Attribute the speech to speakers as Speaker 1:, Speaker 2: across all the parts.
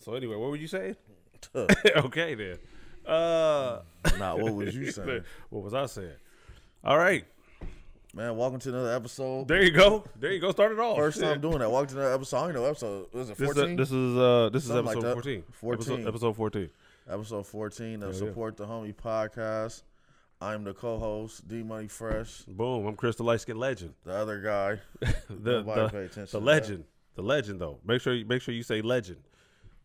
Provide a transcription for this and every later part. Speaker 1: So anyway, what were you saying?
Speaker 2: Huh.
Speaker 1: okay then. Uh,
Speaker 2: nah, what was you saying?
Speaker 1: what was I saying? All right,
Speaker 2: Man, welcome to another episode.
Speaker 1: there you go. There you go. Start it off.
Speaker 2: First
Speaker 1: Shit.
Speaker 2: time doing that. Welcome to another episode. I don't even know what episode. Was it
Speaker 1: This is,
Speaker 2: 14?
Speaker 1: this is uh this is
Speaker 2: Something like
Speaker 1: episode
Speaker 2: that.
Speaker 1: 14.
Speaker 2: 14.
Speaker 1: Episode, episode 14.
Speaker 2: episode 14 of
Speaker 1: yeah.
Speaker 2: Support the Homie podcast. I'm the co host, D Money Fresh,
Speaker 1: Boom. I'm Chris the light skin legend.
Speaker 2: the other guy.
Speaker 1: The
Speaker 2: Nobody pay
Speaker 1: the,
Speaker 2: attention to
Speaker 1: the
Speaker 2: that.
Speaker 1: legend. The legend though. Make sure you make sure you say legend.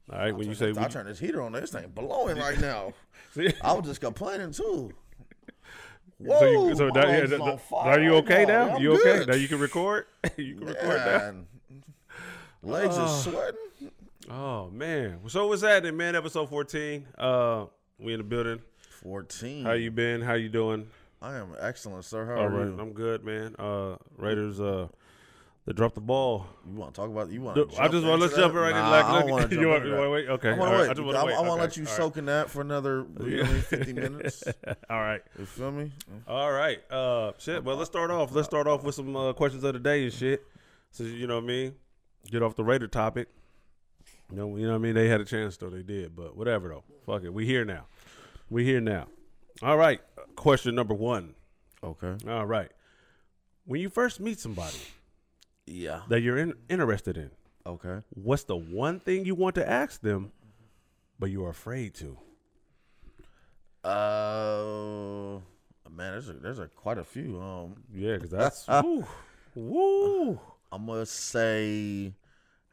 Speaker 1: All right, when you say
Speaker 2: I turned this heater on. This thing blowing right now. I was just complaining too. Whoa,
Speaker 1: so you so
Speaker 2: my
Speaker 1: now, yeah,
Speaker 2: lungs
Speaker 1: th-
Speaker 2: on
Speaker 1: th-
Speaker 2: fire
Speaker 1: are you
Speaker 2: right
Speaker 1: okay
Speaker 2: now.
Speaker 1: now?
Speaker 2: I'm
Speaker 1: You okay?
Speaker 2: good.
Speaker 1: Now you can record. you can record Ah. now.
Speaker 2: Man. Legs is sweating.
Speaker 1: Oh man. So what's happening, man? Episode 14. Uh we in the building.
Speaker 2: 14.
Speaker 1: How you been? How you doing?
Speaker 2: I am excellent, sir. How
Speaker 1: All
Speaker 2: are
Speaker 1: right.
Speaker 2: you?
Speaker 1: I'm good, man. Uh Raiders uh they dropped the ball.
Speaker 2: You want to talk about? You want?
Speaker 1: The- I just want let's jump it right in. Like,
Speaker 2: I don't
Speaker 1: look-
Speaker 2: want to
Speaker 1: you
Speaker 2: jump
Speaker 1: want,
Speaker 2: into
Speaker 1: you
Speaker 2: that.
Speaker 1: want to wait? Okay.
Speaker 2: I
Speaker 1: all
Speaker 2: want
Speaker 1: right,
Speaker 2: to
Speaker 1: I
Speaker 2: wait.
Speaker 1: just wanna
Speaker 2: I,
Speaker 1: wait.
Speaker 2: I want to
Speaker 1: Okay,
Speaker 2: let you
Speaker 1: all right.
Speaker 2: soak in that for another you know what I mean, 50 minutes.
Speaker 1: All right.
Speaker 2: You feel me?
Speaker 1: All right. Uh, shit. Well, let's start off. Let's start off with some uh, questions of the day and shit. So you know what I mean. Get off the Raider topic. You know, you know what I mean. They had a chance though. They did, but whatever though. Fuck it. We here now. We here now. All right. Question number one.
Speaker 2: Okay.
Speaker 1: All right. When you first meet somebody
Speaker 2: Yeah.
Speaker 1: that you're in, interested in,
Speaker 2: Okay.
Speaker 1: what's the one thing you want to ask them, but you are afraid to?
Speaker 2: Uh, man, there's a, there's a quite a few. Um,
Speaker 1: Yeah, because that's woo, woo.
Speaker 2: I'm gonna say,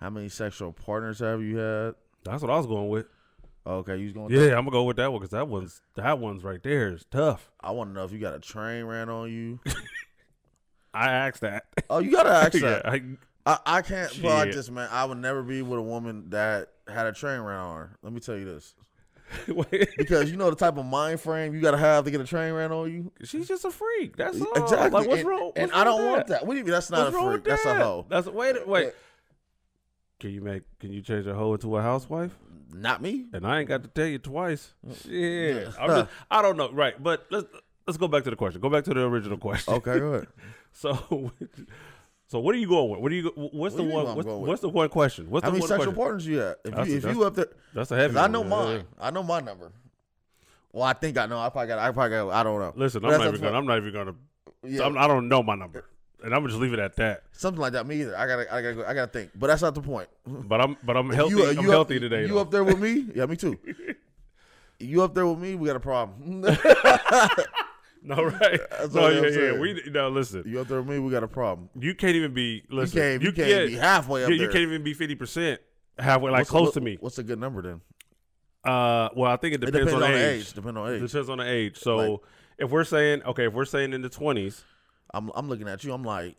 Speaker 2: how many sexual partners have you had?
Speaker 1: That's what I was going with.
Speaker 2: Okay, you was going.
Speaker 1: Yeah, I'm gonna go with that one because that one's that one's right there is tough.
Speaker 2: I want to know if you got a train ran on you.
Speaker 1: I asked that.
Speaker 2: oh, you gotta ask
Speaker 1: yeah,
Speaker 2: that.
Speaker 1: I,
Speaker 2: I, I can't put it like
Speaker 1: Shit.
Speaker 2: this, man. I would never be with a woman that had a train ran on her. Let me tell you this. Because you know the type of mind frame you gotta have to get a train ran on you.
Speaker 1: she's just a freak. That's all.
Speaker 2: E, Exactly.
Speaker 1: Like, what's
Speaker 2: and,
Speaker 1: wrong?
Speaker 2: And
Speaker 1: what's
Speaker 2: I
Speaker 1: wrong
Speaker 2: don't
Speaker 1: with
Speaker 2: want that. What do you mean? That's not
Speaker 1: What's
Speaker 2: a
Speaker 1: wrong
Speaker 2: freat.
Speaker 1: with
Speaker 2: That's a
Speaker 1: that?
Speaker 2: hoe.
Speaker 1: That's wait, wait. Can you make? Can you change a hoe into a housewife?
Speaker 2: Not me.
Speaker 1: And I ain't got to tell you twice. Yeah,
Speaker 2: Mm. Yeah.
Speaker 1: I'm just, I don't know. Right, but let's let's go back to the question. Go back to the original question.
Speaker 2: Okay, go ahead.
Speaker 1: So, so what are you going with? What are you? go- What's
Speaker 2: What
Speaker 1: the
Speaker 2: do you mean
Speaker 1: one?
Speaker 2: I'm
Speaker 1: What's,
Speaker 2: going with?
Speaker 1: what's the one question? What's
Speaker 2: How
Speaker 1: the
Speaker 2: many
Speaker 1: one
Speaker 2: sexual
Speaker 1: question?
Speaker 2: partners you at? If
Speaker 1: That's
Speaker 2: you
Speaker 1: a-
Speaker 2: if you up there,
Speaker 1: That's a heavy.
Speaker 2: 'cause I
Speaker 1: one,
Speaker 2: know
Speaker 1: yeah.
Speaker 2: mine. I know my number. Well, I think I know. I probably got. I probably got. I don't know.
Speaker 1: Listen,
Speaker 2: But
Speaker 1: I'm
Speaker 2: that's
Speaker 1: not, even
Speaker 2: something-
Speaker 1: gonna, I'm not even gonna.
Speaker 2: yeah,
Speaker 1: I'm, I don't know my number, and I'm gonna just leave it at that.
Speaker 2: something like that. Me either. I gotta. I gotta. Go, I gotta think. But that's not the point.
Speaker 1: But I'm but I'm healthy.
Speaker 2: uh,
Speaker 1: I'm
Speaker 2: up-
Speaker 1: healthy today.
Speaker 2: You
Speaker 1: though.
Speaker 2: up there with me? Yeah, me too. You up there with me? We got a problem.
Speaker 1: no right?
Speaker 2: all
Speaker 1: No,
Speaker 2: I'm
Speaker 1: yeah, yeah.
Speaker 2: saying.
Speaker 1: We no listen.
Speaker 2: you up there with me? We got a problem.
Speaker 1: You can't even be.
Speaker 2: You
Speaker 1: Listen,
Speaker 2: can't. You, can't, be halfway up
Speaker 1: yeah,
Speaker 2: there.
Speaker 1: you can't even be fifty percent halfway, like
Speaker 2: What's a-
Speaker 1: close
Speaker 2: what-
Speaker 1: to me.
Speaker 2: What's a good number then?
Speaker 1: Uh, well, I think it depends,
Speaker 2: it depends
Speaker 1: on,
Speaker 2: on, the
Speaker 1: age.
Speaker 2: age. Depends on
Speaker 1: It
Speaker 2: age.
Speaker 1: depends on the age. So if we're saying okay, if we're saying in the twenties,
Speaker 2: I'm I'm looking at you. I'm like,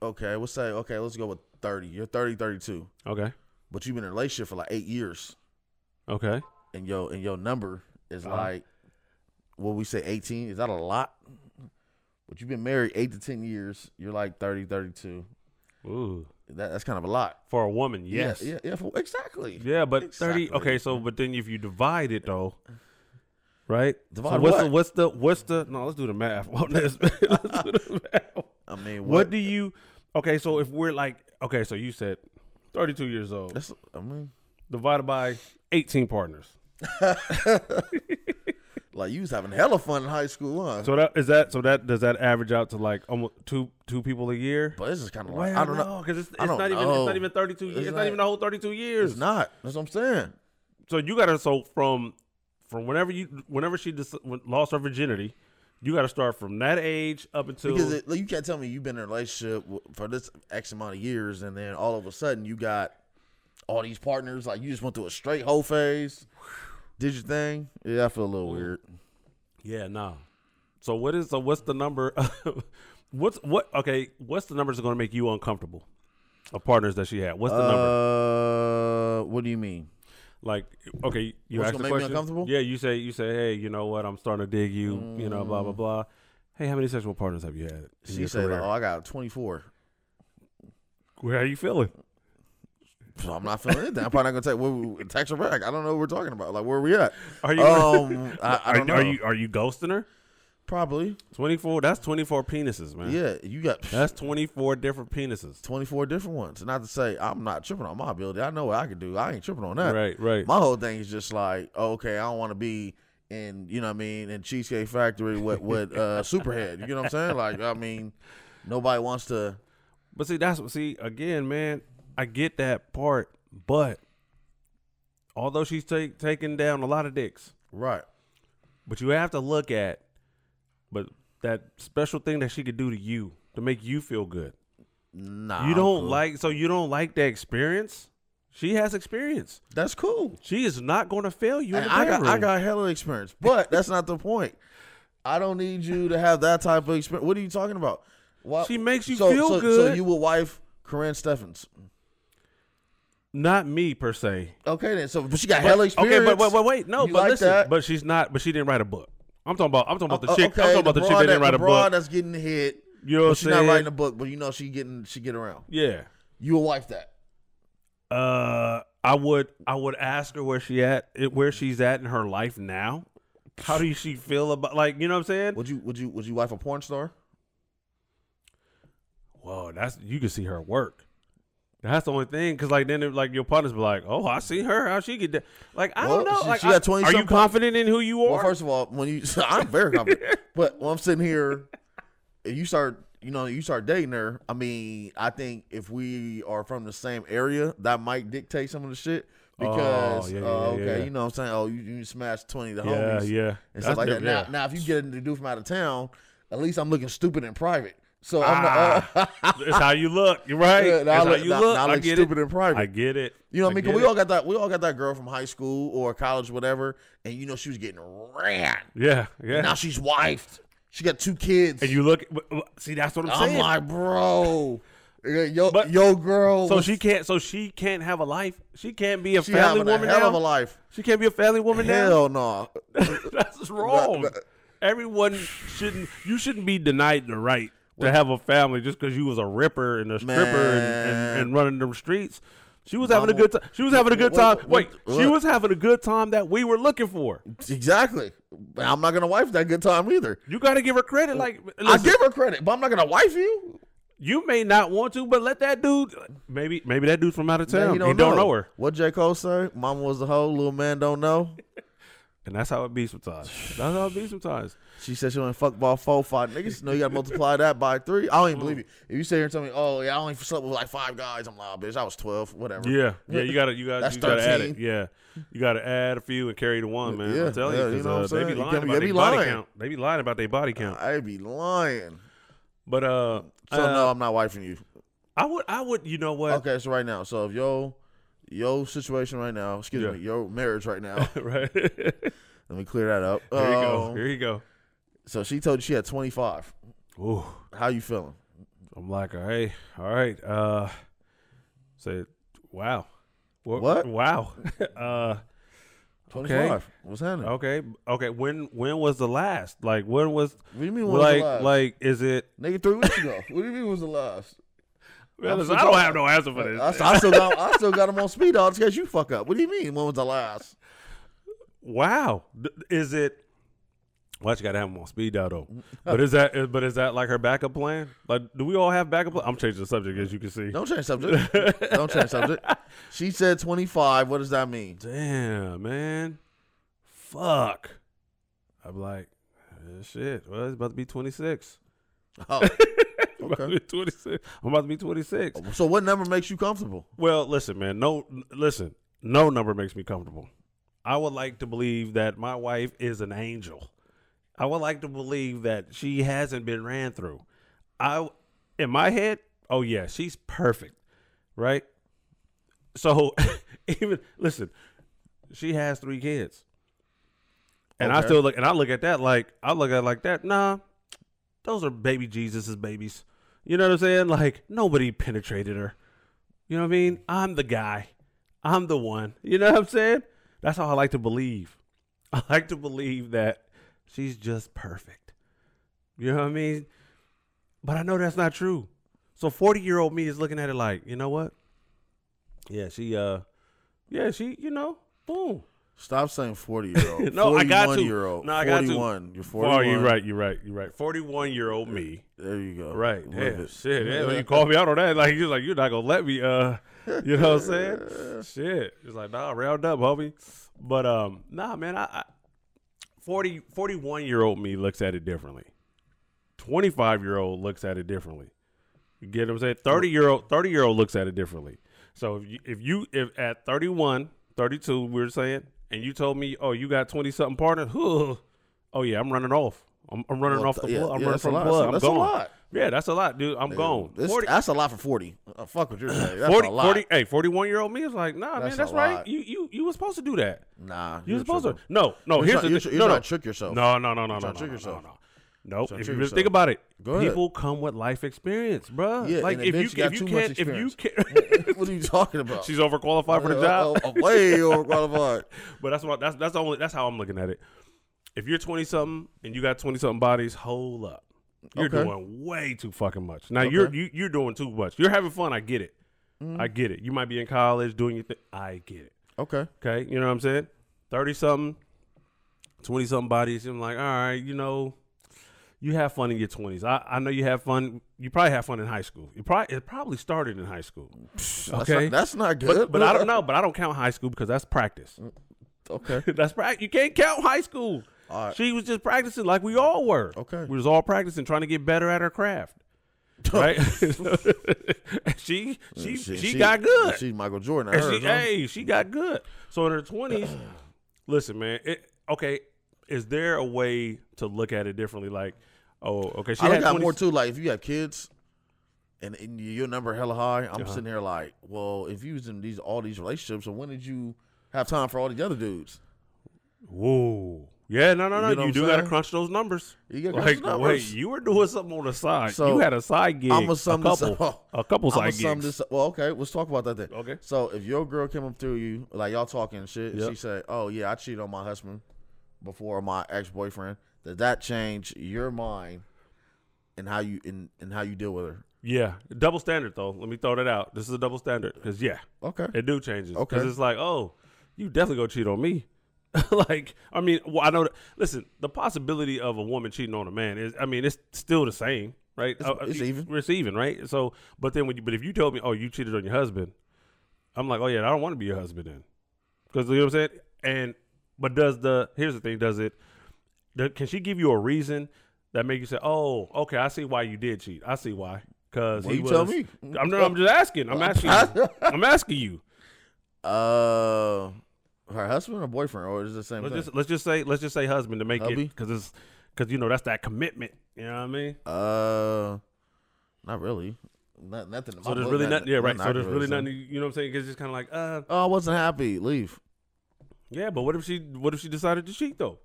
Speaker 2: okay, we'll say, okay, let's go with 30. You're 30, 32,
Speaker 1: okay,
Speaker 2: but you've been in a relationship for like eight years,
Speaker 1: okay,
Speaker 2: and your and your number is
Speaker 1: Uh-huh.
Speaker 2: like, what we say, 18. Is that a lot? But you've been married eight to 10 years. You're like 30, 32.
Speaker 1: ooh,
Speaker 2: That, that's kind of a lot.
Speaker 1: for a woman, yes,
Speaker 2: Yeah. Yeah. yeah for, exactly.
Speaker 1: Yeah, but thirty.
Speaker 2: Exactly.
Speaker 1: Okay, so but then if you divide it though, right?
Speaker 2: Divide
Speaker 1: so what's
Speaker 2: what?
Speaker 1: the what's the what's the no? Let's do the math. on this. Let's do the math. What?
Speaker 2: I mean, what?
Speaker 1: do you? Okay, so if we're like okay, so you said thirty-two years old
Speaker 2: that's, I mean,
Speaker 1: divided by eighteen partners.
Speaker 2: like, you was having hella fun in high school, huh?
Speaker 1: So that is that. So that does that average out to like almost two two people a year?
Speaker 2: but this is kind of like,
Speaker 1: Well,
Speaker 2: I don't know.
Speaker 1: because it's, it's
Speaker 2: I
Speaker 1: not
Speaker 2: don't
Speaker 1: even it's
Speaker 2: know.
Speaker 1: not even thirty-two. years.
Speaker 2: It's
Speaker 1: It's not,
Speaker 2: not-
Speaker 1: even the whole thirty-two years.
Speaker 2: It's not. That's what I'm saying.
Speaker 1: so you gotta so from from whenever you whenever she dis- when- lost her virginity you gotta start from that age up until
Speaker 2: Because it, like, you can't tell me you've been in a relationship w- for this X amount of years, and then all of a sudden you got all these partners. Like you just went through a straight whole phase, did your thing. Yeah, I feel a little weird.
Speaker 1: yeah nah so what is so what's the number what's what okay what's the number that's gonna make you uncomfortable of partners that she had what's the number
Speaker 2: Uh, what do you mean?
Speaker 1: like okay you
Speaker 2: what's
Speaker 1: ask
Speaker 2: gonna
Speaker 1: the
Speaker 2: make me
Speaker 1: question
Speaker 2: uncomfortable?
Speaker 1: yeah you say you say hey you know what I'm starting to dig you you know blah blah blah hey how many sexual partners have you had in
Speaker 2: Mm. She
Speaker 1: your
Speaker 2: said,
Speaker 1: career?
Speaker 2: "Oh, I got 24."
Speaker 1: Well, how you feeling
Speaker 2: So I'm not feeling anything. I'm probably not gonna take. What, text her back. I don't know what we're talking about. Like where we at?
Speaker 1: are you
Speaker 2: Um, Oh, I, I
Speaker 1: are,
Speaker 2: don't know.
Speaker 1: are you are you ghosting her
Speaker 2: Probably.
Speaker 1: 24. That's 24 penises, man.
Speaker 2: Yeah, you got
Speaker 1: That's 24 different penises.
Speaker 2: 24 different ones. Not to say I'm not tripping on my ability. I know what I can do. I ain't tripping on that.
Speaker 1: Right, right.
Speaker 2: My whole thing is just like, oh, okay, I don't want to be in, you know what I mean, in Cheesecake Factory with, with uh, Superhead. You know what I'm saying? Like, I mean, nobody wants to.
Speaker 1: But see, that's see again, man. I get that part, but although she's take, taking down a lot of dicks,
Speaker 2: Right.
Speaker 1: but you have to look at, but that special thing that she could do to you to make you feel good.
Speaker 2: Nah.
Speaker 1: you
Speaker 2: I'm
Speaker 1: don't
Speaker 2: cool.
Speaker 1: like, so you don't like that experience. She has experience.
Speaker 2: That's cool.
Speaker 1: She is not going to fail you. In
Speaker 2: And
Speaker 1: the
Speaker 2: I got,
Speaker 1: bedroom.
Speaker 2: I got hella experience, but that's not the point. I don't need you to have that type of experience. What are you talking about? Why,
Speaker 1: She makes you
Speaker 2: so,
Speaker 1: feel
Speaker 2: so, So
Speaker 1: good.
Speaker 2: you will wife Corinne Steffens.
Speaker 1: not me per se.
Speaker 2: Okay then. So but she got hella experience.
Speaker 1: Okay, but wait, wait, wait. No,
Speaker 2: You
Speaker 1: but
Speaker 2: like
Speaker 1: listen.
Speaker 2: that?
Speaker 1: But she's not. But she didn't write a book. I'm talking about. I'm talking about the
Speaker 2: Uh,
Speaker 1: chick. I'm talking about the, chick
Speaker 2: broad
Speaker 1: that didn't
Speaker 2: that-
Speaker 1: write
Speaker 2: the
Speaker 1: a
Speaker 2: broad
Speaker 1: book.
Speaker 2: That's getting hit.
Speaker 1: You know what I'm
Speaker 2: but she's not
Speaker 1: saying?
Speaker 2: writing a book, but you know she getting she get around.
Speaker 1: Yeah.
Speaker 2: You will wife that.
Speaker 1: Uh, I would I would ask her where she at, it- where she's at in her life now. How do she feel about like you know what I'm saying?
Speaker 2: Would you would you would you wife a porn star?
Speaker 1: Whoa, that's you can see her work. That's the only thing, cause like then it, like your partners be like, oh, I see her, how she get that. Like I
Speaker 2: Well,
Speaker 1: don't know.
Speaker 2: she-
Speaker 1: like
Speaker 2: she got
Speaker 1: I-
Speaker 2: 20
Speaker 1: Are you
Speaker 2: some po-
Speaker 1: confident in who you
Speaker 2: Well,
Speaker 1: are?
Speaker 2: first of all, when you I'm very confident, but when I'm sitting here, if you start you know you start dating her, I mean I think if we are from the same area, that might dictate some of the shit. Because
Speaker 1: Oh, yeah, yeah,
Speaker 2: uh,
Speaker 1: yeah,
Speaker 2: okay,
Speaker 1: yeah.
Speaker 2: you know what I'm saying. Oh, you, you smashed twenty of the
Speaker 1: yeah,
Speaker 2: homies.
Speaker 1: yeah.
Speaker 2: and
Speaker 1: That's
Speaker 2: stuff like that.
Speaker 1: different, yeah.
Speaker 2: Now, now, if you get a dude from out of town, at least I'm looking stupid in private. So I'm
Speaker 1: Ah,
Speaker 2: not,
Speaker 1: it's how you look. You're right.
Speaker 2: Yeah,
Speaker 1: It's
Speaker 2: now I
Speaker 1: how
Speaker 2: look-
Speaker 1: you
Speaker 2: now-
Speaker 1: look.
Speaker 2: now I
Speaker 1: I
Speaker 2: look
Speaker 1: get
Speaker 2: stupid
Speaker 1: it.
Speaker 2: in private.
Speaker 1: I get it.
Speaker 2: you know what I mean? 'Cause
Speaker 1: get
Speaker 2: we
Speaker 1: it.
Speaker 2: all got that. We all got that girl from high school or college, whatever. And you know she was getting ran.
Speaker 1: Yeah, yeah.
Speaker 2: Now she's wifed. She got two kids.
Speaker 1: and you look. w- w- See, that's what I'm
Speaker 2: I'm
Speaker 1: saying.
Speaker 2: like, bro, yo,
Speaker 1: But-
Speaker 2: yo, girl.
Speaker 1: so
Speaker 2: was-
Speaker 1: she can't. So she can't have a life. She can't be a
Speaker 2: she
Speaker 1: family
Speaker 2: having
Speaker 1: woman
Speaker 2: a hell
Speaker 1: now.
Speaker 2: of a life.
Speaker 1: She can't be a family woman
Speaker 2: Hell no.
Speaker 1: now. that's wrong. Everyone shouldn't. You shouldn't be denied the right to have a family just because you was a ripper and a stripper and,
Speaker 2: Man.
Speaker 1: and, and running the streets. She was having a
Speaker 2: Mama-
Speaker 1: good time. She was having a good
Speaker 2: Wait,
Speaker 1: time.
Speaker 2: wait,
Speaker 1: Wait,
Speaker 2: wait,
Speaker 1: she
Speaker 2: look.
Speaker 1: was having a good time that we were looking for.
Speaker 2: exactly. I'm not gonna wife that good time either.
Speaker 1: You got to give her credit. Like,
Speaker 2: Uh, I
Speaker 1: listen,
Speaker 2: give her credit, but I'm not gonna wife you.
Speaker 1: you may not want to, but let that dude. Maybe, maybe that dude from out of
Speaker 2: Man,
Speaker 1: town.
Speaker 2: you
Speaker 1: he don't know her.
Speaker 2: What J. Cole say? Mama was the hoe, little man don't know.
Speaker 1: And that's how it be sometimes. That's how it be sometimes.
Speaker 2: She said she went fuck ball four, five niggas. No, you gotta multiply that by three. I don't even
Speaker 1: Mm.
Speaker 2: believe you. If you sit here and tell me, oh yeah, I only slept with like five guys, I'm like, oh, bitch, I was twelve, whatever.
Speaker 1: Yeah, yeah. You gotta, you gotta,
Speaker 2: That's
Speaker 1: you gotta add
Speaker 2: 13.
Speaker 1: it. Yeah, you gotta add a few and carry the one, man.
Speaker 2: Yeah,
Speaker 1: I'm telling
Speaker 2: yeah,
Speaker 1: you,
Speaker 2: you
Speaker 1: 'cause,
Speaker 2: know what I'm
Speaker 1: uh, they be
Speaker 2: saying? You
Speaker 1: lying about
Speaker 2: can't- you
Speaker 1: their
Speaker 2: be
Speaker 1: body
Speaker 2: lying.
Speaker 1: count. They be lying about their body count.
Speaker 2: I be lying.
Speaker 1: But uh,
Speaker 2: So
Speaker 1: uh,
Speaker 2: no, I'm not wifing you.
Speaker 1: I would, I would. You know what?
Speaker 2: Okay, so right now, so if yo, yo situation right now, excuse
Speaker 1: Yeah.
Speaker 2: me, your marriage right now.
Speaker 1: right. Here you
Speaker 2: let me clear that up. There
Speaker 1: go. Here you go.
Speaker 2: So she told you she had 25.
Speaker 1: Ooh,
Speaker 2: How you feeling?
Speaker 1: I'm like, all right, all right. Uh, say, wow. Wha-
Speaker 2: What?
Speaker 1: Wow. uh,
Speaker 2: 25. What's happening?
Speaker 1: okay, okay. When, when was the last? Like, when was?
Speaker 2: What do you mean? When was
Speaker 1: Like,
Speaker 2: the last?
Speaker 1: like, is it?
Speaker 2: Nigga, three weeks ago. what do you mean was the last?
Speaker 1: Man,
Speaker 2: I'm
Speaker 1: listen, I
Speaker 2: so-
Speaker 1: don't have no answer for this.
Speaker 2: I, I still got I still got him on speed dial just in case you fuck up. What do you mean? When was the last?
Speaker 1: Wow, Th- is it? Well, you gotta have him on speed dial though. But is that? is- But is that like her backup plan? Like, do we all have backup? Plan? I'm changing the subject as you can see.
Speaker 2: Don't change subject. Don't change subject. She said twenty five. What does that mean?
Speaker 1: Damn, man, fuck. I'm like, eh, shit. Well, it's about to be 26.
Speaker 2: Oh,
Speaker 1: I'm about to be 26. I'm about to be 26.
Speaker 2: so what number makes you comfortable?
Speaker 1: Well, listen, man. No, n- listen. No number makes me comfortable. I would like to believe that my wife is an angel. I would like to believe that she hasn't been ran through. I, in my head, oh yeah, she's perfect, right? So, even listen, she has three kids, and I
Speaker 2: Okay.
Speaker 1: still look, and I look at that like I look at it like that. Nah, those are baby Jesus's babies. You know what I'm saying? Like nobody penetrated her. You know what I mean? I'm the guy. I'm the one. You know what I'm saying? That's how I like to believe. I like to believe that she's just perfect. You know what I mean? But I know that's not true. So 40 year old me is looking at it like, you know what? Yeah, she uh yeah, she, you know, boom.
Speaker 2: Stop saying forty year old.
Speaker 1: No, I got to.
Speaker 2: Year old.
Speaker 1: No, I got to.
Speaker 2: You're
Speaker 1: Oh,
Speaker 2: forty-one.
Speaker 1: you're right. You're right. You're right. Forty-one year old me.
Speaker 2: There you go.
Speaker 1: Right.
Speaker 2: Love
Speaker 1: Yeah.
Speaker 2: it.
Speaker 1: Shit. Yeah. when You called me out on that. Like you're like you're not gonna let me. Uh, you know what I'm saying? Shit. It's like nah, round up, homie. But um, nah, man. I, I 40, 41 year old me looks at it differently. Twenty five year old looks at it differently. You get what I'm saying? Thirty year old thirty year old looks at it differently. So if you if you if at 31, 32, we we're saying, and you told me, oh, you got twenty something partners, huh, oh yeah, I'm running off. I'm, I'm running
Speaker 2: Well,
Speaker 1: off the
Speaker 2: th- yeah,
Speaker 1: plug. I'm
Speaker 2: yeah,
Speaker 1: running
Speaker 2: that's a
Speaker 1: from the
Speaker 2: lot.
Speaker 1: plug. I'm
Speaker 2: That's a
Speaker 1: gone.
Speaker 2: lot.
Speaker 1: Yeah, that's a lot, dude. I'm gone.
Speaker 2: This-
Speaker 1: 40,
Speaker 2: That's a lot for forty. Uh, fuck what you're saying. That's
Speaker 1: 40,
Speaker 2: a lot.
Speaker 1: 40 hey, 41 year old me is like, nah, man,
Speaker 2: That's a
Speaker 1: that's right.
Speaker 2: lot.
Speaker 1: You you you were supposed to do that.
Speaker 2: Nah,
Speaker 1: You were
Speaker 2: you're
Speaker 1: supposed
Speaker 2: tripping.
Speaker 1: to. No, no.
Speaker 2: You're
Speaker 1: here's
Speaker 2: trying-
Speaker 1: the thing.
Speaker 2: you're tr- you're
Speaker 1: no, no.
Speaker 2: trying to trick yourself.
Speaker 1: No, no, no, no, no,
Speaker 2: trying
Speaker 1: no,
Speaker 2: to trick
Speaker 1: no, no,
Speaker 2: yourself.
Speaker 1: no. Nope.
Speaker 2: Trying to
Speaker 1: If
Speaker 2: trick
Speaker 1: you just
Speaker 2: yourself.
Speaker 1: think about it,
Speaker 2: Go ahead.
Speaker 1: people come with life experience, bruh.
Speaker 2: Yeah,
Speaker 1: like
Speaker 2: and
Speaker 1: if
Speaker 2: bitch,
Speaker 1: you,
Speaker 2: you got
Speaker 1: if
Speaker 2: too
Speaker 1: you
Speaker 2: much
Speaker 1: can't if you
Speaker 2: experience.
Speaker 1: can't,
Speaker 2: what are you talking about?
Speaker 1: she's overqualified for the job.
Speaker 2: Uh, uh, way overqualified.
Speaker 1: But that's what that's that's the only that's how I'm looking at it. If you're 20 something and you got 20 something bodies, hold up. You're
Speaker 2: Okay.
Speaker 1: doing way too fucking much. Now you're you, you're doing too much. You're having fun. I get it. I get it. You might be in college doing your thing. I get it.
Speaker 2: Okay.
Speaker 1: Okay, you know what I'm saying? 30 something, 20 something bodies. I'm like, all right, you know, you have fun in your 20s. I, I know you have fun. You probably have fun in high school. You probably it probably started in high school.
Speaker 2: That's
Speaker 1: Okay.
Speaker 2: not, that's not good.
Speaker 1: But, but I don't know, but I don't count high school because that's practice.
Speaker 2: Okay.
Speaker 1: That's right. You can't count high school.
Speaker 2: All right.
Speaker 1: She was just practicing like we all were.
Speaker 2: Okay.
Speaker 1: We was all practicing, trying to get better at her craft. Right?
Speaker 2: Mm,
Speaker 1: she, she, she got good.
Speaker 2: She's Michael Jordan. I
Speaker 1: And
Speaker 2: heard,
Speaker 1: she,
Speaker 2: huh?
Speaker 1: hey, she got good. So in her twenties, listen, man. It, okay, is there a way to look at it differently? Like, oh, okay, she
Speaker 2: I
Speaker 1: had
Speaker 2: look at
Speaker 1: 20,
Speaker 2: more too. Like if you have kids, and, and your number hella high, I'm sitting here like, well, if you was in these all these relationships, and when did you have time for all these other dudes?
Speaker 1: Whoa, yeah, no, no, no.
Speaker 2: You
Speaker 1: You,
Speaker 2: know what I'm
Speaker 1: do got to
Speaker 2: saying?
Speaker 1: crunch those numbers.
Speaker 2: You gotta crunch
Speaker 1: like,
Speaker 2: the
Speaker 1: wait,
Speaker 2: numbers.
Speaker 1: you were doing something on the side.
Speaker 2: So,
Speaker 1: you had a side gig,
Speaker 2: I'ma
Speaker 1: a
Speaker 2: sum this
Speaker 1: couple,
Speaker 2: up.
Speaker 1: a couple
Speaker 2: I'ma
Speaker 1: side
Speaker 2: sum
Speaker 1: gigs.
Speaker 2: this up- Well, okay, let's talk about that then.
Speaker 1: Okay.
Speaker 2: So if your girl came up to you, like y'all talking and shit, and
Speaker 1: Yep.
Speaker 2: she said, "Oh yeah, I cheated on my husband before my ex boyfriend," does that change your mind and how you and, and how you deal with her?
Speaker 1: Yeah, double standard though. Let me throw that out. This is a double standard because yeah,
Speaker 2: Okay.
Speaker 1: It do changes.
Speaker 2: Okay.
Speaker 1: Because it's like, oh, you definitely go cheat on me. like, I mean, well, I know. That, listen, the possibility of a woman cheating on a man is, I mean, it's still the same, right? Uh,
Speaker 2: It's- it's even.
Speaker 1: It's even, right? So, but then when you, but if you told me, oh, you cheated on your husband, I'm like, oh yeah, I don't want to be your husband then, because you know what I'm saying. And but does the here's the thing? Does it? the- Can she give you a reason that make you say, oh, okay, I see why you did cheat. I see why. Because
Speaker 2: Well,
Speaker 1: he
Speaker 2: you
Speaker 1: was.
Speaker 2: tell me.
Speaker 1: I'm no, I'm just asking. I'm asking. you. I'm asking you.
Speaker 2: Uh, her husband or boyfriend, or is it the same
Speaker 1: Let's
Speaker 2: thing?
Speaker 1: just let's just say let's just say husband to make it 'cause
Speaker 2: Hubby?
Speaker 1: it because it's because you know that's that commitment. You know what I mean?
Speaker 2: Uh, not really. Not, nothing. in
Speaker 1: So
Speaker 2: my
Speaker 1: there's
Speaker 2: book,
Speaker 1: really
Speaker 2: nothing-
Speaker 1: nothing. Yeah, right.
Speaker 2: I
Speaker 1: So there's
Speaker 2: can
Speaker 1: really
Speaker 2: say.
Speaker 1: nothing. You know what I'm saying? It's just kind of like, uh,
Speaker 2: Oh, I wasn't happy. Leave.
Speaker 1: yeah. But what if she what if she decided to cheat though?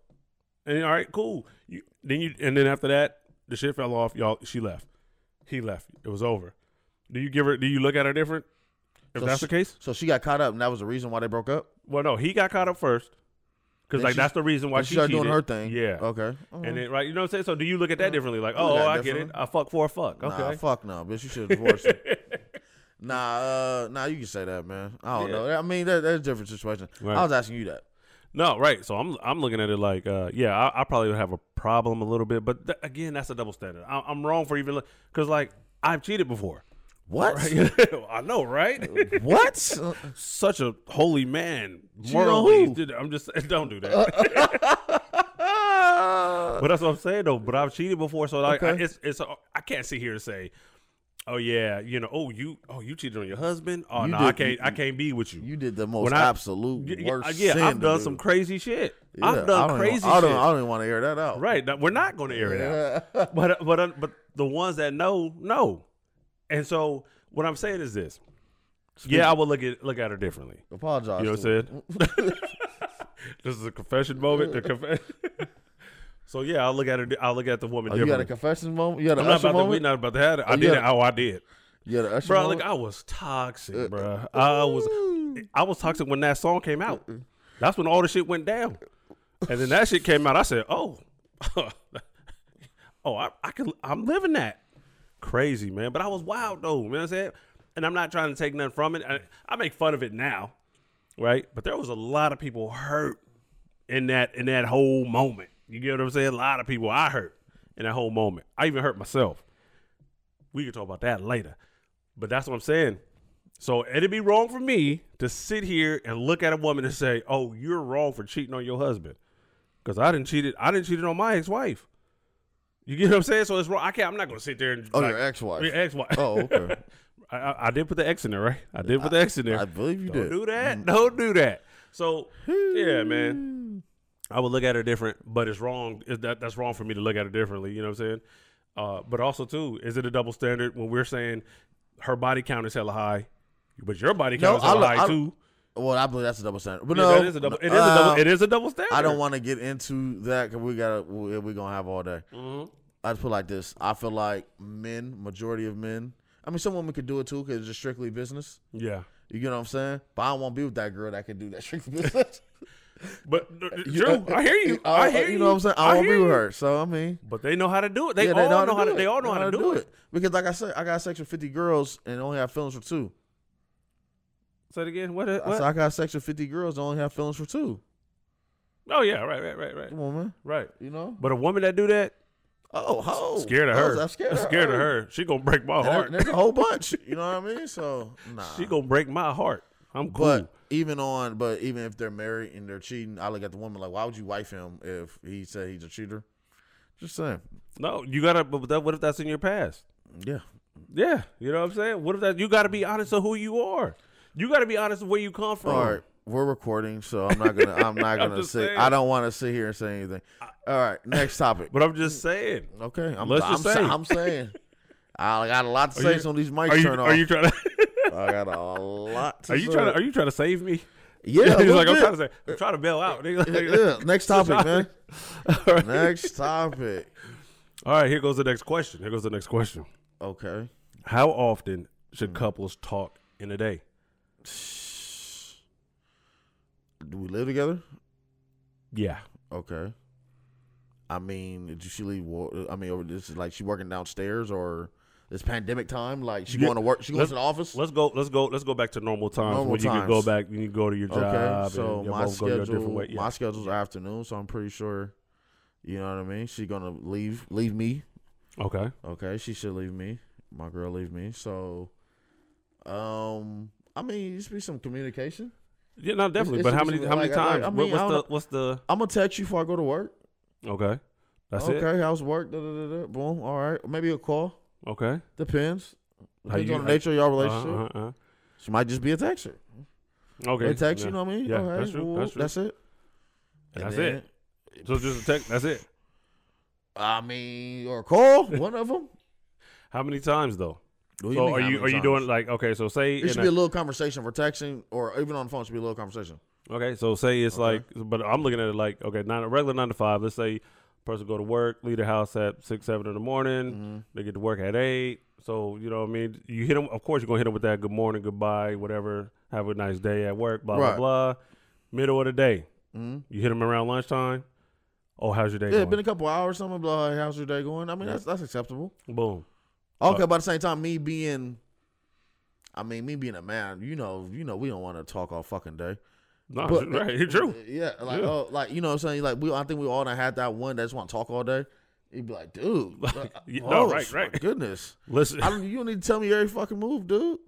Speaker 1: And all right, cool. You then you and then after that the shit fell off. Y'all, she left. He left. It was over. Do you give her? Do you look at her different? If
Speaker 2: So
Speaker 1: that's
Speaker 2: she-
Speaker 1: the case,
Speaker 2: So she got caught up, and that was the reason why they broke up.
Speaker 1: well, no, he got caught up first because
Speaker 2: Then
Speaker 1: like
Speaker 2: she-
Speaker 1: that's the reason why
Speaker 2: When
Speaker 1: she,
Speaker 2: she started
Speaker 1: cheated.
Speaker 2: doing her thing.
Speaker 1: Yeah.
Speaker 2: Okay. Oh,
Speaker 1: And then right, you know what I'm saying. So do you look at that differently? Like,
Speaker 2: look
Speaker 1: oh,
Speaker 2: at it
Speaker 1: I get it.
Speaker 2: differently.
Speaker 1: I fuck for a fuck. Okay.
Speaker 2: Nah, fuck no, bitch. You should divorce her. Nah, uh, nah, you can say that, man. I don't
Speaker 1: Yeah.
Speaker 2: know. I mean, that, that's a different situation.
Speaker 1: Right.
Speaker 2: I was asking you that.
Speaker 1: No, right. So I'm I'm looking at it like, uh, yeah, I, I probably would have a problem a little bit, but th- again, that's a double standard. I, I'm wrong for even because like I've cheated before.
Speaker 2: What?
Speaker 1: I know, right?
Speaker 2: What?
Speaker 1: Such a holy man.
Speaker 2: on
Speaker 1: Morally,
Speaker 2: who?
Speaker 1: did- I'm just don't do that.
Speaker 2: Uh,
Speaker 1: but that's what I'm saying though. But I've cheated before, so like I,
Speaker 2: Okay.
Speaker 1: it's it's I can't sit here and say. Oh yeah, you know. Oh you. Oh you cheated on your husband. Oh
Speaker 2: You
Speaker 1: no, I
Speaker 2: did-
Speaker 1: can't.
Speaker 2: you-
Speaker 1: I can't be with you.
Speaker 2: you did the most
Speaker 1: When I-
Speaker 2: absolute
Speaker 1: Y- y-
Speaker 2: worst.
Speaker 1: yeah,
Speaker 2: sin
Speaker 1: I've
Speaker 2: to
Speaker 1: done
Speaker 2: do.
Speaker 1: some crazy shit.
Speaker 2: Yeah,
Speaker 1: I've
Speaker 2: I
Speaker 1: done
Speaker 2: don't even-
Speaker 1: crazy.
Speaker 2: I
Speaker 1: shit.
Speaker 2: don't. I don't even want to air that out.
Speaker 1: Right. that- We're not going to air it out.
Speaker 2: Yeah.
Speaker 1: But but uh, but the ones that know know, and so what I'm saying is this. Yeah, I would look at look at her differently.
Speaker 2: Apologize.
Speaker 1: You know what
Speaker 2: to
Speaker 1: I'm
Speaker 2: her.
Speaker 1: saying? this is a confession moment. The confession. so yeah, I will look at her. I will look at the woman
Speaker 2: Oh, you got a
Speaker 1: differently.
Speaker 2: confession moment. You got
Speaker 1: I'm
Speaker 2: an
Speaker 1: not
Speaker 2: usher
Speaker 1: about to. We
Speaker 2: moment.
Speaker 1: not about to have it. I
Speaker 2: you
Speaker 1: did. it.
Speaker 2: gotta-
Speaker 1: Oh, I did.
Speaker 2: you got an usher
Speaker 1: Bro,
Speaker 2: moment.
Speaker 1: like I was toxic, bro. I was I was toxic when that song came out. That's when all the shit went down. And then that shit came out. I said, "Oh, oh, I, I can. I'm living that crazy, man." But I was wild though. You know what I'm saying? And I'm not trying to take nothing from it. I, I make fun of it now, right? But there was a lot of people hurt in that in that whole moment. You get what I'm saying? A lot of people I hurt in that whole moment. I even hurt myself. We can talk about that later. But that's what I'm saying. So it'd be wrong for me to sit here and look at a woman and say, "Oh, you're wrong for cheating on your husband," because I didn't cheated. I didn't cheated on my ex-wife. You get what I'm saying? So it's wrong. I can't. I'm not going to sit there and
Speaker 2: Oh,
Speaker 1: like,
Speaker 2: your ex-wife.
Speaker 1: your ex-wife.
Speaker 2: Oh, okay.
Speaker 1: I, I, I did put the X in there, right? I did put the X in there.
Speaker 2: I believe you Mm. Hmm.
Speaker 1: Don't
Speaker 2: did.
Speaker 1: do that. Don't do that. So yeah, man. I would look at her different, but it's wrong. Is that that's wrong for me to look at her differently? You know what I'm saying? Uh, but also too, is it a double standard when we're saying her body count is hella high, but your body count
Speaker 2: No,
Speaker 1: is hella
Speaker 2: I lo-
Speaker 1: high
Speaker 2: I-
Speaker 1: too?
Speaker 2: Well, I believe that's a double standard. But
Speaker 1: Yeah,
Speaker 2: no,
Speaker 1: that is a double. It is a
Speaker 2: uh,
Speaker 1: double. It is a double standard.
Speaker 2: I don't want to get into that because we gotta we, we gonna have all day.
Speaker 1: Mm-hmm.
Speaker 2: I just put it like this. I feel like men, majority of men. I mean, some women could do it too because it's just strictly business.
Speaker 1: Yeah,
Speaker 2: You get what I'm saying? But I don't want to be with that girl that can do that strictly business.
Speaker 1: but
Speaker 2: Uh,
Speaker 1: Drew, I hear you. I hear you.
Speaker 2: know what I'm saying? I, won't
Speaker 1: hear
Speaker 2: be with
Speaker 1: you.
Speaker 2: her. So I mean,
Speaker 1: But they know how to do it. They
Speaker 2: yeah,
Speaker 1: all know,
Speaker 2: how
Speaker 1: how to.
Speaker 2: do
Speaker 1: They all know how to do it.
Speaker 2: Because like I said, I got sex with 50 girls and only have feelings for two.
Speaker 1: Say it again. What?
Speaker 2: I
Speaker 1: what?
Speaker 2: said I got sex with 50 girls and only have feelings for two.
Speaker 1: Oh yeah, right, right, right, right,
Speaker 2: Come on, man.
Speaker 1: right.
Speaker 2: You know?
Speaker 1: But a woman that do that,
Speaker 2: Oh, ho.
Speaker 1: scared of
Speaker 2: I
Speaker 1: her.
Speaker 2: was- I'm scared of her.
Speaker 1: scared of her. She gonna break my
Speaker 2: And there-
Speaker 1: heart.
Speaker 2: there's a whole bunch. You know what I mean? So nah.
Speaker 1: She gonna break my heart. I'm cool.
Speaker 2: But even on, but even if they're married and they're cheating, I look at the woman like, why would you wife him if he said he's a cheater? Just saying.
Speaker 1: no, you gotta. But that, what if that's in your past?
Speaker 2: Yeah.
Speaker 1: Yeah, you know what I'm saying. What if that? You gotta be honest of who you are. You gotta be honest of where you come from.
Speaker 2: All right, we're recording, so I'm not gonna. I'm not
Speaker 1: I'm
Speaker 2: gonna
Speaker 1: just
Speaker 2: say.
Speaker 1: saying.
Speaker 2: I don't want to sit here and say anything. All right, next topic.
Speaker 1: But I'm just saying.
Speaker 2: Okay, I'm.
Speaker 1: Let's
Speaker 2: I'm,
Speaker 1: just
Speaker 2: sa-
Speaker 1: say.
Speaker 2: I'm saying. I got a lot to
Speaker 1: Are
Speaker 2: say.
Speaker 1: you-
Speaker 2: so these mics
Speaker 1: Are you,
Speaker 2: turn off.
Speaker 1: are you trying to?
Speaker 2: I got a lot. To
Speaker 1: Are you
Speaker 2: say.
Speaker 1: trying to? Are you trying to save me?
Speaker 2: Yeah, a
Speaker 1: He's
Speaker 2: little
Speaker 1: like, I'm
Speaker 2: bit.
Speaker 1: trying to say. I'm trying to bail out. nigga.
Speaker 2: Yeah, yeah. Next topic, man.
Speaker 1: All right.
Speaker 2: Next topic.
Speaker 1: All right. Here goes the next question. Here goes the next question.
Speaker 2: Okay.
Speaker 1: How often should couples talk in a day?
Speaker 2: Do we live together?
Speaker 1: Yeah.
Speaker 2: Okay. I mean, did she leave? wa- I mean, or this is like she working downstairs, or this pandemic time? Like she
Speaker 1: Yeah.
Speaker 2: going to work? She goes
Speaker 1: Let's-
Speaker 2: to the office.
Speaker 1: Let's go. Let's go. Let's go back to normal times
Speaker 2: Normal
Speaker 1: when you can go
Speaker 2: times.
Speaker 1: back. You can go to your job.
Speaker 2: Okay, so
Speaker 1: and y'all
Speaker 2: my
Speaker 1: both go your
Speaker 2: schedule,
Speaker 1: different way. Yeah.
Speaker 2: my schedule's afternoon, so I'm pretty sure, you know what I mean. She gonna leave, leave me.
Speaker 1: okay.
Speaker 2: Okay, she should leave me. My girl leave me. So, um, I mean, it should be some communication.
Speaker 1: Yeah, no, definitely.
Speaker 2: it's-
Speaker 1: but how
Speaker 2: it's
Speaker 1: many?
Speaker 2: just
Speaker 1: How many
Speaker 2: like- like,
Speaker 1: times?
Speaker 2: I
Speaker 1: What-
Speaker 2: mean, I don't
Speaker 1: what's the?
Speaker 2: I'm gonna text you before I go to work.
Speaker 1: What's the? Okay. That's it.
Speaker 2: okay, how's work? Da, da, da, da. Boom. All right, maybe a call.
Speaker 1: Okay.
Speaker 2: Depends.
Speaker 1: How
Speaker 2: Depends
Speaker 1: you-
Speaker 2: on the
Speaker 1: how-
Speaker 2: nature of your
Speaker 1: Uh-huh,
Speaker 2: relationship.
Speaker 1: uh-huh, uh-huh.
Speaker 2: She might just be a texter.
Speaker 1: Okay.
Speaker 2: They text,
Speaker 1: Yeah.
Speaker 2: you know what I mean?
Speaker 1: Yeah,
Speaker 2: okay,
Speaker 1: that's true,
Speaker 2: cool,
Speaker 1: that's true.
Speaker 2: it.
Speaker 1: And
Speaker 2: And
Speaker 1: that's
Speaker 2: then-
Speaker 1: it. So just a text. That's it.
Speaker 2: I mean, or a call. One of them.
Speaker 1: How many times though?
Speaker 2: What
Speaker 1: so
Speaker 2: do mean,
Speaker 1: are
Speaker 2: how
Speaker 1: you
Speaker 2: many
Speaker 1: are you
Speaker 2: times?
Speaker 1: doing like okay? So say
Speaker 2: It
Speaker 1: in
Speaker 2: should
Speaker 1: a-
Speaker 2: be a little conversation for texting, or even on the phone. It should be a little conversation.
Speaker 1: Okay, so say it's
Speaker 2: Okay.
Speaker 1: like, but I'm looking at it like, okay, nine, a regular nine to five. Let's say person go to work, leave the house at six, seven in the
Speaker 2: Mm-hmm.
Speaker 1: morning. They get to work at eight. So you know what I mean. You hit them. Of course, you're gonna hit them with that good morning, goodbye, whatever. Have a nice day at work. Blah
Speaker 2: Right.
Speaker 1: blah blah. Middle of the day,
Speaker 2: Mm-hmm.
Speaker 1: you hit them around lunchtime. Oh, how's your day
Speaker 2: Yeah, it's been
Speaker 1: going?
Speaker 2: a couple hours. Something. Blah. How's your day going? I mean,
Speaker 1: Yeah.
Speaker 2: that's that's acceptable.
Speaker 1: Boom.
Speaker 2: Okay. By the same time, me being, I mean, me being a man, you know, you know, we don't want to talk all fucking day.
Speaker 1: No,
Speaker 2: But-
Speaker 1: right, it's true.
Speaker 2: Yeah. Like,
Speaker 1: Yeah.
Speaker 2: oh, like you know, what I'm saying, like, we, I think we all done had that one that just want to talk all day. He'd be like, dude,
Speaker 1: Like, yeah, no,
Speaker 2: oh,
Speaker 1: right,
Speaker 2: my
Speaker 1: right.
Speaker 2: goodness.
Speaker 1: Listen,
Speaker 2: I don't, you don't need to tell me every fucking move, dude.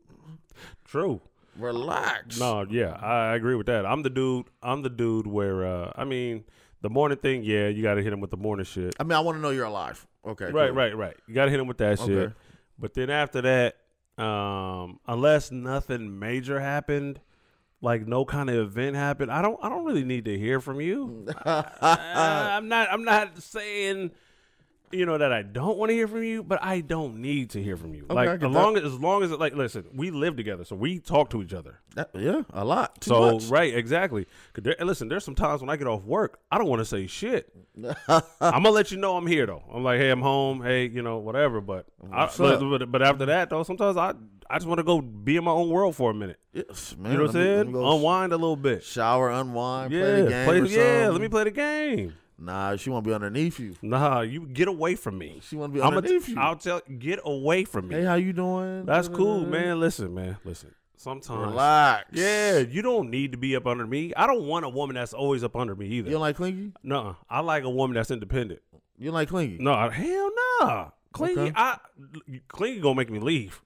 Speaker 1: true.
Speaker 2: Relax.
Speaker 1: No, yeah, I I agree with that. I'm the dude. I'm the dude where uh, I mean, the morning thing. Yeah, you got to hit them with the morning shit.
Speaker 2: I mean, I want to know you're alive. Okay.
Speaker 1: Right,
Speaker 2: cool.
Speaker 1: right, right. You gotta hit him with that shit.
Speaker 2: Okay.
Speaker 1: But then after that, um, unless nothing major happened, like no kind of event happened, I don't I don't really need to hear from you. Uh, I'm not I'm not saying you know that I don't want to hear from you, but I don't need to hear from you.
Speaker 2: I
Speaker 1: like
Speaker 2: get
Speaker 1: as long as, as long as it like listen, we live together, so we talk to each other.
Speaker 2: That- yeah, a lot. Too
Speaker 1: so
Speaker 2: much.
Speaker 1: right, exactly. 'Cause there- and listen, there's some times when I get off work, I don't want to say shit. I'm gonna let you know I'm here though. I'm like, hey, I'm home. Hey, you know, whatever. But I,
Speaker 2: What's
Speaker 1: but,
Speaker 2: up?
Speaker 1: but but after that though, sometimes I I just want to go be in my own world for a minute.
Speaker 2: Yes, man,
Speaker 1: You know what I'm
Speaker 2: let me- let
Speaker 1: saying?
Speaker 2: me go
Speaker 1: Unwind a little bit.
Speaker 2: Shower, unwind,
Speaker 1: Yeah,
Speaker 2: play the game.
Speaker 1: play
Speaker 2: or
Speaker 1: the- yeah. Let
Speaker 2: something.
Speaker 1: me play the game.
Speaker 2: Nah, she want to be underneath you.
Speaker 1: Nah, you get away from me.
Speaker 2: She want to be
Speaker 1: I'm
Speaker 2: underneath you.
Speaker 1: I'll tell. Get away from me.
Speaker 2: hey, how you doing?
Speaker 1: That's
Speaker 2: Da, da,
Speaker 1: cool,
Speaker 2: da, da.
Speaker 1: man. Listen, man. Listen. Sometimes.
Speaker 2: Relax.
Speaker 1: Yeah, you don't need to be up under me. I don't want a woman that's always up under me
Speaker 2: You
Speaker 1: either.
Speaker 2: don't like clingy?
Speaker 1: no, I like a woman that's independent.
Speaker 2: You don't like clingy?
Speaker 1: No, I- hell nah. Clingy,
Speaker 2: Okay.
Speaker 1: I clingy gonna make me leave.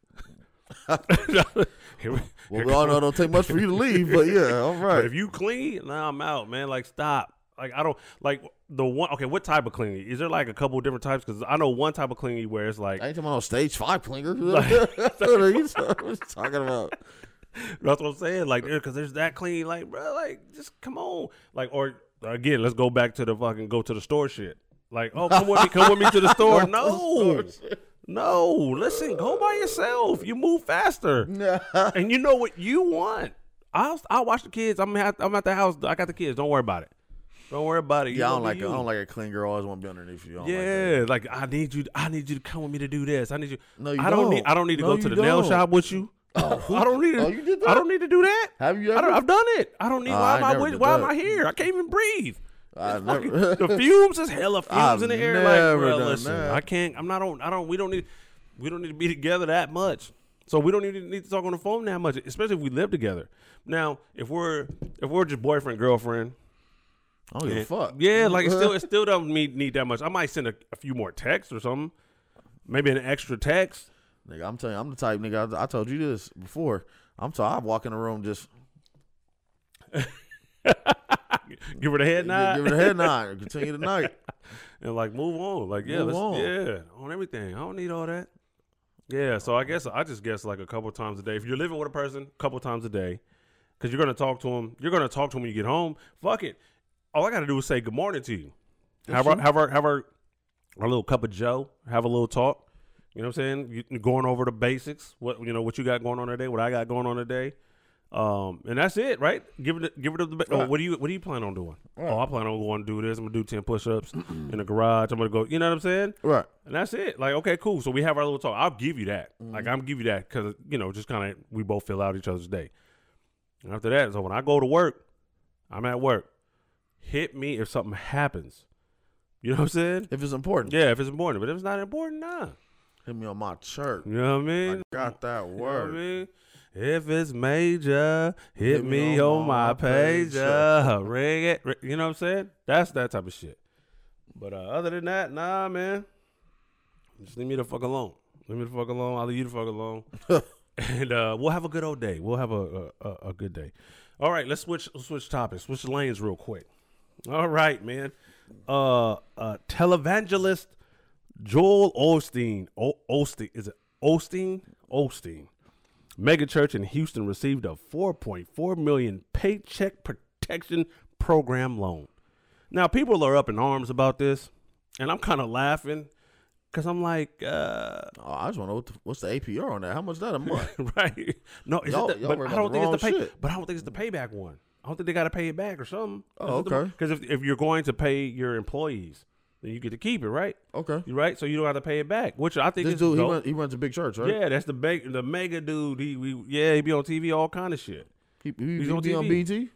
Speaker 1: Here we-
Speaker 2: Well, we all know it don't take much for you to leave, but yeah, all
Speaker 1: But
Speaker 2: right.
Speaker 1: if you clingy, nah, I'm out, man. Like, stop. Like, I don't like the one. Okay, what type of clingy? Is there like a couple different types? Because I know one type of clingy where it's like
Speaker 2: I ain't talking about no stage five clinger. what are you talking about?
Speaker 1: that's what I'm saying.
Speaker 2: Uh,
Speaker 1: Like, because there's that clingy. Like, bro, like just come on. Like, or again, let's go back to the fucking go to the store shit. Like, oh, come with me, come with me to the store.
Speaker 2: Go
Speaker 1: No,
Speaker 2: to the store
Speaker 1: no. Listen, go by yourself. You move faster. and you know what you want. I'll I'll watch the kids. I'm at, I'm at the house. I got the kids. Don't worry about it. Don't worry about it. You
Speaker 2: Yeah, I
Speaker 1: gonna
Speaker 2: don't
Speaker 1: do
Speaker 2: like. A, I
Speaker 1: you.
Speaker 2: don't like a clean girl. I always want to be underneath you. I don't like that.
Speaker 1: Yeah, like I need you. I need you to come with me to do this. I need you.
Speaker 2: No, you
Speaker 1: I don't, need.
Speaker 2: don't.
Speaker 1: I don't need to
Speaker 2: No,
Speaker 1: go to
Speaker 2: you
Speaker 1: the nail
Speaker 2: don't.
Speaker 1: shop with you. I don't need to.
Speaker 2: Oh, you did
Speaker 1: I
Speaker 2: that?
Speaker 1: don't need to do that.
Speaker 2: Have you
Speaker 1: I don't,
Speaker 2: ever?
Speaker 1: I've done it. I don't need.
Speaker 2: Oh, I
Speaker 1: why am I?
Speaker 2: never
Speaker 1: With,
Speaker 2: did
Speaker 1: why am
Speaker 2: that.
Speaker 1: I here? I can't even breathe.
Speaker 2: I
Speaker 1: It's fucking-
Speaker 2: never-
Speaker 1: the fumes is hella fumes
Speaker 2: I've
Speaker 1: in the air.
Speaker 2: never
Speaker 1: like, bro,
Speaker 2: done
Speaker 1: listen,
Speaker 2: that.
Speaker 1: I can't. I'm not on. I don't. We don't need. We don't need to be together that much. So we don't even need to talk on the phone that much, especially if we live together. Now, if we're if we're just boyfriend girlfriend,
Speaker 2: I don't give a fuck.
Speaker 1: yeah, like it still it still doesn't need, need that much. I might send a, a few more texts or something, maybe an extra text.
Speaker 2: Nigga, I'm telling you, I'm the type nigga. I, I told you this before. I'm t- I walk in the room just
Speaker 1: Give her the head nod
Speaker 2: give it a head nod and continue the night.
Speaker 1: and like move on. Like yeah,
Speaker 2: Move
Speaker 1: let's,
Speaker 2: on.
Speaker 1: yeah, on everything. I don't need all that. Yeah, so I guess I just guess like a couple times a day. If you're living with a person, a couple times a day, because you're gonna talk to them. You're gonna talk to them when you get home. Fuck it. All I gotta do is say good morning to you. Have our, have our have our our little cup of Joe. Have a little talk. You know what I'm saying? You, going over the basics. What you know? What you got going on today? What I got going on today? Um, and that's it, right? Give it, give it up. The, ba- oh, what do you what do you plan on doing? Oh, I plan on going to do this. I'm gonna do ten push-ups in the garage. I'm gonna go. You know what I'm saying?
Speaker 2: Right.
Speaker 1: And that's it. Like, okay, cool. So we have our little talk. I'll give you that. Like, I'm give you that because you know, just kind of we both fill out each other's day. And after that, so when I go to work, I'm at work. Hit me if something happens. You know what I'm saying?
Speaker 2: If it's important,
Speaker 1: Yeah, if it's important, but if it's not important, nah.
Speaker 2: hit me on my church.
Speaker 1: You know what I mean?
Speaker 2: I got that
Speaker 1: You know what I
Speaker 2: word.
Speaker 1: mean? If it's major, hit, me on my pager. Ring it. ri- You know what I'm saying? That's that type of shit. But uh, other than that, nah, man. Just leave me the fuck alone. Leave me the fuck alone. I'll leave you the fuck alone. and uh, we'll have a good old day. We'll have a, a, a, a good day. All right, let's switch let's switch topics. Switch lanes real quick. All right, man. Uh, uh, televangelist Joel Osteen. O- Osteen is it Osteen? Osteen. Megachurch in Houston received a 4.4 million paycheck protection program loan. Now people are up in arms about this, and I'm kind of laughing because I'm like, uh,
Speaker 2: Oh, I just want to know what the, what's the APR on that? How much that a month?
Speaker 1: right? No, is
Speaker 2: Y'all-
Speaker 1: it the,
Speaker 2: y'all
Speaker 1: but
Speaker 2: worry
Speaker 1: I don't
Speaker 2: about the
Speaker 1: think it's the
Speaker 2: wrong
Speaker 1: pay.
Speaker 2: shit.
Speaker 1: But I don't think it's the payback one. I don't think they got to pay it back or something.
Speaker 2: Oh, okay.
Speaker 1: Because if, if you're going to pay your employees, then you get to keep it, right?
Speaker 2: Okay.
Speaker 1: You right? So you don't have to pay it back, which I think
Speaker 2: This
Speaker 1: is
Speaker 2: dude, he,
Speaker 1: dope.
Speaker 2: run, he runs a big church, right?
Speaker 1: Yeah, that's the big, the mega dude. He, we, yeah, he be on TV, all kind of shit.
Speaker 2: He, he,
Speaker 1: He's
Speaker 2: he
Speaker 1: on
Speaker 2: be on
Speaker 1: TV.
Speaker 2: BT?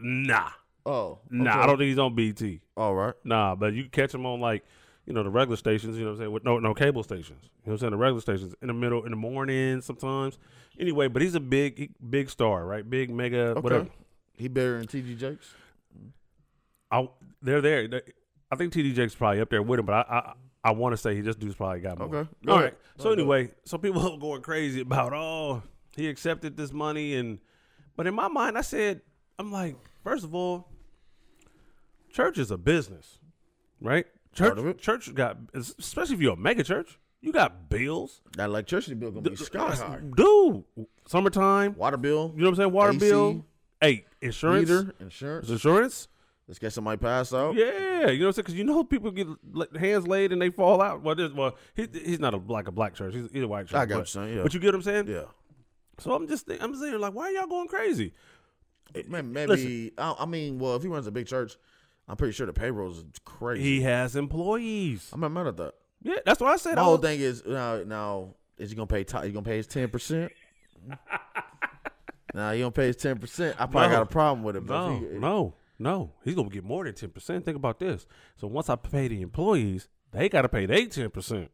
Speaker 1: Nah,
Speaker 2: Oh.
Speaker 1: nah, I don't think he's on BT.
Speaker 2: All right.
Speaker 1: Nah, but you can catch him on like, you know, the regular stations. You know what I'm saying? With no, no cable stations. You know what I'm saying? The regular stations in the middle, in the morning, sometimes. Anyway, but he's a big, he- big star, right? Big mega,
Speaker 2: Okay.
Speaker 1: whatever.
Speaker 2: He better than TG Jakes?
Speaker 1: I, they're there. They- I think TD Jake's probably up there with him, but I, I, I want to say he just dude's probably got more.
Speaker 2: Okay. Go
Speaker 1: All
Speaker 2: ahead.
Speaker 1: right. So anyway, so people are going crazy about oh he accepted this money and, but in my mind I said I'm like first of all, church is a business, right? Church
Speaker 2: Part of it.
Speaker 1: church got especially if you're a mega church, you got bills,
Speaker 2: That electricity bill going to be sky high.
Speaker 1: dude. Summertime,
Speaker 2: Water bill,
Speaker 1: you know what I'm saying? Water
Speaker 2: AC,
Speaker 1: bill, hey, insurance,
Speaker 2: meter, insurance.
Speaker 1: insurance.
Speaker 2: Let's get somebody passed out.
Speaker 1: Yeah, you know what I'm saying? Because you know people get la- hands laid and they fall out. Well, this, well he, he's not a like a black church. He's, he's a white church.
Speaker 2: I got
Speaker 1: but,
Speaker 2: what you're saying, yeah.
Speaker 1: But you get what I'm saying?
Speaker 2: Yeah.
Speaker 1: So I'm just think, I'm saying like, why are y'all going crazy?
Speaker 2: May- Maybe I, I mean, well, if he runs a big church, I'm pretty sure the payrolls is crazy.
Speaker 1: He has employees.
Speaker 2: I'm not mad at that.
Speaker 1: Yeah, that's what I said.
Speaker 2: My
Speaker 1: I
Speaker 2: whole
Speaker 1: was-
Speaker 2: thing is now, now is he gonna pay? Ty, he gonna pay his ten percent? Now he gonna pay his ten percent. I probably
Speaker 1: No.
Speaker 2: got a problem with it. But
Speaker 1: no,
Speaker 2: if he,
Speaker 1: no, no. He's gonna get more than ten percent. Think about this. So once I pay the employees, they got to pay their ten percent.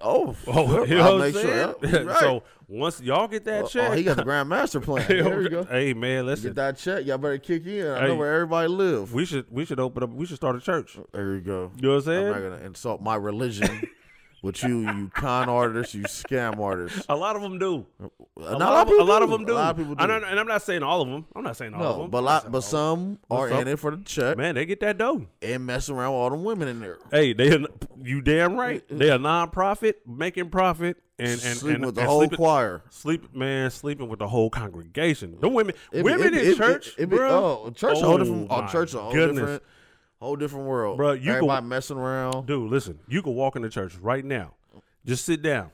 Speaker 2: Oh,
Speaker 1: Oh,
Speaker 2: sure,
Speaker 1: you
Speaker 2: I'll
Speaker 1: know what I'm
Speaker 2: make
Speaker 1: saying?
Speaker 2: sure. yeah, right.
Speaker 1: so once y'all get that
Speaker 2: Oh,
Speaker 1: check,
Speaker 2: he got the grandmaster plan. there you go.
Speaker 1: Hey man, listen.
Speaker 2: Get that check. Y'all better kick in. I
Speaker 1: Hey.
Speaker 2: know where everybody live.
Speaker 1: We should we should open up. We should start a church.
Speaker 2: There you go.
Speaker 1: You know what I'm
Speaker 2: I'm
Speaker 1: saying?
Speaker 2: not gonna insult my religion with you, you con artists, you scam artists.
Speaker 1: a lot of them do.
Speaker 2: A,
Speaker 1: A
Speaker 2: lot,
Speaker 1: lot,
Speaker 2: of people
Speaker 1: a lot of
Speaker 2: do.
Speaker 1: them do.
Speaker 2: A lot of people do.
Speaker 1: And, I, and I'm not saying all of them. I'm not saying all of
Speaker 2: no,
Speaker 1: them.
Speaker 2: but a lot, but some are in it for the check
Speaker 1: man, they get that dough.
Speaker 2: and messing around with all them women in there.
Speaker 1: Hey, they are- you damn right. They are non-profit, making profit, and and
Speaker 2: sleeping
Speaker 1: and,
Speaker 2: with the
Speaker 1: and
Speaker 2: whole
Speaker 1: sleeping,
Speaker 2: choir.
Speaker 1: sleep man sleeping with the whole congregation. The women,
Speaker 2: It be-
Speaker 1: women
Speaker 2: it be-
Speaker 1: in
Speaker 2: it be-
Speaker 1: church,
Speaker 2: it be-
Speaker 1: bruh.
Speaker 2: oh, church, a whole different,
Speaker 1: Oh,
Speaker 2: oh,
Speaker 1: my
Speaker 2: church, a whole
Speaker 1: goodness.
Speaker 2: different, whole different world,
Speaker 1: Bruh, you
Speaker 2: Everybody
Speaker 1: go-
Speaker 2: messing around.
Speaker 1: Dude, listen, you can walk in the church right now. Just sit down.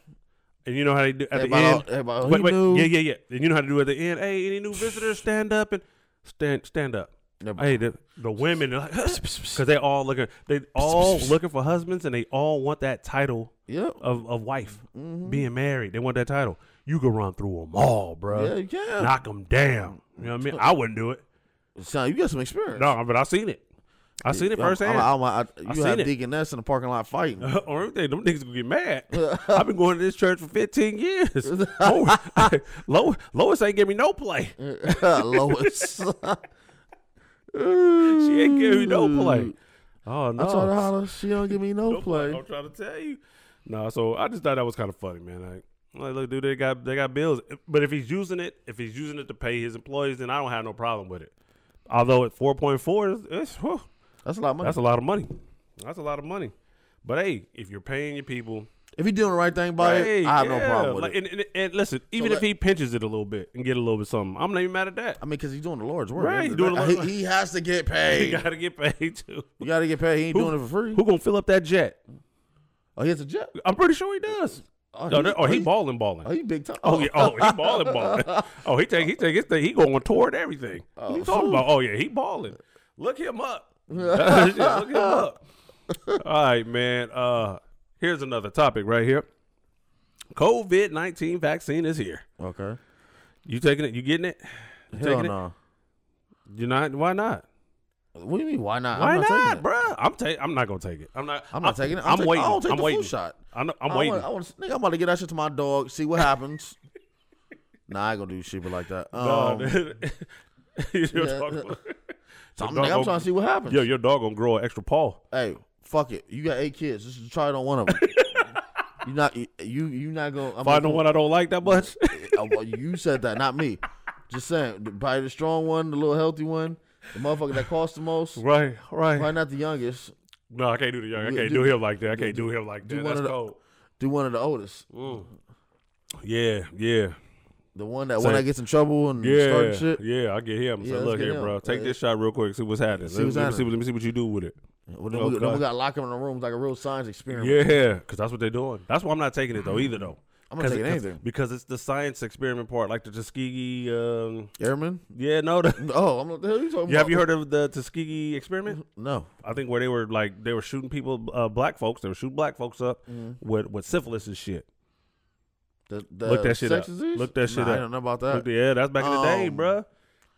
Speaker 1: And you know how they do at
Speaker 2: Everybody
Speaker 1: the
Speaker 2: all-
Speaker 1: end.
Speaker 2: everybody, he
Speaker 1: wait, wait,
Speaker 2: knew.
Speaker 1: Yeah, yeah, yeah. And you know how to do at the end. Hey, any new visitors, stand up and stand stand up.
Speaker 2: Never-
Speaker 1: Hey, the, the women are like because they all looking they all looking for husbands and they all want that title
Speaker 2: Yep.
Speaker 1: of, of wife
Speaker 2: Mm-hmm.
Speaker 1: being married. They want that title. You can run through them all, bro.
Speaker 2: Yeah, you can.
Speaker 1: Knock them down. You know what I mean? I wouldn't do it.
Speaker 2: Son, you got some experience.
Speaker 1: No, but I seen it. I seen it
Speaker 2: I'm-
Speaker 1: firsthand.
Speaker 2: I'm- I'm- I-
Speaker 1: I
Speaker 2: you
Speaker 1: seen
Speaker 2: have
Speaker 1: it.
Speaker 2: Deacon Ness in the parking lot fighting.
Speaker 1: or everything. Them niggas gonna get mad. I've been going to this church for 15 years. Lois, Lois, Lois ain't give me no play.
Speaker 2: Lois.
Speaker 1: She ain't give me no play. Oh no!
Speaker 2: I tried to holler. She don't give me no
Speaker 1: No play.
Speaker 2: play.
Speaker 1: I'm trying to tell you. No, so I just thought that was kind of funny, man. Like, like, look, dude, they got they got bills. But if he's using it, if he's using it to pay his employees, then I don't have no problem with it. Although at 4.4, it's, it's whew,
Speaker 2: That's a lot of money.
Speaker 1: that's a lot of money. That's a lot of money. But hey, if you're paying your people,
Speaker 2: if you doing the right thing by it,
Speaker 1: Hey,
Speaker 2: I have no
Speaker 1: yeah.
Speaker 2: problem with
Speaker 1: like,
Speaker 2: it.
Speaker 1: And, and, and listen, even if
Speaker 2: let-
Speaker 1: he pinches it a little bit and get a little bit something, I'm not even mad at that.
Speaker 2: I mean, because he's doing the Lord's work.
Speaker 1: Right, he's doing the
Speaker 2: he,
Speaker 1: Lord's
Speaker 2: he has to get
Speaker 1: He
Speaker 2: paid.
Speaker 1: gotta get paid too.
Speaker 2: you got to get paid. He ain't doing it for free.
Speaker 1: Who gonna fill up that jet?
Speaker 2: Oh, he has a jet.
Speaker 1: I'm pretty sure he does.
Speaker 2: Oh,
Speaker 1: No, that- Oh, he
Speaker 2: he's-
Speaker 1: balling,
Speaker 2: Oh,
Speaker 1: balling.
Speaker 2: he big time.
Speaker 1: Oh yeah, oh he balling, balling. Oh he take he take his thing. He going on tour and everything. What you talking about? Oh yeah, he balling. Look him up. Yeah, Look him up. All right, man. Uh, here's another topic right here. COVID nineteen vaccine is here.
Speaker 2: Okay.
Speaker 1: You taking it? You getting it? oh. You
Speaker 2: Hell
Speaker 1: taking it?
Speaker 2: no.
Speaker 1: You're not. Why not?
Speaker 2: What do you mean? Why not?
Speaker 1: Why
Speaker 2: I'm
Speaker 1: not,
Speaker 2: not, taking it.
Speaker 1: bruh? I'm taking. I'm not gonna take it. I'm not.
Speaker 2: I'm not taking it.
Speaker 1: I'm,
Speaker 2: taking-
Speaker 1: waiting.
Speaker 2: I don't take
Speaker 1: I'm
Speaker 2: the
Speaker 1: waiting.
Speaker 2: full shot.
Speaker 1: I know, I'm
Speaker 2: I
Speaker 1: waiting.
Speaker 2: wanna- I wanna- nigga, I'm about to get that shit to my dog. See what happens. nah, I ain't gonna do shit like that. Um,
Speaker 1: No, you know what
Speaker 2: yeah.
Speaker 1: I'm talking about.
Speaker 2: so I'm,
Speaker 1: Your
Speaker 2: nigga,
Speaker 1: dog
Speaker 2: I'm trying to see what happens.
Speaker 1: Yo, your dog gonna grow an extra paw.
Speaker 2: hey, fuck it. You got eight kids. Just try it on one of them. you not you you not gonna I'm
Speaker 1: If I
Speaker 2: not
Speaker 1: know
Speaker 2: gonna-
Speaker 1: one I don't like that much,
Speaker 2: Uh, well, you said that, not me. Just saying, the- probably the strong one, the little healthy one, the motherfucker that costs the most.
Speaker 1: right, right.
Speaker 2: Probably not the youngest.
Speaker 1: No, I can't do the young. I
Speaker 2: Do-
Speaker 1: can't do,
Speaker 2: do-
Speaker 1: him like that. I can't do, him like that.
Speaker 2: one
Speaker 1: That's
Speaker 2: of the-
Speaker 1: cold.
Speaker 2: Do one of the oldest.
Speaker 1: Yeah, yeah,
Speaker 2: The one that one
Speaker 1: Say-
Speaker 2: that gets in trouble and
Speaker 1: yeah,
Speaker 2: starting shit.
Speaker 1: yeah. I get him.
Speaker 2: Yeah,
Speaker 1: so
Speaker 2: let's
Speaker 1: look
Speaker 2: get
Speaker 1: here,
Speaker 2: him.
Speaker 1: bro. Take
Speaker 2: Yeah.
Speaker 1: this shot real quick. See what's happening.
Speaker 2: See
Speaker 1: let,
Speaker 2: what's
Speaker 1: let me see,
Speaker 2: happening.
Speaker 1: let me see what you do with it.
Speaker 2: Well, then, we, then
Speaker 1: Okay.
Speaker 2: we got to lock them in the rooms like a real science experiment.
Speaker 1: Yeah, because that's what they're doing. That's why I'm not taking it though either though.
Speaker 2: I'm not
Speaker 1: 'Cause
Speaker 2: taking
Speaker 1: it- 'cause-
Speaker 2: anything.
Speaker 1: because it's the science experiment part, like the Tuskegee. Um,
Speaker 2: Airman?
Speaker 1: yeah, no. The,
Speaker 2: Oh, I'm not, the hell you talking
Speaker 1: yeah,
Speaker 2: about?
Speaker 1: have you heard of the Tuskegee experiment?
Speaker 2: No.
Speaker 1: I think where they were like they were shooting people, uh, black folks. They were shooting black folks up
Speaker 2: Mm-hmm.
Speaker 1: with with syphilis and shit.
Speaker 2: The, the
Speaker 1: Look that shit
Speaker 2: sex
Speaker 1: up.
Speaker 2: disease?
Speaker 1: Look that shit
Speaker 2: Nah, I
Speaker 1: up.
Speaker 2: don't know about
Speaker 1: Look,
Speaker 2: that.
Speaker 1: yeah, that's back in the day,
Speaker 2: Um,
Speaker 1: bruh.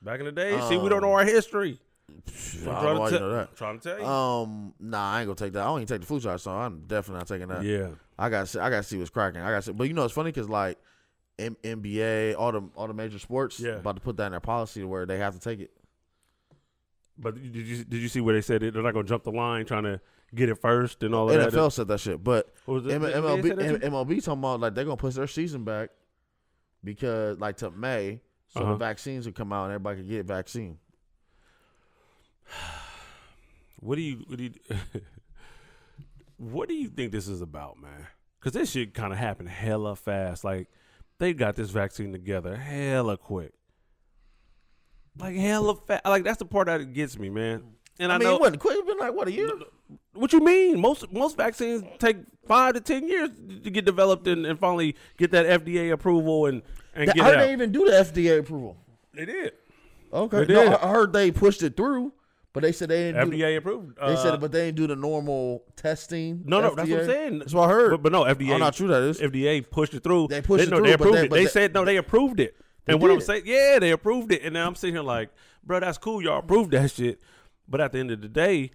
Speaker 1: Back in the day, see, we don't know our history.
Speaker 2: Psh,
Speaker 1: I'm
Speaker 2: I don't know why
Speaker 1: trying to
Speaker 2: you
Speaker 1: te-
Speaker 2: know
Speaker 1: trying to tell
Speaker 2: that.
Speaker 1: you.
Speaker 2: Um, nah, I ain't gonna take that. I don't even take the flu shot, so I'm definitely not taking that.
Speaker 1: yeah,
Speaker 2: I got to I got to see what's cracking. I got to see, but you know it's funny because like M- NBA, all the all the major sports
Speaker 1: Yeah.
Speaker 2: about to put that in their policy where they have to take it.
Speaker 1: but did you did you see where they said it? They're not gonna jump the line trying to get it first and all of that.
Speaker 2: NFL said that shit, but
Speaker 1: What was it?
Speaker 2: M-
Speaker 1: Did- did they say
Speaker 2: MLB
Speaker 1: that
Speaker 2: M-
Speaker 1: too?
Speaker 2: MLB talking about like they're gonna push their season back because like to May, so
Speaker 1: Uh-huh.
Speaker 2: the vaccines would come out and everybody could get vaccine.
Speaker 1: What do you what do you What do you think this is about, man? Cuz this shit kind of happened hella fast. Like they got this vaccine together hella quick. Like hella fast. Like that's the part that gets me, man. And I,
Speaker 2: I, mean,
Speaker 1: know
Speaker 2: it wasn't quick. It's been like what a year.
Speaker 1: what you mean? Most most vaccines take 5 to 10 years to get developed and, and finally get that FDA approval and and
Speaker 2: Th-
Speaker 1: get
Speaker 2: How
Speaker 1: it
Speaker 2: did they
Speaker 1: out.
Speaker 2: even do the FDA approval?
Speaker 1: They did.
Speaker 2: Okay,
Speaker 1: They
Speaker 2: no,
Speaker 1: did.
Speaker 2: I I heard they pushed it through, but they said they didn't. do the,
Speaker 1: FDA approved.
Speaker 2: they
Speaker 1: Uh,
Speaker 2: said, but they didn't do the normal testing.
Speaker 1: No, no, that's what I'm
Speaker 2: FDA.
Speaker 1: saying.
Speaker 2: That's what I heard.
Speaker 1: But, but no, FDA.
Speaker 2: Oh, not true, that is.
Speaker 1: FDA pushed it through.
Speaker 2: They pushed it
Speaker 1: no, They
Speaker 2: through, but
Speaker 1: approved
Speaker 2: they-
Speaker 1: it.
Speaker 2: but
Speaker 1: They
Speaker 2: they-
Speaker 1: said no. They approved it. And what
Speaker 2: did
Speaker 1: I'm
Speaker 2: it.
Speaker 1: saying, yeah, they approved it. And now I'm sitting here like, bro, that's cool. Y'all approved that shit. But at the end of the day,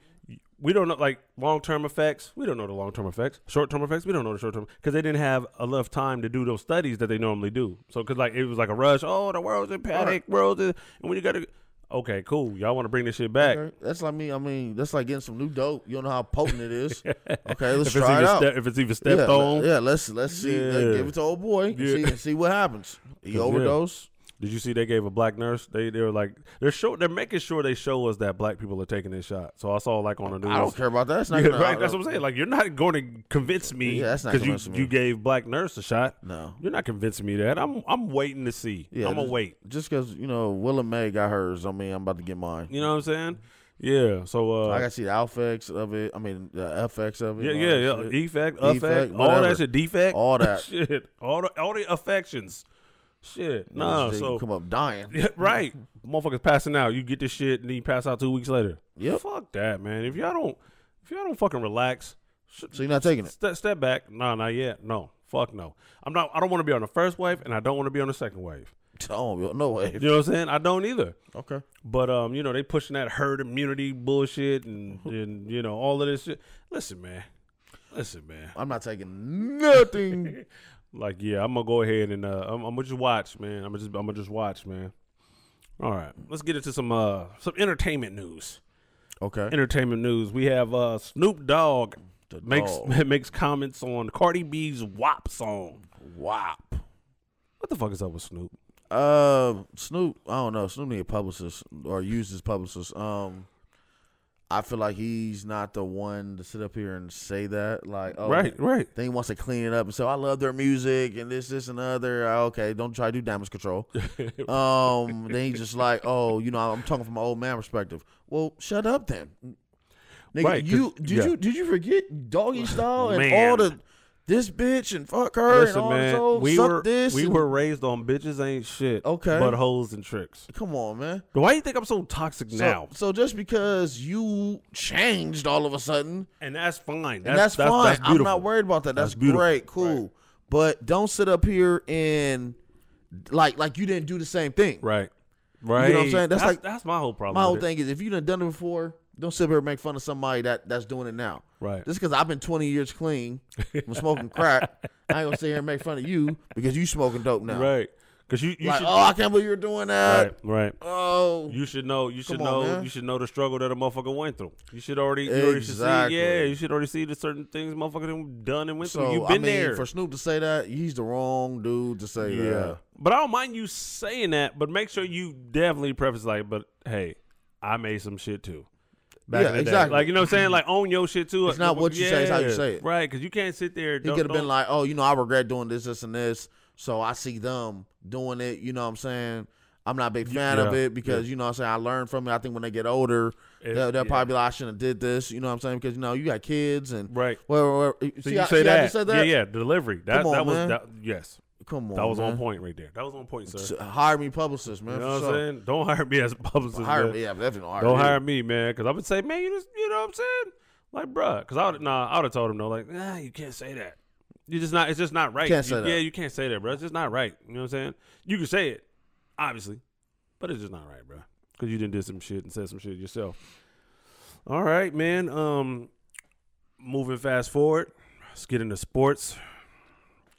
Speaker 1: we don't know like long term effects. We don't know the long term effects. Short term effects. We don't know the short term because they didn't have enough time to do those studies that they normally do. So because like it was like a rush. Oh, the world's in panic. World's in, and when you gotta. Okay, cool. Y'all want to bring this shit back?
Speaker 2: Okay, That's like me. I mean, that's like getting some new dope. You don't know how potent it is. Okay, let's
Speaker 1: If it's,
Speaker 2: try
Speaker 1: even
Speaker 2: it out.
Speaker 1: ste- if it's even stepped
Speaker 2: yeah, le-
Speaker 1: on,
Speaker 2: yeah, let's let's see. Let's
Speaker 1: Yeah.
Speaker 2: give it to old boy. and
Speaker 1: Yeah.
Speaker 2: See, and see what happens. He
Speaker 1: Yeah.
Speaker 2: overdose.
Speaker 1: Did you see they gave a black nurse? They they were like they're show they're making sure they show us that black people are taking this shot. So I saw like on the news.
Speaker 2: I don't care about that. It's not
Speaker 1: Yeah,
Speaker 2: gonna,
Speaker 1: right, that's what I'm saying. Like you're not going to convince me
Speaker 2: Yeah, that's not
Speaker 1: you
Speaker 2: convincing me.
Speaker 1: you gave black nurse a shot.
Speaker 2: No.
Speaker 1: You're not convincing me that. I'm I'm waiting to see.
Speaker 2: Yeah,
Speaker 1: I'm gonna
Speaker 2: just-
Speaker 1: wait.
Speaker 2: Just because you know Willa May got hers, I mean, I'm about to get mine.
Speaker 1: You know what I'm saying? Yeah. So uh,
Speaker 2: I got to see the effects of it. I mean, the effects of it.
Speaker 1: yeah
Speaker 2: and
Speaker 1: yeah
Speaker 2: all that
Speaker 1: yeah.
Speaker 2: shit.
Speaker 1: Effect,
Speaker 2: Defect,
Speaker 1: effect, all
Speaker 2: whatever.
Speaker 1: that shit. Defect,
Speaker 2: All that.
Speaker 1: shit. All the all the affections. Shit. Nah.
Speaker 2: They
Speaker 1: So
Speaker 2: come up dying.
Speaker 1: Yeah, right. Motherfuckers passing out. You get this shit and then you pass out two weeks later.
Speaker 2: Yep.
Speaker 1: Fuck that, man. If y'all don't if y'all don't fucking relax, sh-
Speaker 2: So you're not taking it.
Speaker 1: step step back. No, not yet. No. Fuck no. I'm not I don't want to be on the first wave and I don't want to be on the second wave.
Speaker 2: Oh no way.
Speaker 1: You know what I'm saying? I don't either.
Speaker 2: Okay.
Speaker 1: But um, you know, they pushing that herd immunity bullshit and, and you know, all of this shit. Listen, man. Listen, man.
Speaker 2: I'm not taking nothing.
Speaker 1: Like, yeah, I'm gonna go ahead and uh, I'm, I'm gonna just watch, man. I'm gonna just I'm gonna just watch, man. All right, let's get into some uh some entertainment news.
Speaker 2: okay.
Speaker 1: Entertainment news. We have uh Snoop Dogg
Speaker 2: The
Speaker 1: makes
Speaker 2: dog.
Speaker 1: makes comments on Cardi B's WAP song.
Speaker 2: WAP.
Speaker 1: What the fuck is up with Snoop?
Speaker 2: Uh, Snoop. I don't know. Snoop need a publicist or use his publicist. Um, I feel like he's not the one to sit up here and say that. Like, oh,
Speaker 1: Right, right.
Speaker 2: Then he wants to clean it up and so I love their music and this, this, and other. Uh, Okay, don't try to do damage control. um, then he's just like, oh, you know, I'm talking from an old man perspective. Well, shut up then,
Speaker 1: Right,
Speaker 2: nigga.
Speaker 1: 'cause-
Speaker 2: you did
Speaker 1: yeah.
Speaker 2: you did you forget doggy style and
Speaker 1: Man.
Speaker 2: all the this bitch and fuck her and
Speaker 1: Listen,
Speaker 2: all
Speaker 1: man,
Speaker 2: this old
Speaker 1: we
Speaker 2: suck
Speaker 1: were
Speaker 2: this.
Speaker 1: we
Speaker 2: and-
Speaker 1: were raised on bitches ain't shit,
Speaker 2: Okay.
Speaker 1: but hoes and tricks.
Speaker 2: Come on, man.
Speaker 1: But why do you think I'm so toxic
Speaker 2: So,
Speaker 1: now?
Speaker 2: Oh. so just because you changed all of a sudden,
Speaker 1: And that's fine.
Speaker 2: and that's, fine. I'm
Speaker 1: beautiful.
Speaker 2: not worried about that. That's,
Speaker 1: That's beautiful.
Speaker 2: great, cool. But don't sit up here and like like you didn't do the same thing.
Speaker 1: Right, right.
Speaker 2: You know what I'm saying? That's like-
Speaker 1: that's my whole problem.
Speaker 2: My whole
Speaker 1: with it.
Speaker 2: thing is if you done done it before, don't sit up here and make fun of somebody that that's doing it now.
Speaker 1: Right.
Speaker 2: Just because I've been 20 years clean from smoking crack, I ain't gonna sit here and make fun of you because you smoking dope now.
Speaker 1: Right. Because you, you
Speaker 2: Like,
Speaker 1: should.
Speaker 2: oh, I can't believe you're doing that.
Speaker 1: right, right.
Speaker 2: Oh,
Speaker 1: You should know. You should
Speaker 2: Come on,
Speaker 1: know.
Speaker 2: man.
Speaker 1: You should know the struggle that a motherfucker went through. You should already. You already should see.
Speaker 2: Exactly.
Speaker 1: Yeah. You should already see the certain things motherfucker done done and went
Speaker 2: so
Speaker 1: through. You've
Speaker 2: I
Speaker 1: been
Speaker 2: mean,
Speaker 1: there.
Speaker 2: for Snoop to say that, he's the wrong dude to say that.
Speaker 1: But I don't mind you saying that. But make sure you definitely preface like, but hey, I made some shit too. Back
Speaker 2: Yeah,
Speaker 1: in the day.
Speaker 2: exactly.
Speaker 1: Like you know what I'm saying? Like own your shit too.
Speaker 2: It's not what you say, it's how you say it.
Speaker 1: Right? Because you can't sit there.
Speaker 2: He could have been like, oh, you know, I regret doing this, this, and this. So I see them doing it. You know what I'm saying? I'm not a big fan of
Speaker 1: yeah,
Speaker 2: it because, you know what I'm saying? I learned from it. I think when they get older,
Speaker 1: It-
Speaker 2: they'll, they'll
Speaker 1: yeah.
Speaker 2: probably be like, I shouldn't have did this. You know what I'm saying? Because, you know, you got kids and.
Speaker 1: Right.
Speaker 2: Well, well, well,
Speaker 1: So
Speaker 2: see,
Speaker 1: you
Speaker 2: I,
Speaker 1: say
Speaker 2: see how I
Speaker 1: that.
Speaker 2: just said that?
Speaker 1: Yeah, yeah. Delivery. That
Speaker 2: Come on,
Speaker 1: that was
Speaker 2: man.
Speaker 1: that, yes.
Speaker 2: Come on.
Speaker 1: That was
Speaker 2: man.
Speaker 1: on point right there. That was on point, sir.
Speaker 2: S- Hire me publicist, man.
Speaker 1: You
Speaker 2: for
Speaker 1: know what
Speaker 2: sure.
Speaker 1: I'm saying? Don't hire me as a publicist.
Speaker 2: Hire
Speaker 1: man.
Speaker 2: me. Yeah, definitely don't hire
Speaker 1: Don't
Speaker 2: me.
Speaker 1: hire me, man, because I would say, man, you just, you know what I'm saying? Like, bruh, because I would, nah, I would have told him though, like, nah, you can't say that. You just not, it's just not right.
Speaker 2: Can't say
Speaker 1: You-
Speaker 2: that.
Speaker 1: Yeah, you can't say that, bro. It's just not right. You know what I'm saying? You can say it, obviously, but it's just not right, bro, because you didn't did some shit and said some shit yourself. All right, man. Um, moving fast forward, let's get into sports.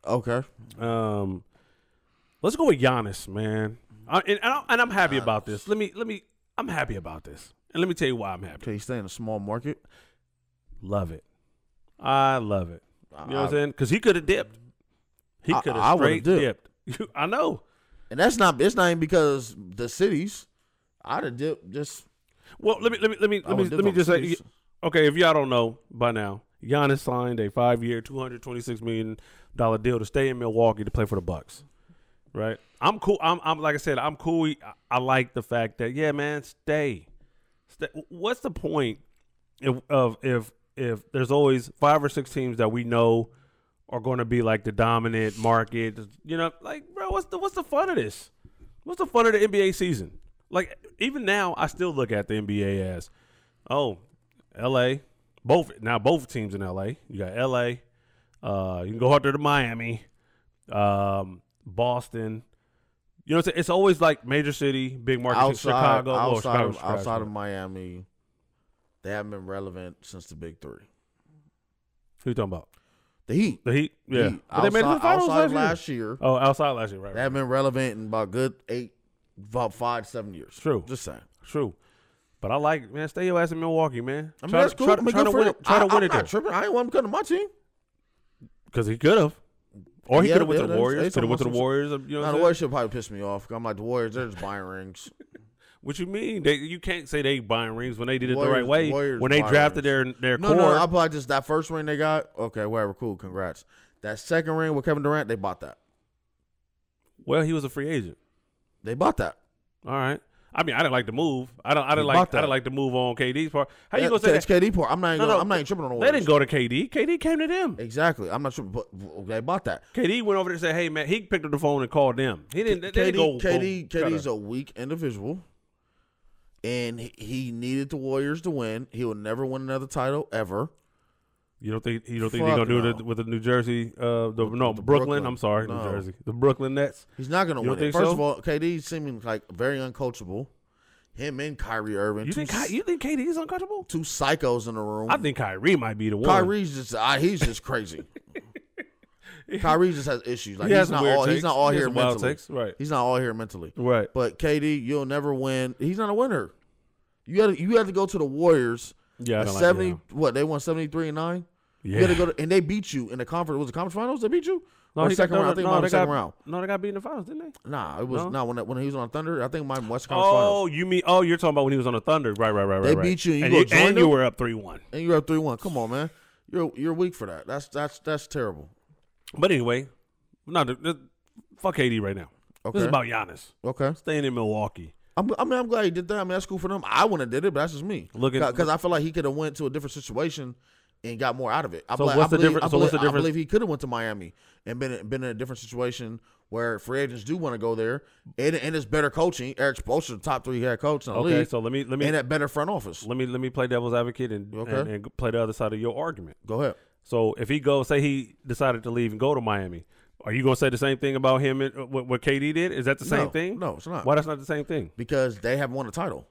Speaker 2: Okay.
Speaker 1: Um, let's go with Giannis, man. I, and, and, I, and I'm happy about this. Let me let me. I'm happy about this, and let me tell you why I'm happy.
Speaker 2: Okay, you stay in a small market.
Speaker 1: Love it. I love it. You know what I'm saying? Because he could have dipped. He
Speaker 2: I-
Speaker 1: could
Speaker 2: I
Speaker 1: have
Speaker 2: would've
Speaker 1: straight dipped. I know.
Speaker 2: And that's not, it's not even because the cities. I'd have dipped just.
Speaker 1: Well, let me let me let me
Speaker 2: I
Speaker 1: let me
Speaker 2: would've
Speaker 1: let me
Speaker 2: dipped
Speaker 1: just
Speaker 2: on
Speaker 1: say.
Speaker 2: cities.
Speaker 1: Okay, if y'all don't know by now, Giannis signed a five-year, two hundred twenty-six million dollar deal to stay in Milwaukee to play for the Bucks. Right? I'm cool. I'm, I'm like I said, I'm cool. I, I like the fact that yeah, man, stay. stay. What's the point if, of if if there's always five or six teams that we know are going to be like the dominant market? You know, like bro, what's the what's the fun of this? What's the fun of the NBA season? Like even now, I still look at the NBA as Oh, L.A. Both now both teams in L.A. You got L.A. Uh, you can go out there to Miami, um, Boston. You know, what I'm saying? it's always like major city, big market,
Speaker 2: outside,
Speaker 1: Chicago, well,
Speaker 2: outside,
Speaker 1: Chicago's
Speaker 2: of,
Speaker 1: trash,
Speaker 2: outside
Speaker 1: but-
Speaker 2: of Miami, They haven't been relevant since the big three.
Speaker 1: Who you talking about?
Speaker 2: The Heat.
Speaker 1: The Heat? Yeah.
Speaker 2: Heat.
Speaker 1: But they made it to the
Speaker 2: Outside-
Speaker 1: finals
Speaker 2: outside of
Speaker 1: last, year.
Speaker 2: last year.
Speaker 1: Oh, outside last year, right?
Speaker 2: They
Speaker 1: right.
Speaker 2: haven't been relevant in about good eight, about five, seven years.
Speaker 1: True.
Speaker 2: Just saying.
Speaker 1: True. But I like man, stay your ass in Milwaukee, man.
Speaker 2: I mean,
Speaker 1: try
Speaker 2: that's
Speaker 1: to,
Speaker 2: cool.
Speaker 1: Try,
Speaker 2: I
Speaker 1: to-
Speaker 2: mean,
Speaker 1: try
Speaker 2: good
Speaker 1: to
Speaker 2: for
Speaker 1: win
Speaker 2: them.
Speaker 1: it. Try
Speaker 2: I,
Speaker 1: to win
Speaker 2: I'm
Speaker 1: it
Speaker 2: not
Speaker 1: there
Speaker 2: tripping. I ain't want him to come to my team.
Speaker 1: because he could have, or he
Speaker 2: Yeah,
Speaker 1: could have went
Speaker 2: yeah,
Speaker 1: to the
Speaker 2: that's-
Speaker 1: Warriors.
Speaker 2: that's
Speaker 1: Could have went to the
Speaker 2: almost-
Speaker 1: Warriors. You know what
Speaker 2: Now,
Speaker 1: I'm
Speaker 2: the
Speaker 1: saying?
Speaker 2: Warriors should probably piss me off. I'm like, the Warriors, they're just buying rings.
Speaker 1: What you mean? They you can't say they buying rings when they did it the
Speaker 2: Warriors-
Speaker 1: right way.
Speaker 2: Warriors
Speaker 1: when they
Speaker 2: buying
Speaker 1: drafted their their
Speaker 2: No,
Speaker 1: core.
Speaker 2: no, I bought just that first ring they got. Okay, whatever, cool, congrats. That second ring with Kevin Durant, they bought that.
Speaker 1: well, he was a free agent.
Speaker 2: They bought that.
Speaker 1: All right. I mean, I didn't like the move. I don't. I didn't
Speaker 2: He
Speaker 1: like.
Speaker 2: bought
Speaker 1: I
Speaker 2: that.
Speaker 1: didn't like the move on KD's part. How you
Speaker 2: That-
Speaker 1: gonna say
Speaker 2: it's
Speaker 1: that?
Speaker 2: KD part. I'm not. Even
Speaker 1: No,
Speaker 2: gonna,
Speaker 1: no.
Speaker 2: I'm not even tripping on the
Speaker 1: They
Speaker 2: Warriors.
Speaker 1: didn't go to KD. KD came to them.
Speaker 2: Exactly. I'm not tripping. But they bought that.
Speaker 1: KD went over there and said, "Hey man," he picked up the phone and called them. He didn't. they
Speaker 2: KD,
Speaker 1: didn't go.
Speaker 2: KD,
Speaker 1: go-
Speaker 2: KD's a weak individual, and he- he needed the Warriors to win. He will never win another title ever.
Speaker 1: You don't think you don't think they're
Speaker 2: Fuck
Speaker 1: gonna do it
Speaker 2: no.
Speaker 1: with the New Jersey? Uh, the, no, Brooklyn,
Speaker 2: Brooklyn.
Speaker 1: I'm sorry,
Speaker 2: No.
Speaker 1: New Jersey. The Brookling Nets.
Speaker 2: He's not gonna
Speaker 1: You don't
Speaker 2: win it.
Speaker 1: think
Speaker 2: First
Speaker 1: so?
Speaker 2: of all, KD seeming like very uncoachable. Him and Kyrie Irving,
Speaker 1: You
Speaker 2: two,
Speaker 1: think Ky- you think KD is uncomfortable?
Speaker 2: two psychos in the room.
Speaker 1: I think Kyrie might be the one.
Speaker 2: Kyrie's just uh, he's just crazy. Kyrie just has issues. Like
Speaker 1: He has
Speaker 2: he's
Speaker 1: some
Speaker 2: not
Speaker 1: weird
Speaker 2: all he's
Speaker 1: takes.
Speaker 2: not all
Speaker 1: He has
Speaker 2: here
Speaker 1: some wild
Speaker 2: mentally.
Speaker 1: takes, right.
Speaker 2: He's not all here mentally.
Speaker 1: Right.
Speaker 2: But KD, you'll never win. He's not a winner. You had you had to go to the Warriors.
Speaker 1: Yeah, I
Speaker 2: at
Speaker 1: don't like
Speaker 2: seventy.
Speaker 1: them.
Speaker 2: what they won seventy three and nine.
Speaker 1: Yeah.
Speaker 2: You had to go to, and they beat you in the conference. Was it conference finals? They beat you.
Speaker 1: No,
Speaker 2: or
Speaker 1: he got-
Speaker 2: second
Speaker 1: no,
Speaker 2: round. I think
Speaker 1: no,
Speaker 2: it might have
Speaker 1: they
Speaker 2: been second
Speaker 1: got-
Speaker 2: round.
Speaker 1: No, they got beat in the finals, didn't they?
Speaker 2: Nah, it was
Speaker 1: No?
Speaker 2: not when when he was on Thunder. I think my West Conference finals.
Speaker 1: Oh, you mean? Oh, you're talking about when he was on the Thunder? Right, right, right,
Speaker 2: They
Speaker 1: right. right.
Speaker 2: beat you and you
Speaker 1: and,
Speaker 2: go
Speaker 1: you,
Speaker 2: join
Speaker 1: and you
Speaker 2: them?
Speaker 1: were up three one.
Speaker 2: And you're up three one. Come on, man. You're you're weak for that. That's that's that's terrible.
Speaker 1: But anyway, no, th- th- fuck KD right now. This
Speaker 2: Okay.
Speaker 1: is about Giannis
Speaker 2: Okay.
Speaker 1: staying in Milwaukee.
Speaker 2: I'm, I mean, I'm glad he did that. I mean, that's cool for them. I wouldn't have did it, but that's just me.
Speaker 1: Look at-
Speaker 2: because I feel like he could have went to a different situation and got more out of it. I
Speaker 1: So
Speaker 2: believe,
Speaker 1: what's
Speaker 2: I
Speaker 1: the
Speaker 2: believe,
Speaker 1: difference-
Speaker 2: I
Speaker 1: so what's
Speaker 2: believe-
Speaker 1: the difference-
Speaker 2: I believe he could have went to Miami and been been in a different situation where free agents do want to go there, and, and it's better coaching. Eric Spoelstra, the top three head coach in the
Speaker 1: Okay,
Speaker 2: league,
Speaker 1: so let me let me
Speaker 2: and a better front office.
Speaker 1: let me let me play devil's advocate and,
Speaker 2: Okay.
Speaker 1: and, and play the other side of your argument.
Speaker 2: Go ahead.
Speaker 1: So if he goes, say he decided to leave and go to Miami, are you gonna say the same thing about him? And, uh, what, what KD did is that the same
Speaker 2: No,
Speaker 1: thing?
Speaker 2: no, it's not.
Speaker 1: Why that's not the same thing?
Speaker 2: Because they haven't won a title.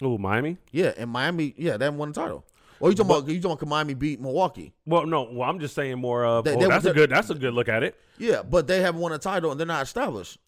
Speaker 1: Oh, Miami.
Speaker 2: Yeah, and Miami, yeah, they haven't won a title. Or you talking about you talking about could Miami beat Milwaukee?
Speaker 1: Well, no. Well, I'm just saying more of.
Speaker 2: They-
Speaker 1: oh,
Speaker 2: they-
Speaker 1: that's
Speaker 2: they-
Speaker 1: a good. That's a good look at it.
Speaker 2: Yeah, but they haven't won a title and they're not established.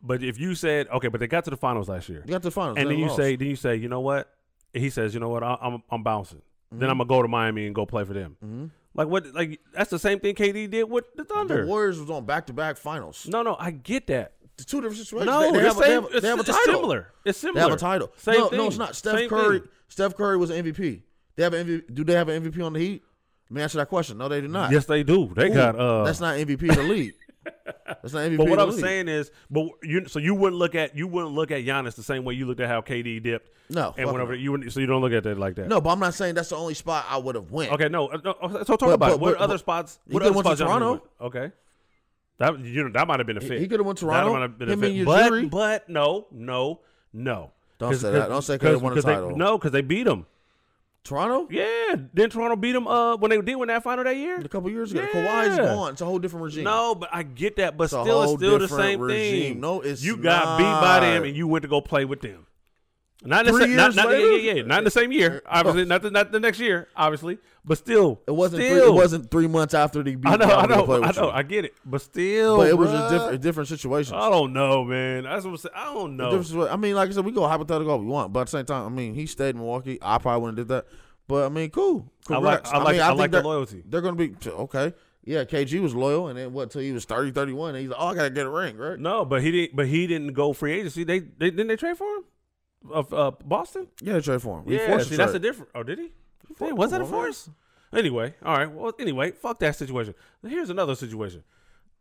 Speaker 1: But if you said okay, but they got to the finals last year,
Speaker 2: They got to the finals,
Speaker 1: and
Speaker 2: they
Speaker 1: then you
Speaker 2: lost.
Speaker 1: say, then you say, you know what? He says, you know what? I, I'm I'm bouncing. Then
Speaker 2: Mm-hmm.
Speaker 1: I'm gonna go to Miami and go play for them. Like what? Like that's the same thing KD did with the Thunder.
Speaker 2: The Warriors was on back to back finals.
Speaker 1: no, no, I get that.
Speaker 2: It's two different situations.
Speaker 1: No,
Speaker 2: they, they
Speaker 1: it's
Speaker 2: have, a- they
Speaker 1: same-
Speaker 2: have a-
Speaker 1: it's
Speaker 2: they have a
Speaker 1: it's
Speaker 2: title.
Speaker 1: similar. It's similar.
Speaker 2: They have a title.
Speaker 1: Same
Speaker 2: no,
Speaker 1: thing.
Speaker 2: no, it's not. Steph
Speaker 1: Same
Speaker 2: Curry.
Speaker 1: thing.
Speaker 2: Steph Curry was an MVP. They have an MVP. Do they have an MVP on the Heat? Let me answer that question. No, they do not.
Speaker 1: Yes, they do. They
Speaker 2: Ooh,
Speaker 1: got. Uh,
Speaker 2: that's not MVP of the league. That's not MVP.
Speaker 1: but
Speaker 2: of
Speaker 1: what
Speaker 2: the
Speaker 1: I'm
Speaker 2: league.
Speaker 1: saying is, but you so you wouldn't look at you wouldn't look at Giannis the same way you looked at how KD dipped
Speaker 2: no,
Speaker 1: and
Speaker 2: fuck
Speaker 1: went over.
Speaker 2: no.
Speaker 1: You wouldn't, so you don't look at that like that.
Speaker 2: no, but I'm not saying that's the only spot I would have went.
Speaker 1: Okay. No. uh, no, uh, so talk
Speaker 2: But-
Speaker 1: about
Speaker 2: but-
Speaker 1: it. what
Speaker 2: but-
Speaker 1: other
Speaker 2: but-
Speaker 1: spots.
Speaker 2: he
Speaker 1: What
Speaker 2: could've
Speaker 1: other
Speaker 2: went to
Speaker 1: spots? Giannis
Speaker 2: Toronto.
Speaker 1: went? Okay. That you know that might have been a fit.
Speaker 2: He could have went to
Speaker 1: That
Speaker 2: Toronto.
Speaker 1: might have been a
Speaker 2: Him
Speaker 1: fit.
Speaker 2: and
Speaker 1: But
Speaker 2: Ujiri.
Speaker 1: but no no no.
Speaker 2: Don't
Speaker 1: 'Cause-
Speaker 2: say that.
Speaker 1: cause-
Speaker 2: Don't say 'cause they won a
Speaker 1: cause
Speaker 2: title.
Speaker 1: no, because they beat them.
Speaker 2: Toronto.
Speaker 1: Yeah, didn't Toronto beat them uh, when they did win that final that year?
Speaker 2: A couple years ago,
Speaker 1: Yeah.
Speaker 2: Kawhi's gone. It's a whole different regime.
Speaker 1: No, but I get that. But
Speaker 2: It's a
Speaker 1: still, it's
Speaker 2: whole
Speaker 1: still the
Speaker 2: different
Speaker 1: same
Speaker 2: regime.
Speaker 1: thing.
Speaker 2: No, it's
Speaker 1: you got beat by them
Speaker 2: not.
Speaker 1: and you went to go play with them. Not in the
Speaker 2: Three
Speaker 1: same, not,
Speaker 2: years
Speaker 1: not, yeah,
Speaker 2: later? Oh.
Speaker 1: yeah, yeah, not in the same year. Obviously, not the, not the next year. Obviously, but still,
Speaker 2: it wasn't. Three,
Speaker 1: Still,
Speaker 2: it wasn't three months after the.
Speaker 1: I know, I know,
Speaker 2: Play
Speaker 1: I
Speaker 2: with
Speaker 1: know.
Speaker 2: you.
Speaker 1: I get it, but still,
Speaker 2: but it was a
Speaker 1: bruh,
Speaker 2: different, a different situation.
Speaker 1: I don't know, man. That's what I'm saying. I don't know.
Speaker 2: Different situa- I mean, like I said, we go hypothetical all we want, but at the same time, I mean, he stayed in Milwaukee. I probably wouldn't have did that, but I mean, cool.
Speaker 1: I like,
Speaker 2: Congrats.
Speaker 1: I like,
Speaker 2: mean,
Speaker 1: I
Speaker 2: think
Speaker 1: like the
Speaker 2: they're-
Speaker 1: loyalty.
Speaker 2: They're gonna be okay. Yeah, KG was loyal, and then what? Till he was 30, 31, and he's like, oh, I gotta get a ring, right?
Speaker 1: No, but he didn't. But he didn't go free agency. They, they didn't they trade for him of uh, Boston.
Speaker 2: Yeah, they trade for him. He
Speaker 1: Yeah, see,
Speaker 2: forced the
Speaker 1: that's a
Speaker 2: trade.
Speaker 1: different. Oh, did he? Hey, was that a
Speaker 2: come on, man.
Speaker 1: force? Anyway, all right. Well, anyway, fuck that situation. Here's another situation.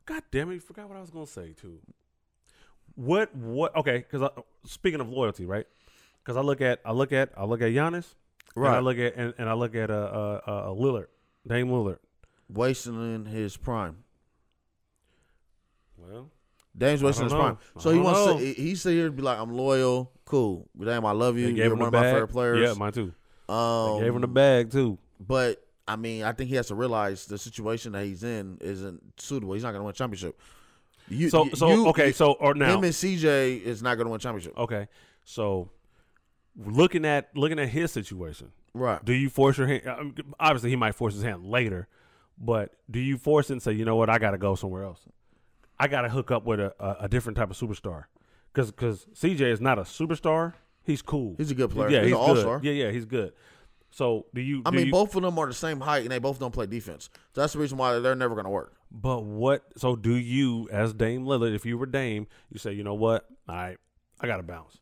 Speaker 1: God damn it! you Forgot what I was gonna say too. What? What? Okay, because speaking of loyalty, right? Because I look at, I look at, I look at Giannis, And I
Speaker 2: Right.
Speaker 1: look at, and, and I look at uh, uh, uh, Lillard, Dame Lillard.
Speaker 2: wasting in his prime.
Speaker 1: Well,
Speaker 2: Dame's wasting
Speaker 1: don't
Speaker 2: his
Speaker 1: know.
Speaker 2: prime.
Speaker 1: I
Speaker 2: So he
Speaker 1: don't
Speaker 2: wants
Speaker 1: know.
Speaker 2: to. he- He sit here and be like, "I'm loyal, cool. Dame, I love you.
Speaker 1: they
Speaker 2: You're
Speaker 1: gave him
Speaker 2: one
Speaker 1: the
Speaker 2: of my
Speaker 1: bag.
Speaker 2: favorite players."
Speaker 1: Yeah, mine too. They
Speaker 2: um,
Speaker 1: gave him the bag too.
Speaker 2: But I mean, I think he has to realize the situation that he's in isn't suitable. He's not going to win a championship. You,
Speaker 1: So,
Speaker 2: you-
Speaker 1: so
Speaker 2: you-
Speaker 1: okay, so or now Oh,
Speaker 2: him and CJ is not going to win a championship.
Speaker 1: Okay. So looking at looking at his situation,
Speaker 2: Right.
Speaker 1: do you force your hand? um, Obviously, he might force his hand later, but do you force it and say, you know what, I got to go somewhere else? I got to hook up with a, a, a different type of superstar. Because CJ is not a superstar. He's cool.
Speaker 2: He's a good player.
Speaker 1: Yeah,
Speaker 2: He's
Speaker 1: he's,
Speaker 2: an
Speaker 1: good.
Speaker 2: all-star.
Speaker 1: Yeah, yeah, he's good. So do you?
Speaker 2: I
Speaker 1: do
Speaker 2: mean,
Speaker 1: you-
Speaker 2: both of them are the same height, and they both don't play defense. So that's the reason why they're never going to work.
Speaker 1: But what? So do you, as Dame Lillard, if you were Dame, you say, you know what? I I got to bounce.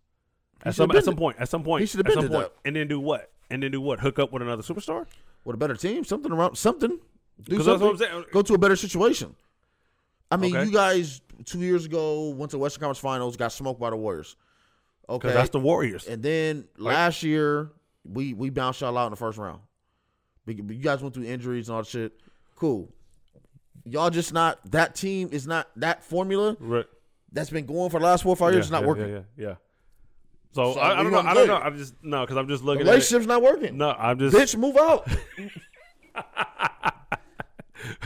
Speaker 1: At
Speaker 2: should've
Speaker 1: some
Speaker 2: been
Speaker 1: at some
Speaker 2: the-
Speaker 1: point, at some point,
Speaker 2: he should've
Speaker 1: at
Speaker 2: been
Speaker 1: some
Speaker 2: the
Speaker 1: point,
Speaker 2: dub.
Speaker 1: and then do what? And then do what? Hook up with another superstar?
Speaker 2: With a better team, something around something. Do
Speaker 1: 'Cause that's what
Speaker 2: something.
Speaker 1: I'm saying.
Speaker 2: Go to a better situation. I mean,
Speaker 1: Okay.
Speaker 2: you guys two years ago went to Western Conference Finals, got smoked by the Warriors. Okay,
Speaker 1: Because that's the Warriors.
Speaker 2: and then last year we we bounced y'all out in the first round. Be- be- You guys went through injuries and all that shit. Cool. Y'all just not that team is not that formula
Speaker 1: Right.
Speaker 2: that's been going for the last four or five years
Speaker 1: yeah,
Speaker 2: is not
Speaker 1: yeah,
Speaker 2: working.
Speaker 1: Yeah, yeah. yeah. So,
Speaker 2: So
Speaker 1: I, I
Speaker 2: we
Speaker 1: don't know.
Speaker 2: gonna
Speaker 1: I don't
Speaker 2: play.
Speaker 1: know. I'm just no, because I'm just looking at it.
Speaker 2: Relationship's not working.
Speaker 1: No, I'm just
Speaker 2: Bitch, move out.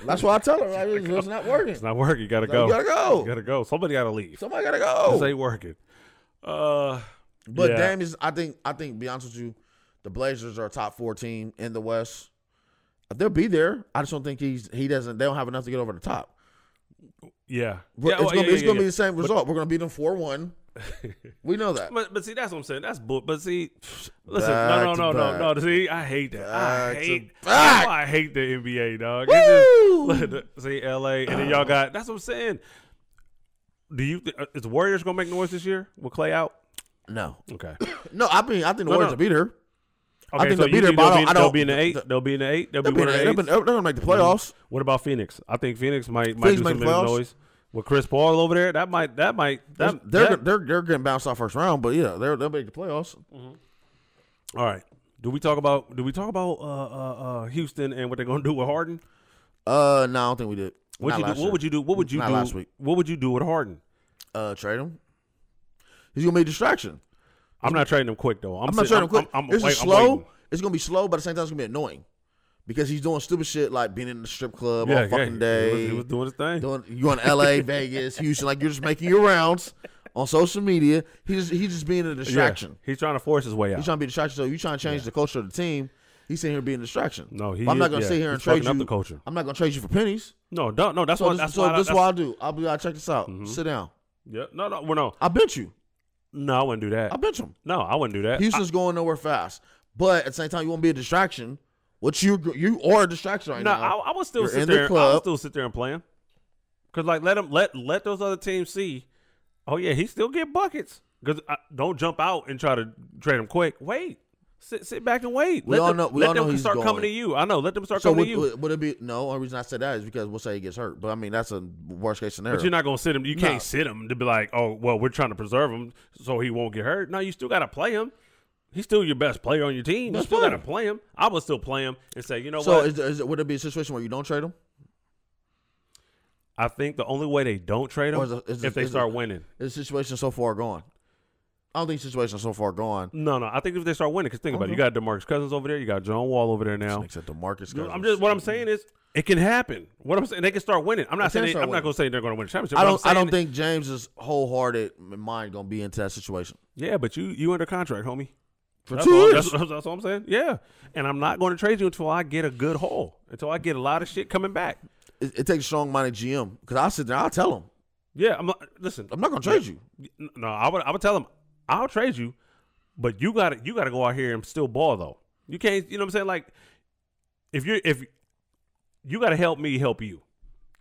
Speaker 2: that's why I tell her like, it's, it's not working.
Speaker 1: it's not working. You gotta
Speaker 2: you
Speaker 1: go.
Speaker 2: gotta go.
Speaker 1: You gotta go. Somebody gotta leave.
Speaker 2: Somebody gotta
Speaker 1: This
Speaker 2: go.
Speaker 1: ain't working. Uh,
Speaker 2: But
Speaker 1: yeah.
Speaker 2: damn is I think I think to be honest with you, the Blazers are a top four team in the West. They'll be there. I just don't think he's he doesn't they don't have enough to get over the top.
Speaker 1: yeah. yeah,
Speaker 2: We're-
Speaker 1: well,
Speaker 2: it's gonna,
Speaker 1: yeah,
Speaker 2: be, it's
Speaker 1: yeah,
Speaker 2: gonna be
Speaker 1: yeah.
Speaker 2: the same result. We're gonna beat them four one. we know that.
Speaker 1: But, but see, that's what I'm saying. That's bull. But see, listen,
Speaker 2: Back
Speaker 1: no,
Speaker 2: to
Speaker 1: no, no,
Speaker 2: back.
Speaker 1: no, no. See, I hate that.
Speaker 2: Back
Speaker 1: I
Speaker 2: to
Speaker 1: hate.
Speaker 2: back.
Speaker 1: I hate the NBA, dog.
Speaker 2: Woo!
Speaker 1: see, LA, and then y'all got. That's what I'm saying. Do you th- is the Warriors gonna make noise this year with Clay out?
Speaker 2: No,
Speaker 1: Okay.
Speaker 2: no. I mean, I think the
Speaker 1: no.
Speaker 2: Warriors will be there.
Speaker 1: Okay,
Speaker 2: think
Speaker 1: so
Speaker 2: they'll be
Speaker 1: you
Speaker 2: there,
Speaker 1: think
Speaker 2: but
Speaker 1: they'll, be, they'll
Speaker 2: I don't- I don't-
Speaker 1: be in the eight.
Speaker 2: th-
Speaker 1: They'll be in the eight. They'll,
Speaker 2: They'll
Speaker 1: be
Speaker 2: be
Speaker 1: one
Speaker 2: there.
Speaker 1: of the
Speaker 2: They're
Speaker 1: eights.
Speaker 2: they're gonna make the playoffs.
Speaker 1: What about Phoenix? I think Phoenix might might
Speaker 2: Phoenix
Speaker 1: do
Speaker 2: make
Speaker 1: some
Speaker 2: the
Speaker 1: big
Speaker 2: playoffs?
Speaker 1: noise with Chris Paul over there. That might that might that,
Speaker 2: They're,
Speaker 1: that-
Speaker 2: they're they're getting bounced off first round, but yeah, they're they'll make the playoffs.
Speaker 1: all right. Do we talk about do we talk about uh, uh, uh, Houston and what they're gonna do with Harden?
Speaker 2: Uh, no, I don't think we did.
Speaker 1: What
Speaker 2: Not
Speaker 1: you do,
Speaker 2: last
Speaker 1: what
Speaker 2: year.
Speaker 1: would you do? What would you
Speaker 2: Not
Speaker 1: do?
Speaker 2: last week.
Speaker 1: What would you do with Harden?
Speaker 2: Uh, trade him. He's gonna be a distraction.
Speaker 1: I'm not trading him quick though. I'm,
Speaker 2: I'm not
Speaker 1: sitting-
Speaker 2: trading him quick.
Speaker 1: I'm, I'm,
Speaker 2: it's
Speaker 1: I'm,
Speaker 2: just
Speaker 1: wait- I'm
Speaker 2: slow.
Speaker 1: waiting.
Speaker 2: it's gonna be slow, but at the same time, it's gonna be annoying because he's doing stupid shit like being in the strip club
Speaker 1: Yeah,
Speaker 2: all fucking
Speaker 1: yeah.
Speaker 2: day.
Speaker 1: He was, he was doing his thing.
Speaker 2: doing you on L.A., Vegas, Houston, like you're just making your rounds on social media. He's he's just being a
Speaker 1: Yeah.
Speaker 2: distraction.
Speaker 1: He's trying to force his way out.
Speaker 2: He's trying to be a distraction. So you trying to change the culture of the team. He's sitting here being a distraction.
Speaker 1: No, he
Speaker 2: But I'm not
Speaker 1: is-
Speaker 2: gonna
Speaker 1: yeah,
Speaker 2: sit here and
Speaker 1: he's
Speaker 2: trade
Speaker 1: fucking up
Speaker 2: you.
Speaker 1: the culture.
Speaker 2: I'm not gonna trade you for pennies.
Speaker 1: no, no, no. That's
Speaker 2: So
Speaker 1: why.
Speaker 2: this,
Speaker 1: That's
Speaker 2: so
Speaker 1: why. I-
Speaker 2: this is
Speaker 1: that's- Mm-hmm.
Speaker 2: what I do. I'll be like, check this out. Sit down.
Speaker 1: Yeah. No, no, well, no,
Speaker 2: I bench you.
Speaker 1: no. I wouldn't do
Speaker 2: I
Speaker 1: that.
Speaker 2: bench him.
Speaker 1: No, I wouldn't do that.
Speaker 2: Houston's going nowhere fast, but at the same time, you won't be a distraction. What you you are a distraction right
Speaker 1: No,
Speaker 2: now.
Speaker 1: I, I would still
Speaker 2: You're
Speaker 1: sit
Speaker 2: in the
Speaker 1: there. I would
Speaker 2: club.
Speaker 1: still sit there and play him. Cause like let him let let those other teams see. Oh yeah, he still get buckets. Cause I, don't jump out and try to trade him quick. Wait, sit sit back and wait.
Speaker 2: We
Speaker 1: let
Speaker 2: all
Speaker 1: them,
Speaker 2: know- we
Speaker 1: let
Speaker 2: all
Speaker 1: them
Speaker 2: know he's
Speaker 1: start coming
Speaker 2: going.
Speaker 1: to you. I know. Let them start
Speaker 2: so
Speaker 1: coming
Speaker 2: would,
Speaker 1: to you.
Speaker 2: would, would it be no? Only reason I said that is because we'll say he gets hurt, but I mean that's a worst case scenario.
Speaker 1: but you're not gonna sit him. You
Speaker 2: No.
Speaker 1: can't sit him to be like, oh well, we're trying to preserve him so he won't get hurt. No, you still gotta play him. He's still your best player on your team.
Speaker 2: Best
Speaker 1: you still
Speaker 2: player.
Speaker 1: gotta play him. I would still play him and say, you know
Speaker 2: so
Speaker 1: what?
Speaker 2: is, is, would it be a situation where you don't trade him?
Speaker 1: I think the only way they don't trade him
Speaker 2: Or is it- is it-
Speaker 1: if they
Speaker 2: is it-
Speaker 1: start winning.
Speaker 2: Is the situation so far gone? I don't think the situation is so far gone.
Speaker 1: No, no. I think if they start winning, because think about it, you got Demarcus Cousins over there, you got John Wall over there now.
Speaker 2: Except Demarcus. Cousins.
Speaker 1: I'm just what I'm saying is it can happen. What I'm saying, they can start winning. I'm not
Speaker 2: They
Speaker 1: saying
Speaker 2: can
Speaker 1: they,
Speaker 2: start
Speaker 1: I'm not
Speaker 2: winning.
Speaker 1: going to say they're going to win a championship.
Speaker 2: I
Speaker 1: but I'm
Speaker 2: don't. I don't
Speaker 1: saying-
Speaker 2: think James's wholehearted mind gonna be into that situation
Speaker 1: Yeah, but you you under contract, homie.
Speaker 2: for
Speaker 1: That's
Speaker 2: two
Speaker 1: all,
Speaker 2: years.
Speaker 1: that's, that's, that's what I'm saying. Yeah, and I'm not going to trade you until I get a good haul, until I get a lot of shit coming back.
Speaker 2: It, it takes a strong-minded GM because I sit there. I'll tell him
Speaker 1: Yeah, I'm not- listen.
Speaker 2: I'm not gonna trade you.
Speaker 1: N- No, I would I would tell him I'll trade you, but you got to you got to go out here and still ball though. You can't. You know what I'm saying? Like if you're if you got to help me help you.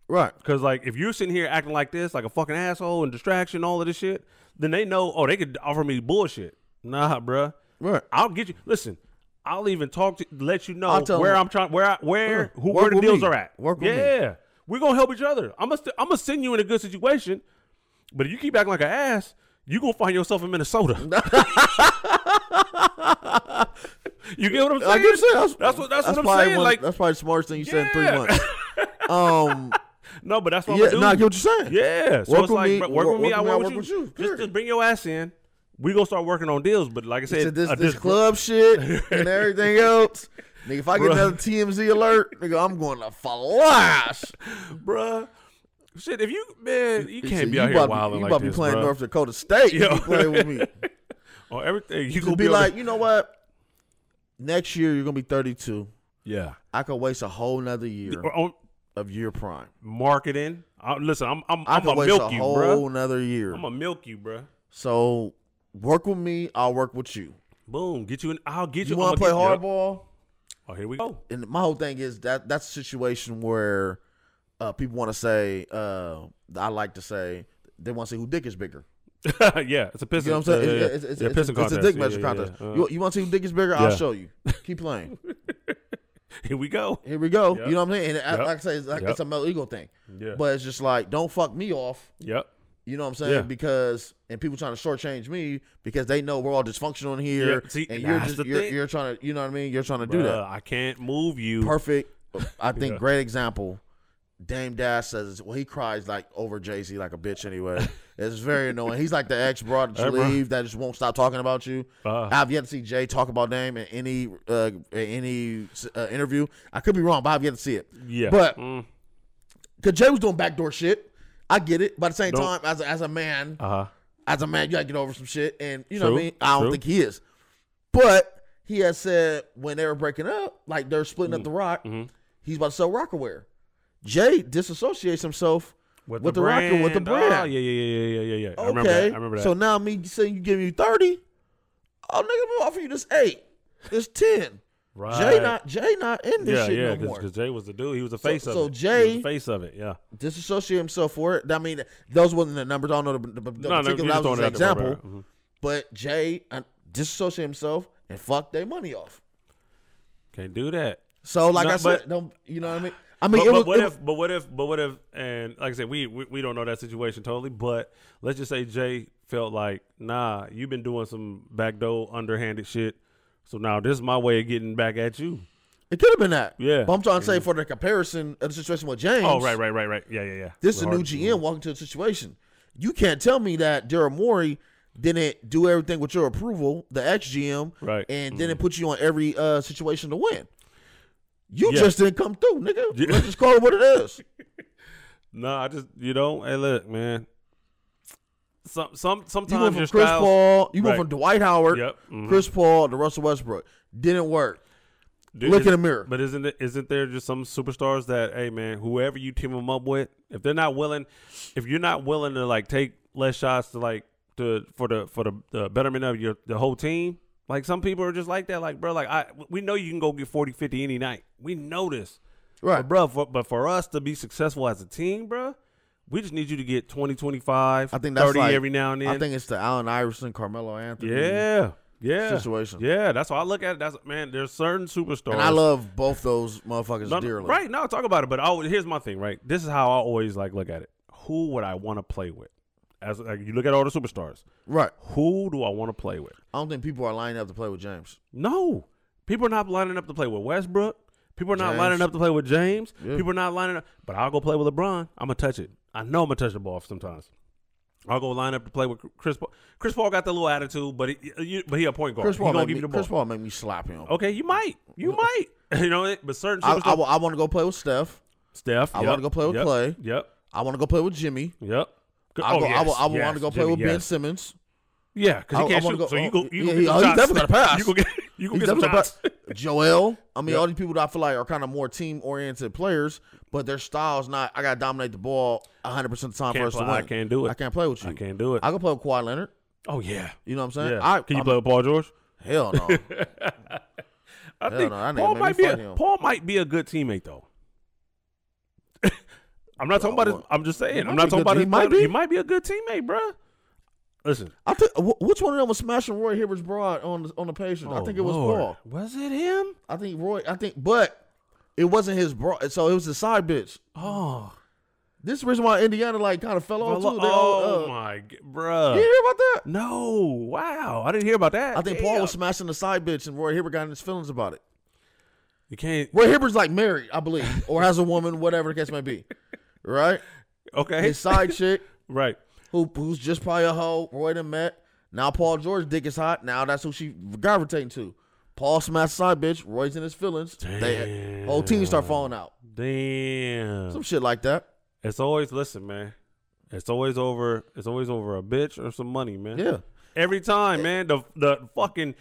Speaker 2: Right.
Speaker 1: Cause like if you're sitting here acting like this, like a fucking asshole and distraction, all of this shit, then they know, oh, they could offer me bullshit. Nah, bruh.
Speaker 2: Right.
Speaker 1: I'll get you. Listen, I'll even talk to let you know
Speaker 2: I'll tell
Speaker 1: where
Speaker 2: them.
Speaker 1: I'm trying, where I, where
Speaker 2: Yeah.
Speaker 1: who
Speaker 2: Work
Speaker 1: where the
Speaker 2: with
Speaker 1: deals
Speaker 2: me.
Speaker 1: are at.
Speaker 2: Work with me.
Speaker 1: yeah, we're gonna help each other. I'm gonna st- I'm gonna send you in a good situation, but if you keep acting like an ass, you gonna find yourself in Minnesota. you get what I'm saying?
Speaker 2: Like you said, that's,
Speaker 1: That's what- that's what I'm
Speaker 2: probably
Speaker 1: saying,
Speaker 2: one-
Speaker 1: like-
Speaker 2: that's probably the smartest thing you said in three
Speaker 1: Yeah.
Speaker 2: months. Um,
Speaker 1: no, but that's what
Speaker 2: yeah,
Speaker 1: I'm
Speaker 2: no,
Speaker 1: gonna
Speaker 2: I get
Speaker 1: do.
Speaker 2: what you're saying.
Speaker 1: Yeah, so
Speaker 2: Work
Speaker 1: it's
Speaker 2: with
Speaker 1: like
Speaker 2: me,
Speaker 1: bro, work
Speaker 2: wor-
Speaker 1: with me,
Speaker 2: work
Speaker 1: I
Speaker 2: with me, I
Speaker 1: work with
Speaker 2: work
Speaker 1: you.
Speaker 2: with you,
Speaker 1: Just,
Speaker 2: period.
Speaker 1: just bring your ass in. We gonna start working on deals, but like I
Speaker 2: He said
Speaker 1: said,
Speaker 2: this,
Speaker 1: uh,
Speaker 2: this
Speaker 1: this-
Speaker 2: club shit and everything else. Nigga, if I get
Speaker 1: Bruh.
Speaker 2: another TMZ alert, nigga, I'm going to flash.
Speaker 1: bruh. Shit, if you man, you
Speaker 2: He said,
Speaker 1: can't be
Speaker 2: "You
Speaker 1: out here
Speaker 2: about to be-
Speaker 1: wilding
Speaker 2: You
Speaker 1: like
Speaker 2: about to
Speaker 1: this,
Speaker 2: be playing
Speaker 1: bruh.
Speaker 2: North Dakota State. if
Speaker 1: Yo.
Speaker 2: You playing with me?
Speaker 1: on Oh, everything. You
Speaker 2: To
Speaker 1: gonna
Speaker 2: be
Speaker 1: able to-
Speaker 2: like, you know what? Next year you're gonna be 32.
Speaker 1: yeah,
Speaker 2: I could waste a whole nother year
Speaker 1: Or on
Speaker 2: of your prime.
Speaker 1: marketing. I, listen, I'm I'm
Speaker 2: I
Speaker 1: I'm
Speaker 2: could
Speaker 1: a
Speaker 2: waste a
Speaker 1: milk you,
Speaker 2: whole
Speaker 1: bro.
Speaker 2: nother year.
Speaker 1: I'm a milk you, bro.
Speaker 2: So work with me. I'll work with you.
Speaker 1: Boom, get you in. I'll get you.
Speaker 2: You want
Speaker 1: I'ma
Speaker 2: to play
Speaker 1: get- yep.
Speaker 2: hardball?
Speaker 1: Oh, here we go.
Speaker 2: And my whole thing is that that's a situation where uh, people want to say. Uh, I like to say they want to see who dick is bigger.
Speaker 1: yeah, it's a
Speaker 2: You know
Speaker 1: piston.
Speaker 2: what I'm saying?
Speaker 1: yeah, yeah,
Speaker 2: It's- it's, it's-
Speaker 1: yeah,
Speaker 2: it's
Speaker 1: piston
Speaker 2: a, it's
Speaker 1: contest.
Speaker 2: a dick
Speaker 1: Yeah,
Speaker 2: measure
Speaker 1: yeah,
Speaker 2: contest.
Speaker 1: yeah. Uh,
Speaker 2: You, you want to see who dick is bigger? I'll
Speaker 1: Yeah.
Speaker 2: show you. Keep playing.
Speaker 1: here we go.
Speaker 2: Here we go.
Speaker 1: Yep.
Speaker 2: You know what I'm saying? And I-
Speaker 1: Yep.
Speaker 2: like I say, it's, like,
Speaker 1: Yep.
Speaker 2: it's a male ego thing.
Speaker 1: Yeah.
Speaker 2: But it's just like, don't fuck me off.
Speaker 1: yep.
Speaker 2: You know what I'm saying?
Speaker 1: Yeah.
Speaker 2: Because and people trying to shortchange me because they know we're all dysfunctional in here,
Speaker 1: Yeah, see,
Speaker 2: and you're
Speaker 1: that's
Speaker 2: just
Speaker 1: the
Speaker 2: you're,
Speaker 1: thing.
Speaker 2: you're trying to, you know what I mean? You're trying to do that.
Speaker 1: Bruh, I can't move you.
Speaker 2: Perfect. I think
Speaker 1: Yeah.
Speaker 2: great example. Dame Dash says, well, he cries like over Jay Z like a bitch anyway. it's very annoying. He's like the ex broad that
Speaker 1: Hey,
Speaker 2: you
Speaker 1: bro.
Speaker 2: leave that just won't stop talking about you.
Speaker 1: Uh,
Speaker 2: I've yet to see Jay talk about Dame in any uh, in any uh, interview. I could be wrong, but I've yet to see it.
Speaker 1: yeah.
Speaker 2: but-
Speaker 1: mm,
Speaker 2: Cause Jay was doing backdoor shit. I get it, but at the same
Speaker 1: Nope.
Speaker 2: time, as a, as a man,
Speaker 1: uh-huh.
Speaker 2: as a man, you gotta get over some shit, and you know
Speaker 1: True,
Speaker 2: what I mean. I don't
Speaker 1: true.
Speaker 2: think he is, but he has said when they were breaking up, like they're splitting up the rock,
Speaker 1: mhm.
Speaker 2: he's about to sell Rockaware. Jay disassociates himself.
Speaker 1: With,
Speaker 2: with
Speaker 1: the,
Speaker 2: the rocker, with the
Speaker 1: brand. Oh,
Speaker 2: brand.
Speaker 1: yeah, yeah, yeah, yeah, yeah, yeah. yeah.
Speaker 2: Okay,
Speaker 1: I remember that. I remember that.
Speaker 2: so now me saying you give me thirty, oh nigga, I'm offer you this eight, this ten.
Speaker 1: right.
Speaker 2: Jay not Jay not in this
Speaker 1: yeah,
Speaker 2: shit
Speaker 1: yeah,
Speaker 2: no more.
Speaker 1: Jay was the dude. He was the face of
Speaker 2: so
Speaker 1: it. He was
Speaker 2: Jay-
Speaker 1: the face of it. Yeah.
Speaker 2: disassociate himself for it. I mean, those wasn't the numbers. I don't know the, the,
Speaker 1: No,
Speaker 2: the
Speaker 1: no, you
Speaker 2: particular.
Speaker 1: just
Speaker 2: that
Speaker 1: throwing
Speaker 2: was an
Speaker 1: it out there,
Speaker 2: example.
Speaker 1: right, right, right. Mhm.
Speaker 2: But Jay uh, disassociate himself and fuck their money off.
Speaker 1: Can't do that.
Speaker 2: So, like
Speaker 1: No,
Speaker 2: I said,
Speaker 1: but-
Speaker 2: don't you know what I mean? I mean,
Speaker 1: but,
Speaker 2: it
Speaker 1: but
Speaker 2: was,
Speaker 1: what
Speaker 2: it
Speaker 1: if? But what if? But what if? And like I said, we, we we don't know that situation totally. But let's just say Jay felt like, nah, you've been doing some backdoor, underhanded shit. So now this is my way of getting back at you.
Speaker 2: it could have been that.
Speaker 1: Yeah. Mm-hmm.
Speaker 2: But I'm trying to say for the comparison of the situation with James.
Speaker 1: Oh, right, mm-hmm. right, right, right. Yeah, yeah, yeah.
Speaker 2: This is a
Speaker 1: Hard-
Speaker 2: new GM walking to the situation. You can't tell me that Daryl Morey didn't do everything with your approval, the ex GM,
Speaker 1: Right. Mm-hmm.
Speaker 2: and didn't put you on every uh, situation to win. You
Speaker 1: Yeah.
Speaker 2: just didn't come through, nigga.
Speaker 1: Yeah.
Speaker 2: Let's just call it what it is.
Speaker 1: Nah, I just you know. Hey, look, man. Some some
Speaker 2: You
Speaker 1: sometimes
Speaker 2: went
Speaker 1: your
Speaker 2: from Chris
Speaker 1: styles-
Speaker 2: Paul. You
Speaker 1: Right.
Speaker 2: went from Dwight Howard,
Speaker 1: Yep. mhm.
Speaker 2: Chris Paul to Russell Westbrook. Didn't work.
Speaker 1: Dude,
Speaker 2: Look
Speaker 1: is-
Speaker 2: in the mirror.
Speaker 1: But isn't it, isn't there just some superstars that hey man, whoever you team them up with, if they're not willing, if you're not willing to like take less shots to like to for the for the, the betterment of your the whole team, like some people are just like that. Like bro, like I we know you can go get 40, 50 any night. We know this,
Speaker 2: Right.
Speaker 1: but bro, for, but for us to be successful as a team, bro. We just need you to get 20, 25,
Speaker 2: I think that's
Speaker 1: 30
Speaker 2: like-
Speaker 1: every now and then.
Speaker 2: I think it's the Allen Iverson, Carmelo Anthony.
Speaker 1: yeah. Yeah.
Speaker 2: situation.
Speaker 1: Yeah, that's why I look at it. That's man, there's certain superstars.
Speaker 2: And I love both those motherfuckers
Speaker 1: No, no,
Speaker 2: dearly.
Speaker 1: Right now, talk about it. But I, always- here's my thing. Right, this is how I always like look at it. Who would I want to play with? As like, you look at all the superstars,
Speaker 2: Right.
Speaker 1: who do I want to play with?
Speaker 2: I don't think people are lining up to play with James.
Speaker 1: No, people are not lining up to play with Westbrook. People are not
Speaker 2: James.
Speaker 1: lining up to play with James.
Speaker 2: Yeah.
Speaker 1: People are not lining up. But I'll go play with LeBron. I'm gonna touch it. I know I'm gonna touch the ball sometimes. I'll go line up to play with Chris Paul. Chris Paul got the little attitude, but he, you- but he a point guard.
Speaker 2: Chris
Speaker 1: Oh, he
Speaker 2: Paul,
Speaker 1: gonna
Speaker 2: make
Speaker 1: give
Speaker 2: me,
Speaker 1: you the ball. Oh,
Speaker 2: Chris Paul make me slap him.
Speaker 1: Okay, you might, you might, you know. it- But certain
Speaker 2: I,
Speaker 1: superstars,
Speaker 2: want to go play with Steph.
Speaker 1: Steph,
Speaker 2: I
Speaker 1: yep,
Speaker 2: wanna go play with
Speaker 1: yep,
Speaker 2: Clay.
Speaker 1: Yep.
Speaker 2: I want to go play with Jimmy.
Speaker 1: Yep. Go-
Speaker 2: I,
Speaker 1: oh,
Speaker 2: go, I,
Speaker 1: yes,
Speaker 2: wa- I want to
Speaker 1: yes,
Speaker 2: go play
Speaker 1: Jimmy,
Speaker 2: with Ben
Speaker 1: yes.
Speaker 2: Simmons.
Speaker 1: Yeah, because
Speaker 2: I-
Speaker 1: he can't
Speaker 2: I wanna
Speaker 1: shoot.
Speaker 2: go-
Speaker 1: so
Speaker 2: oh,
Speaker 1: you go. You
Speaker 2: yeah,
Speaker 1: go
Speaker 2: he-
Speaker 1: get some
Speaker 2: oh, he's
Speaker 1: shots.
Speaker 2: definitely gonna pass.
Speaker 1: You go get. You go
Speaker 2: He's
Speaker 1: get some
Speaker 2: definitely
Speaker 1: shots.
Speaker 2: about- Joel. I mean,
Speaker 1: Yep.
Speaker 2: all these people that I feel like are kind of more team oriented players, but their style's not. I gotta dominate the ball 100 percent of the time
Speaker 1: Can't
Speaker 2: for us to
Speaker 1: play- I
Speaker 2: win.
Speaker 1: can't do it.
Speaker 2: I can't play with you.
Speaker 1: I can't do it.
Speaker 2: I can play with Kawhi Leonard.
Speaker 1: oh yeah.
Speaker 2: You know what I'm saying?
Speaker 1: Yeah.
Speaker 2: I,
Speaker 1: Can you
Speaker 2: I'm-
Speaker 1: play with Paul George?
Speaker 2: Hell no.
Speaker 1: I
Speaker 2: Hell
Speaker 1: think
Speaker 2: no, that nigga
Speaker 1: Paul
Speaker 2: made me
Speaker 1: might be.
Speaker 2: fight
Speaker 1: A,
Speaker 2: him.
Speaker 1: Paul might be a good teammate though. I'm not talking about his. I'm just saying. I'm
Speaker 2: might
Speaker 1: not
Speaker 2: be
Speaker 1: talking
Speaker 2: good-
Speaker 1: about
Speaker 2: he
Speaker 1: his.
Speaker 2: might
Speaker 1: brother.
Speaker 2: be.
Speaker 1: He might be a good teammate, bruh. Listen.
Speaker 2: I think wh- which one of them was smashing Roy Hibbert's broad on the, on the Patriots? I
Speaker 1: Oh,
Speaker 2: think it was
Speaker 1: Lord.
Speaker 2: Paul.
Speaker 1: Was it him?
Speaker 2: I think Roy. I think, but it wasn't his broad. So it was the side bitch.
Speaker 1: Oh,
Speaker 2: This is the reason why Indiana like kind of fell off
Speaker 1: Well,
Speaker 2: too. They all,
Speaker 1: oh
Speaker 2: uh,
Speaker 1: my, g- bruh.
Speaker 2: You hear about that?
Speaker 1: No, wow, I didn't hear about that.
Speaker 2: I think Paul
Speaker 1: Damn.
Speaker 2: was smashing the side bitch, and Roy Hibbert got in his feelings about it.
Speaker 1: You can't.
Speaker 2: Roy Hibbert's like married, I believe, or has a woman, whatever the case may be. Right?
Speaker 1: Okay.
Speaker 2: His side chick,
Speaker 1: right.
Speaker 2: who who's just probably a hoe, Roy done met. Now Paul George dick is hot. Now that's who she gravitating to. Paul smashed side bitch. Roy's in his feelings. They, whole team start falling out.
Speaker 1: Damn.
Speaker 2: Some shit like that.
Speaker 1: It's always listen, man. It's always over. It's always over a bitch or some money, man.
Speaker 2: Yeah.
Speaker 1: every time, man. The the fucking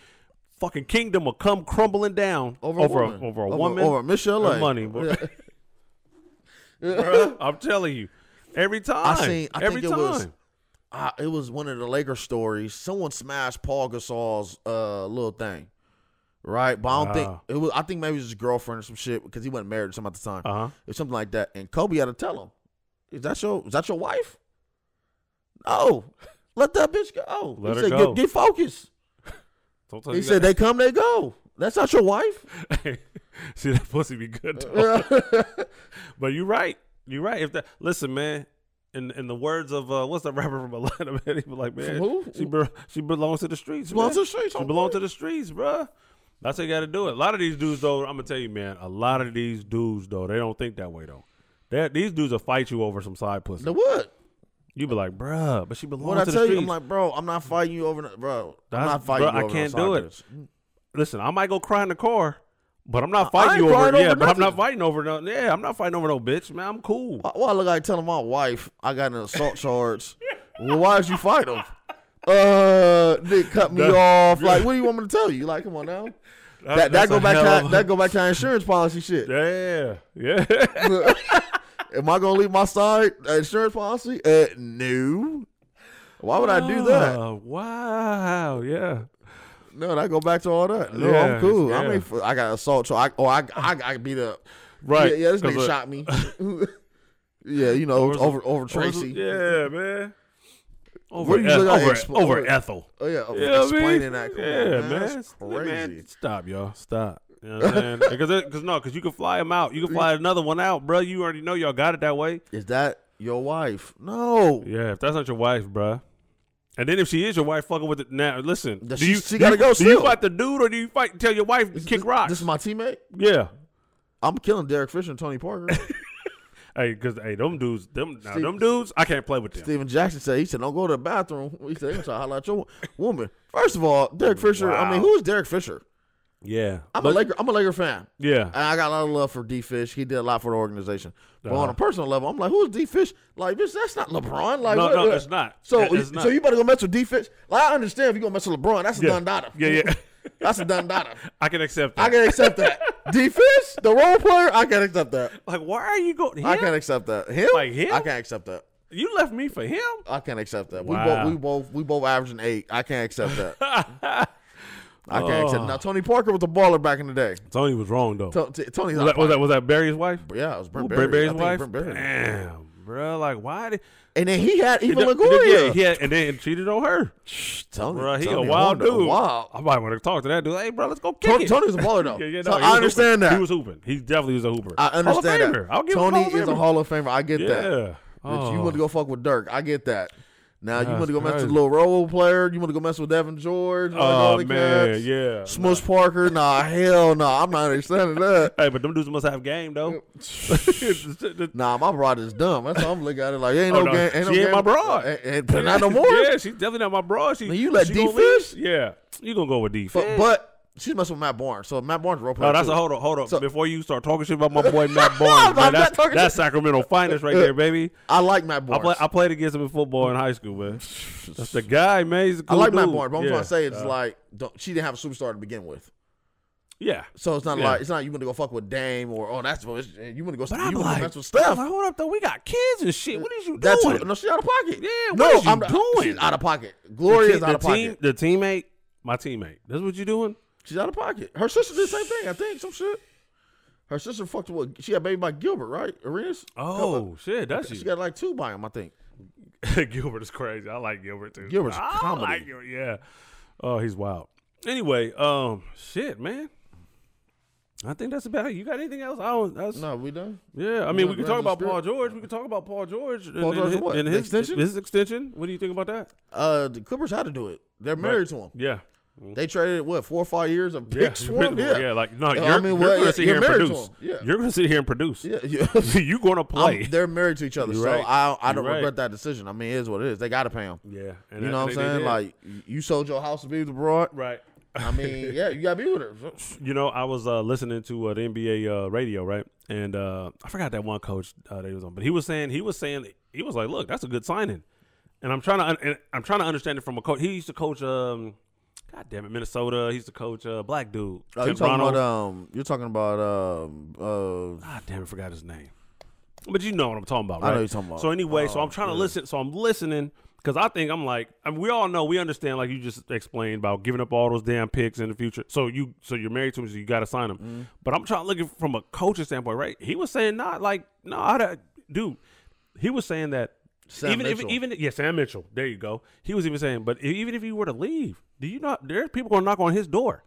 Speaker 1: fucking kingdom will come crumbling down over over a,
Speaker 2: woman.
Speaker 1: over a woman
Speaker 2: over Michelle
Speaker 1: and money. But, bruh, I'm telling you, every time.
Speaker 2: seen- I
Speaker 1: every
Speaker 2: think it
Speaker 1: time.
Speaker 2: was- I, Ah, it was one of the Lakers stories. Someone smashed Paul Gasol's uh, little thing, right? But I don't think
Speaker 1: Wow.
Speaker 2: it was. I think maybe it was his girlfriend or some shit because he wasn't married to someone at the time.
Speaker 1: uh huh.
Speaker 2: It's something like that. And Kobe had to tell him, "Is that your is that your wife? No, let that bitch go." Oh,
Speaker 1: Let
Speaker 2: he
Speaker 1: her
Speaker 2: said,
Speaker 1: go.
Speaker 2: Get, get focused.
Speaker 1: Sometimes
Speaker 2: He
Speaker 1: you
Speaker 2: said, "They come, they go." That's not your wife.
Speaker 1: gotta- see that pussy be
Speaker 2: Uh,
Speaker 1: good. Though. But you're right. You're right. If that listen, man. In in the words of uh, what's that rapper from Atlanta? Man, he was like, man,
Speaker 2: who?
Speaker 1: she be- she belongs to the streets.
Speaker 2: belongs
Speaker 1: man.
Speaker 2: to the streets,
Speaker 1: She
Speaker 2: homeboy.
Speaker 1: belongs to the streets, bruh. That's how you got to do it. A lot of these dudes, though, I'm gonna tell you, man. A lot of these dudes, though, they don't think that way, though. That these dudes will fight you over some side pussy.
Speaker 2: They would.
Speaker 1: You be like, bruh, but she belongs
Speaker 2: What I
Speaker 1: to the
Speaker 2: tell you,
Speaker 1: streets.
Speaker 2: I'm like, bro, I'm not fighting you over, the, bro. I'm
Speaker 1: That's-
Speaker 2: not fighting
Speaker 1: bro,
Speaker 2: you
Speaker 1: I
Speaker 2: over
Speaker 1: can't
Speaker 2: no side
Speaker 1: do it.
Speaker 2: bitch.
Speaker 1: Listen, I might go cry in the car, but I'm not
Speaker 2: ain't
Speaker 1: fighting you over.
Speaker 2: crying
Speaker 1: yeah,
Speaker 2: over
Speaker 1: but I'm not
Speaker 2: nothing.
Speaker 1: fighting over no. Yeah, I'm not fighting over no bitch, man. I'm cool.
Speaker 2: Why, why look like telling my wife I got an assault charge? well, why did you fight him? Uh, they cut me
Speaker 1: That-
Speaker 2: off. Like, what do you want me to tell you? Like, come on now. That that
Speaker 1: that's
Speaker 2: go
Speaker 1: a
Speaker 2: back
Speaker 1: hell of
Speaker 2: to
Speaker 1: a-
Speaker 2: that go back to our insurance policy shit.
Speaker 1: Yeah, yeah.
Speaker 2: Am I gonna leave my side uh, insurance policy? Uh, no. Why would I do that?
Speaker 1: Oh, wow. Yeah.
Speaker 2: No, that go back to all that. No,
Speaker 1: Yeah,
Speaker 2: I'm cool. I
Speaker 1: yeah.
Speaker 2: mean, f- I got assault charge. I, oh, I, I got beat up.
Speaker 1: Right.
Speaker 2: Yeah, yeah this
Speaker 1: 'Cause,
Speaker 2: nigga
Speaker 1: uh,
Speaker 2: shot me. yeah, you know,
Speaker 1: Or is it-
Speaker 2: over over
Speaker 1: or is it-
Speaker 2: Tracy.
Speaker 1: Yeah, man. Over,
Speaker 2: What do you
Speaker 1: Eth-
Speaker 2: look like
Speaker 1: over,
Speaker 2: expo-
Speaker 1: over
Speaker 2: over-
Speaker 1: Ethel.
Speaker 2: Oh yeah,
Speaker 1: You know what I mean?
Speaker 2: explaining that. Come on,
Speaker 1: yeah,
Speaker 2: man, That's
Speaker 1: Look,
Speaker 2: crazy.
Speaker 1: man, stop, y'all. Stop. You know what I'm saying? Because, because no, because you can fly them out. You can fly another one out, bro. You already know y'all got it that way.
Speaker 2: Is that your wife? No.
Speaker 1: Yeah, if that's not your wife, bruh. And then if she is your wife, fucking with it now. Listen,
Speaker 2: Does
Speaker 1: do
Speaker 2: she-
Speaker 1: you,
Speaker 2: she
Speaker 1: do
Speaker 2: gotta
Speaker 1: you-
Speaker 2: go
Speaker 1: Do you
Speaker 2: still?
Speaker 1: fight the dude or do you fight tell your wife to kick
Speaker 2: This-
Speaker 1: rocks?
Speaker 2: This is my teammate.
Speaker 1: yeah.
Speaker 2: I'm killing Derek Fisher and Tony Parker.
Speaker 1: Hey, because hey, them dudes, them now,
Speaker 2: Steve-
Speaker 1: them dudes, I can't play with them.
Speaker 2: Steven Jackson said he said don't go to the bathroom. He said they try to highlight your wo- woman. First of all, Derek Fisher. I mean,
Speaker 1: Wow.
Speaker 2: who is Derek Fisher?
Speaker 1: Yeah,
Speaker 2: I'm
Speaker 1: But-
Speaker 2: a Laker. I'm a Laker fan.
Speaker 1: yeah,
Speaker 2: And I got a lot of love for D Fish. He did a lot for the organization. But
Speaker 1: Uh-huh.
Speaker 2: on a personal level, I'm like, who is D Fish? Like, bitch, that's not LeBron. Like,
Speaker 1: No,
Speaker 2: what-
Speaker 1: no,
Speaker 2: what-
Speaker 1: it's not.
Speaker 2: So,
Speaker 1: It- it's
Speaker 2: so
Speaker 1: not.
Speaker 2: you better go mess with D Fish. Like, I understand if you gonna mess with LeBron, that's a
Speaker 1: Yeah.
Speaker 2: done data.
Speaker 1: Yeah, yeah.
Speaker 2: that's a done data.
Speaker 1: I can accept that.
Speaker 2: I can accept that. D Fish, the role player, I can accept that.
Speaker 1: like, why are you going?
Speaker 2: I
Speaker 1: Him?
Speaker 2: can't accept that. Him?
Speaker 1: Like him?
Speaker 2: I can't accept that.
Speaker 1: You left me for him.
Speaker 2: I can't accept that.
Speaker 1: Wow.
Speaker 2: We both we both we both averaging eight. I can't accept that. I can't accept.
Speaker 1: Oh.
Speaker 2: Now Tony Parker was a baller back in the day.
Speaker 1: Tony was wrong though.
Speaker 2: To- to- Tony's
Speaker 1: was,
Speaker 2: not.
Speaker 1: that, was
Speaker 2: Was
Speaker 1: that was that Barry's wife?
Speaker 2: yeah, it was
Speaker 1: Ooh,
Speaker 2: Brent
Speaker 1: Barry,
Speaker 2: Barry.
Speaker 1: Barry's
Speaker 2: I think
Speaker 1: wife.
Speaker 2: Brent Barry.
Speaker 1: Damn, bro, like why did?
Speaker 2: And then he had even
Speaker 1: Yeah,
Speaker 2: Longoria.
Speaker 1: Yeah, he had, and then cheated on her.
Speaker 2: Tony,
Speaker 1: Bro, he
Speaker 2: Tony
Speaker 1: a wild
Speaker 2: Honda,
Speaker 1: dude.
Speaker 2: Wow.
Speaker 1: I might want to talk to that dude. Hey, bro, let's go kick
Speaker 2: Tony,
Speaker 1: it.
Speaker 2: Tony's a baller though.
Speaker 1: yeah, yeah,
Speaker 2: So
Speaker 1: no, he was
Speaker 2: I understand
Speaker 1: hooping.
Speaker 2: that.
Speaker 1: He was hooping. He definitely was a hooper.
Speaker 2: I understand
Speaker 1: Hall of
Speaker 2: that.
Speaker 1: Famer. I'll give
Speaker 2: Tony
Speaker 1: him
Speaker 2: is a Hall of Famer. I get
Speaker 1: Yeah.
Speaker 2: that. But you
Speaker 1: Oh.
Speaker 2: want to go fuck with Dirk. I get that. Now you
Speaker 1: That's
Speaker 2: want to go mess with
Speaker 1: crazy.
Speaker 2: a little role player. You want to go mess with Devin George. like all
Speaker 1: Oh
Speaker 2: the
Speaker 1: man,
Speaker 2: cats.
Speaker 1: yeah.
Speaker 2: Smush Parker. Nah, hell no. I'm not understanding that.
Speaker 1: Hey, but them dudes must have game though.
Speaker 2: Nah, my broad is dumb. That's how I'm looking at it. Like, ain't
Speaker 1: Oh, no.
Speaker 2: no, game. Ain't no
Speaker 1: She ain't
Speaker 2: game.
Speaker 1: my broad.
Speaker 2: Ain't, ain't- not no more.
Speaker 1: yeah, she's definitely not my bro. She,
Speaker 2: Man, you let
Speaker 1: she
Speaker 2: D
Speaker 1: gonna leave?
Speaker 2: fish?
Speaker 1: Yeah, you gonna go with D fish?
Speaker 2: But, but she's messing with Matt Barnes. So Matt Barnes role player.
Speaker 1: No, Oh, that's
Speaker 2: too.
Speaker 1: a hold up, hold up.
Speaker 2: So-
Speaker 1: Before you start talking shit about my boy Matt Barnes,
Speaker 2: I'm
Speaker 1: man,
Speaker 2: not
Speaker 1: that's,
Speaker 2: talking
Speaker 1: that's
Speaker 2: shit.
Speaker 1: Sacramento finest right there, baby.
Speaker 2: I like Matt
Speaker 1: I,
Speaker 2: Barnes.
Speaker 1: play, I played against him in football in high school, man. That's the guy, man. He's a
Speaker 2: I
Speaker 1: cool
Speaker 2: like Matt
Speaker 1: dude.
Speaker 2: Barnes, but I'm
Speaker 1: yeah. Uh,
Speaker 2: trying to say it's like don't, she didn't have a superstar to begin with.
Speaker 1: yeah.
Speaker 2: So it's not
Speaker 1: Yeah.
Speaker 2: like it's not you want to go fuck with Dame or oh that's what it's- you want to go
Speaker 1: But
Speaker 2: you
Speaker 1: I'm
Speaker 2: want
Speaker 1: like,
Speaker 2: to mess with Steph.
Speaker 1: I'm like, hold up though, we got kids and shit. What is you
Speaker 2: that's
Speaker 1: doing?
Speaker 2: what, no, she's out of pocket.
Speaker 1: Yeah,
Speaker 2: no,
Speaker 1: what is you
Speaker 2: I'm not-
Speaker 1: doing?
Speaker 2: She's out of pocket.
Speaker 1: The
Speaker 2: Gloria
Speaker 1: te-
Speaker 2: is out of
Speaker 1: the team,
Speaker 2: pocket.
Speaker 1: the teammate, my teammate. That's what you doing?
Speaker 2: She's out of pocket. Her sister did the same thing. I think some shit. Her sister fucked with. She had a baby by Gilbert, right? Arenas.
Speaker 1: Oh shit, that's
Speaker 2: She
Speaker 1: you.
Speaker 2: got like two by him, I think.
Speaker 1: Gilbert is crazy. I like Gilbert too.
Speaker 2: Gilbert's
Speaker 1: I
Speaker 2: comedy.
Speaker 1: Like Gilbert, yeah. Oh, he's wild. Anyway, um, shit, man. I think that's about it. You got anything else? I don't. That's,
Speaker 2: No, we done.
Speaker 1: Yeah, I mean, we
Speaker 2: wanna
Speaker 1: can
Speaker 2: grab
Speaker 1: talk
Speaker 2: the
Speaker 1: about
Speaker 2: spirit?
Speaker 1: Paul George. We can talk about Paul George. and-
Speaker 2: Paul
Speaker 1: and,
Speaker 2: George
Speaker 1: his,
Speaker 2: what?
Speaker 1: and
Speaker 2: The
Speaker 1: his
Speaker 2: extension?
Speaker 1: His extension. What do you think about that?
Speaker 2: Uh, the Clippers had to do it. They're married to him.
Speaker 1: Yeah.
Speaker 2: They traded what four or five years of
Speaker 1: mm. Yeah,
Speaker 2: picks for him.
Speaker 1: yeah.
Speaker 2: Yeah,
Speaker 1: like no,
Speaker 2: I
Speaker 1: you're,
Speaker 2: mean,
Speaker 1: you're
Speaker 2: well,
Speaker 1: gonna
Speaker 2: yeah,
Speaker 1: sit
Speaker 2: you're
Speaker 1: here and
Speaker 2: married to
Speaker 1: produce.
Speaker 2: him. Yeah.
Speaker 1: You're gonna sit here and produce.
Speaker 2: yeah. yeah.
Speaker 1: you're gonna
Speaker 2: I'm-
Speaker 1: play.
Speaker 2: they're married to each other,
Speaker 1: You're
Speaker 2: so
Speaker 1: right.
Speaker 2: I I don't
Speaker 1: You're right.
Speaker 2: regret that decision. I mean, it is what it is. They got to pay him.
Speaker 1: yeah, and
Speaker 2: You
Speaker 1: that-
Speaker 2: know what I'm
Speaker 1: they- they
Speaker 2: saying?
Speaker 1: did.
Speaker 2: Like you sold your house to be with abroad.
Speaker 1: right.
Speaker 2: I mean, yeah, you gotta be with her.
Speaker 1: You know, I was uh, listening to uh, the NBA uh, radio, right? And uh, I forgot that one coach uh, that he was on, but he was saying he was saying he was like, "Look, that's a good signing." and I'm trying to un- and I'm trying to understand it from a coach. He used to coach, um, God damn it, Minnesota. He used to coach a uh, black dude.
Speaker 2: Oh,
Speaker 1: Tim
Speaker 2: you're talking
Speaker 1: Bronnell.
Speaker 2: about um, you're talking about um, uh,
Speaker 1: God damn, I forgot his name. But you know what I'm talking about,
Speaker 2: I
Speaker 1: right?
Speaker 2: know you're talking about. Oh,
Speaker 1: So anyway, so I'm trying to listen. So I'm listening because I think I'm like I mean, we all know we understand like you just explained about giving up all those damn picks in the future. So you so you're married to him, so you got to sign him.
Speaker 2: Mm-hmm.
Speaker 1: But I'm trying to look at from a coaching standpoint, right? He was saying not like no, I don't- dude. He was saying that
Speaker 2: Sam
Speaker 1: even
Speaker 2: Mitchell.
Speaker 1: if even yeah Sam Mitchell, there you go. He was even saying, but even if you were to leave, do you not? There's people gonna knock on his door.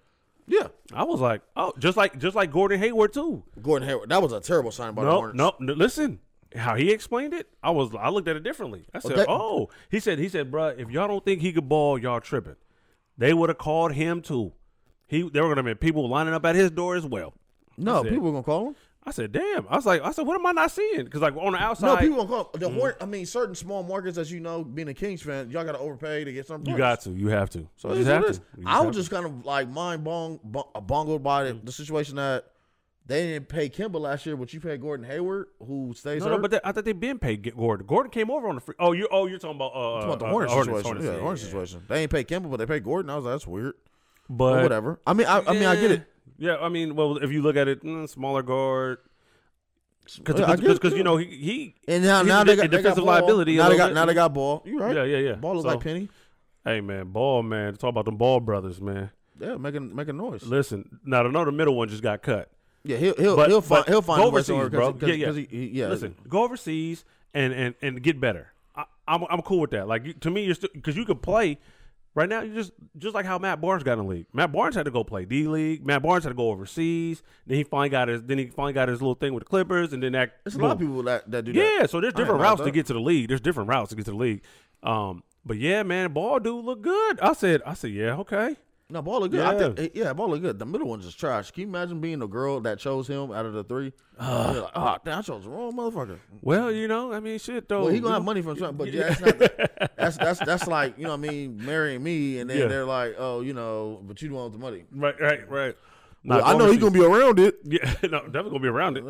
Speaker 2: yeah,
Speaker 1: I was like, oh, just like just like Gordon Hayward too.
Speaker 2: Gordon Hayward. That was a terrible sign by the
Speaker 1: No,
Speaker 2: Hornets.
Speaker 1: no, no, listen. How he explained it, I was I looked at it differently. I said,
Speaker 2: that-
Speaker 1: "Oh," he said. He said, "Bruh, if y'all don't think he could ball, y'all tripping. They would have called him too. He there were gonna be people lining up at his door as well."
Speaker 2: no,
Speaker 1: That's it.
Speaker 2: people were gonna call him.
Speaker 1: I said, "Damn!" I was like, "I said, what am I not seeing?" Because like mm-hmm. on the outside,
Speaker 2: No, people gonna call him. The Horn. I mean, certain small markets, as you know, being a Kings fan, y'all gotta overpay to get some.
Speaker 1: you
Speaker 2: players.
Speaker 1: got to, you have to. So
Speaker 2: It
Speaker 1: you
Speaker 2: is
Speaker 1: have
Speaker 2: what it
Speaker 1: to.
Speaker 2: is.
Speaker 1: You
Speaker 2: I
Speaker 1: have
Speaker 2: was just kind of like mind bong, bong bongled by the, the situation that they didn't pay Kimba last year, but you paid Gordon Hayward, who
Speaker 1: to.
Speaker 2: stays.
Speaker 1: no, no, but that, I thought they been paid G- Gordon. Gordon came over on the free. Oh, you oh you're talking about uh
Speaker 2: about the
Speaker 1: uh,
Speaker 2: Hornets,
Speaker 1: uh,
Speaker 2: situation.
Speaker 1: Hornets,
Speaker 2: yeah,
Speaker 1: yeah,
Speaker 2: Hornets
Speaker 1: yeah.
Speaker 2: situation. They ain't pay Kimba, but they paid Gordon. I was like, that's weird.
Speaker 1: But
Speaker 2: But whatever. I mean, I, I mean, I get it.
Speaker 1: Yeah, I mean, well, if you look at it, mm, smaller guard. Because
Speaker 2: Yeah, I get it,
Speaker 1: you
Speaker 2: yeah.
Speaker 1: know he, he
Speaker 2: And now,
Speaker 1: he's
Speaker 2: now
Speaker 1: a
Speaker 2: they
Speaker 1: de-
Speaker 2: got
Speaker 1: a
Speaker 2: they got
Speaker 1: defensive
Speaker 2: ball.
Speaker 1: liability. a
Speaker 2: Now they
Speaker 1: little
Speaker 2: got
Speaker 1: bit.
Speaker 2: now they got ball. You right?
Speaker 1: Yeah, yeah, yeah.
Speaker 2: Ball is
Speaker 1: So,
Speaker 2: like Penny.
Speaker 1: Hey man, ball man. Talk about them ball brothers, man.
Speaker 2: Yeah, making making noise.
Speaker 1: Listen, now I know the middle one just got cut.
Speaker 2: Yeah, he'll he'll
Speaker 1: But-
Speaker 2: he'll find
Speaker 1: but
Speaker 2: he'll find
Speaker 1: go
Speaker 2: a way somewhere
Speaker 1: overseas, bro.
Speaker 2: 'cause-
Speaker 1: Yeah, yeah.
Speaker 2: 'cause he- he- yeah.
Speaker 1: Listen, go overseas and and and get better. I, I'm I'm cool with that. Like you, to me, you're because you could play. Right now, you just just like how Matt Barnes got in the league. Matt Barnes had to go play D League. Matt Barnes had to go overseas. Then he finally got his then he finally got his little thing with the Clippers, and then that
Speaker 2: There's a lot of
Speaker 1: boom.
Speaker 2: people that that do that.
Speaker 1: Yeah, so there's
Speaker 2: I ain't
Speaker 1: different
Speaker 2: mad at
Speaker 1: routes to
Speaker 2: that.
Speaker 1: get to the league. There's different routes to get to the league. Um, but yeah, man, ball dude look good. I said, I said, yeah, okay.
Speaker 2: No, ball look good. I
Speaker 1: Yeah.
Speaker 2: think, eh, yeah, ball look good. The middle one's just trash. Can you imagine being the girl that chose him out of the three? You're like, oh, damn, I chose the wrong motherfucker.
Speaker 1: Well, you know, I mean, shit though.
Speaker 2: Well, he
Speaker 1: Oh,
Speaker 2: gonna
Speaker 1: you
Speaker 2: have
Speaker 1: know.
Speaker 2: money from something, but yeah, that's, not, that's that's that's like you know what I mean, marrying me, and then
Speaker 1: Yeah.
Speaker 2: they're like, oh, you know, but you don't want the money.
Speaker 1: Right, right, right.
Speaker 2: Well, I know he's gonna be around it.
Speaker 1: be. Yeah, no, definitely gonna be around it.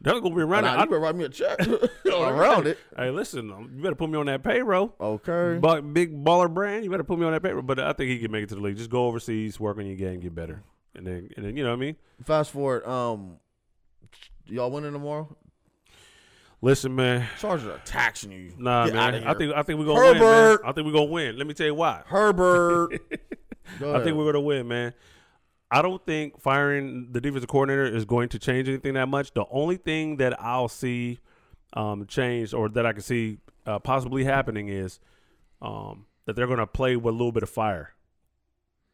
Speaker 1: definitely gonna be around
Speaker 2: Nah, you
Speaker 1: it.
Speaker 2: better write me a check
Speaker 1: I-
Speaker 2: around it.
Speaker 1: Hey, listen, um, you better put me on that payroll.
Speaker 2: Okay.
Speaker 1: Bu- big baller brand, you better put me on that payroll. But I think he can make it to the league. Just go overseas, work on your game, get better, and then and then you know what I mean.
Speaker 2: Fast forward. Um, y'all winning tomorrow?
Speaker 1: Listen, man.
Speaker 2: Chargers are taxing you.
Speaker 1: Nah,
Speaker 2: Get outta
Speaker 1: man. I
Speaker 2: here.
Speaker 1: think I think we're gonna win, man.
Speaker 2: Herbert.
Speaker 1: I think we're gonna win. Let me tell you why.
Speaker 2: Herbert. Go
Speaker 1: I
Speaker 2: ahead.
Speaker 1: think we're gonna win, man. I don't think firing the defensive coordinator is going to change anything that much. The only thing that I'll see um, change or that I can see uh, possibly happening is um, that they're gonna play with a little bit of fire.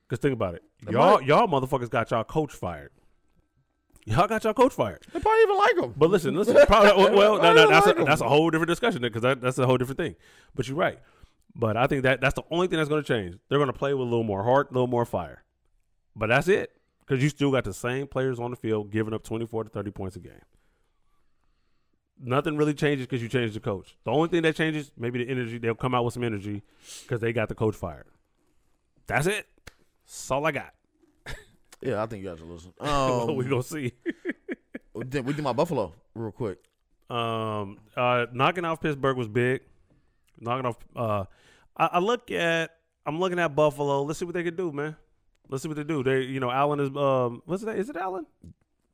Speaker 1: Cause think about it,
Speaker 2: They
Speaker 1: y'all
Speaker 2: might.
Speaker 1: y'all motherfuckers got y'all coach fired. Y'all got y'all coach fired.
Speaker 2: they probably even like him.
Speaker 1: But listen, listen. Probably, well, no, no,
Speaker 2: I
Speaker 1: that's,
Speaker 2: like
Speaker 1: a,
Speaker 2: 'em.
Speaker 1: that's a whole different discussion because that, that's a whole different thing. But you're right. But I think that that's the only thing that's going to change. They're going to play with a little more heart, a little more fire. But that's it because you still got the same players on the field giving up 24 to 30 points a game. Nothing really changes because you change the coach. The only thing that changes, maybe the energy. They'll come out with some energy because they got the coach fired. That's it. That's all I got.
Speaker 2: Yeah, I think you guys are losing.
Speaker 1: But
Speaker 2: Um,
Speaker 1: we gonna see.
Speaker 2: we did, we did my Buffalo real quick.
Speaker 1: Um, uh, knocking off Pittsburgh was big. Knocking off. Uh, I, I look at. I'm looking at Buffalo. Let's see what they can do, man. Let's see what they do. They, you know, Allen is. Um, what's his name? Is it Allen?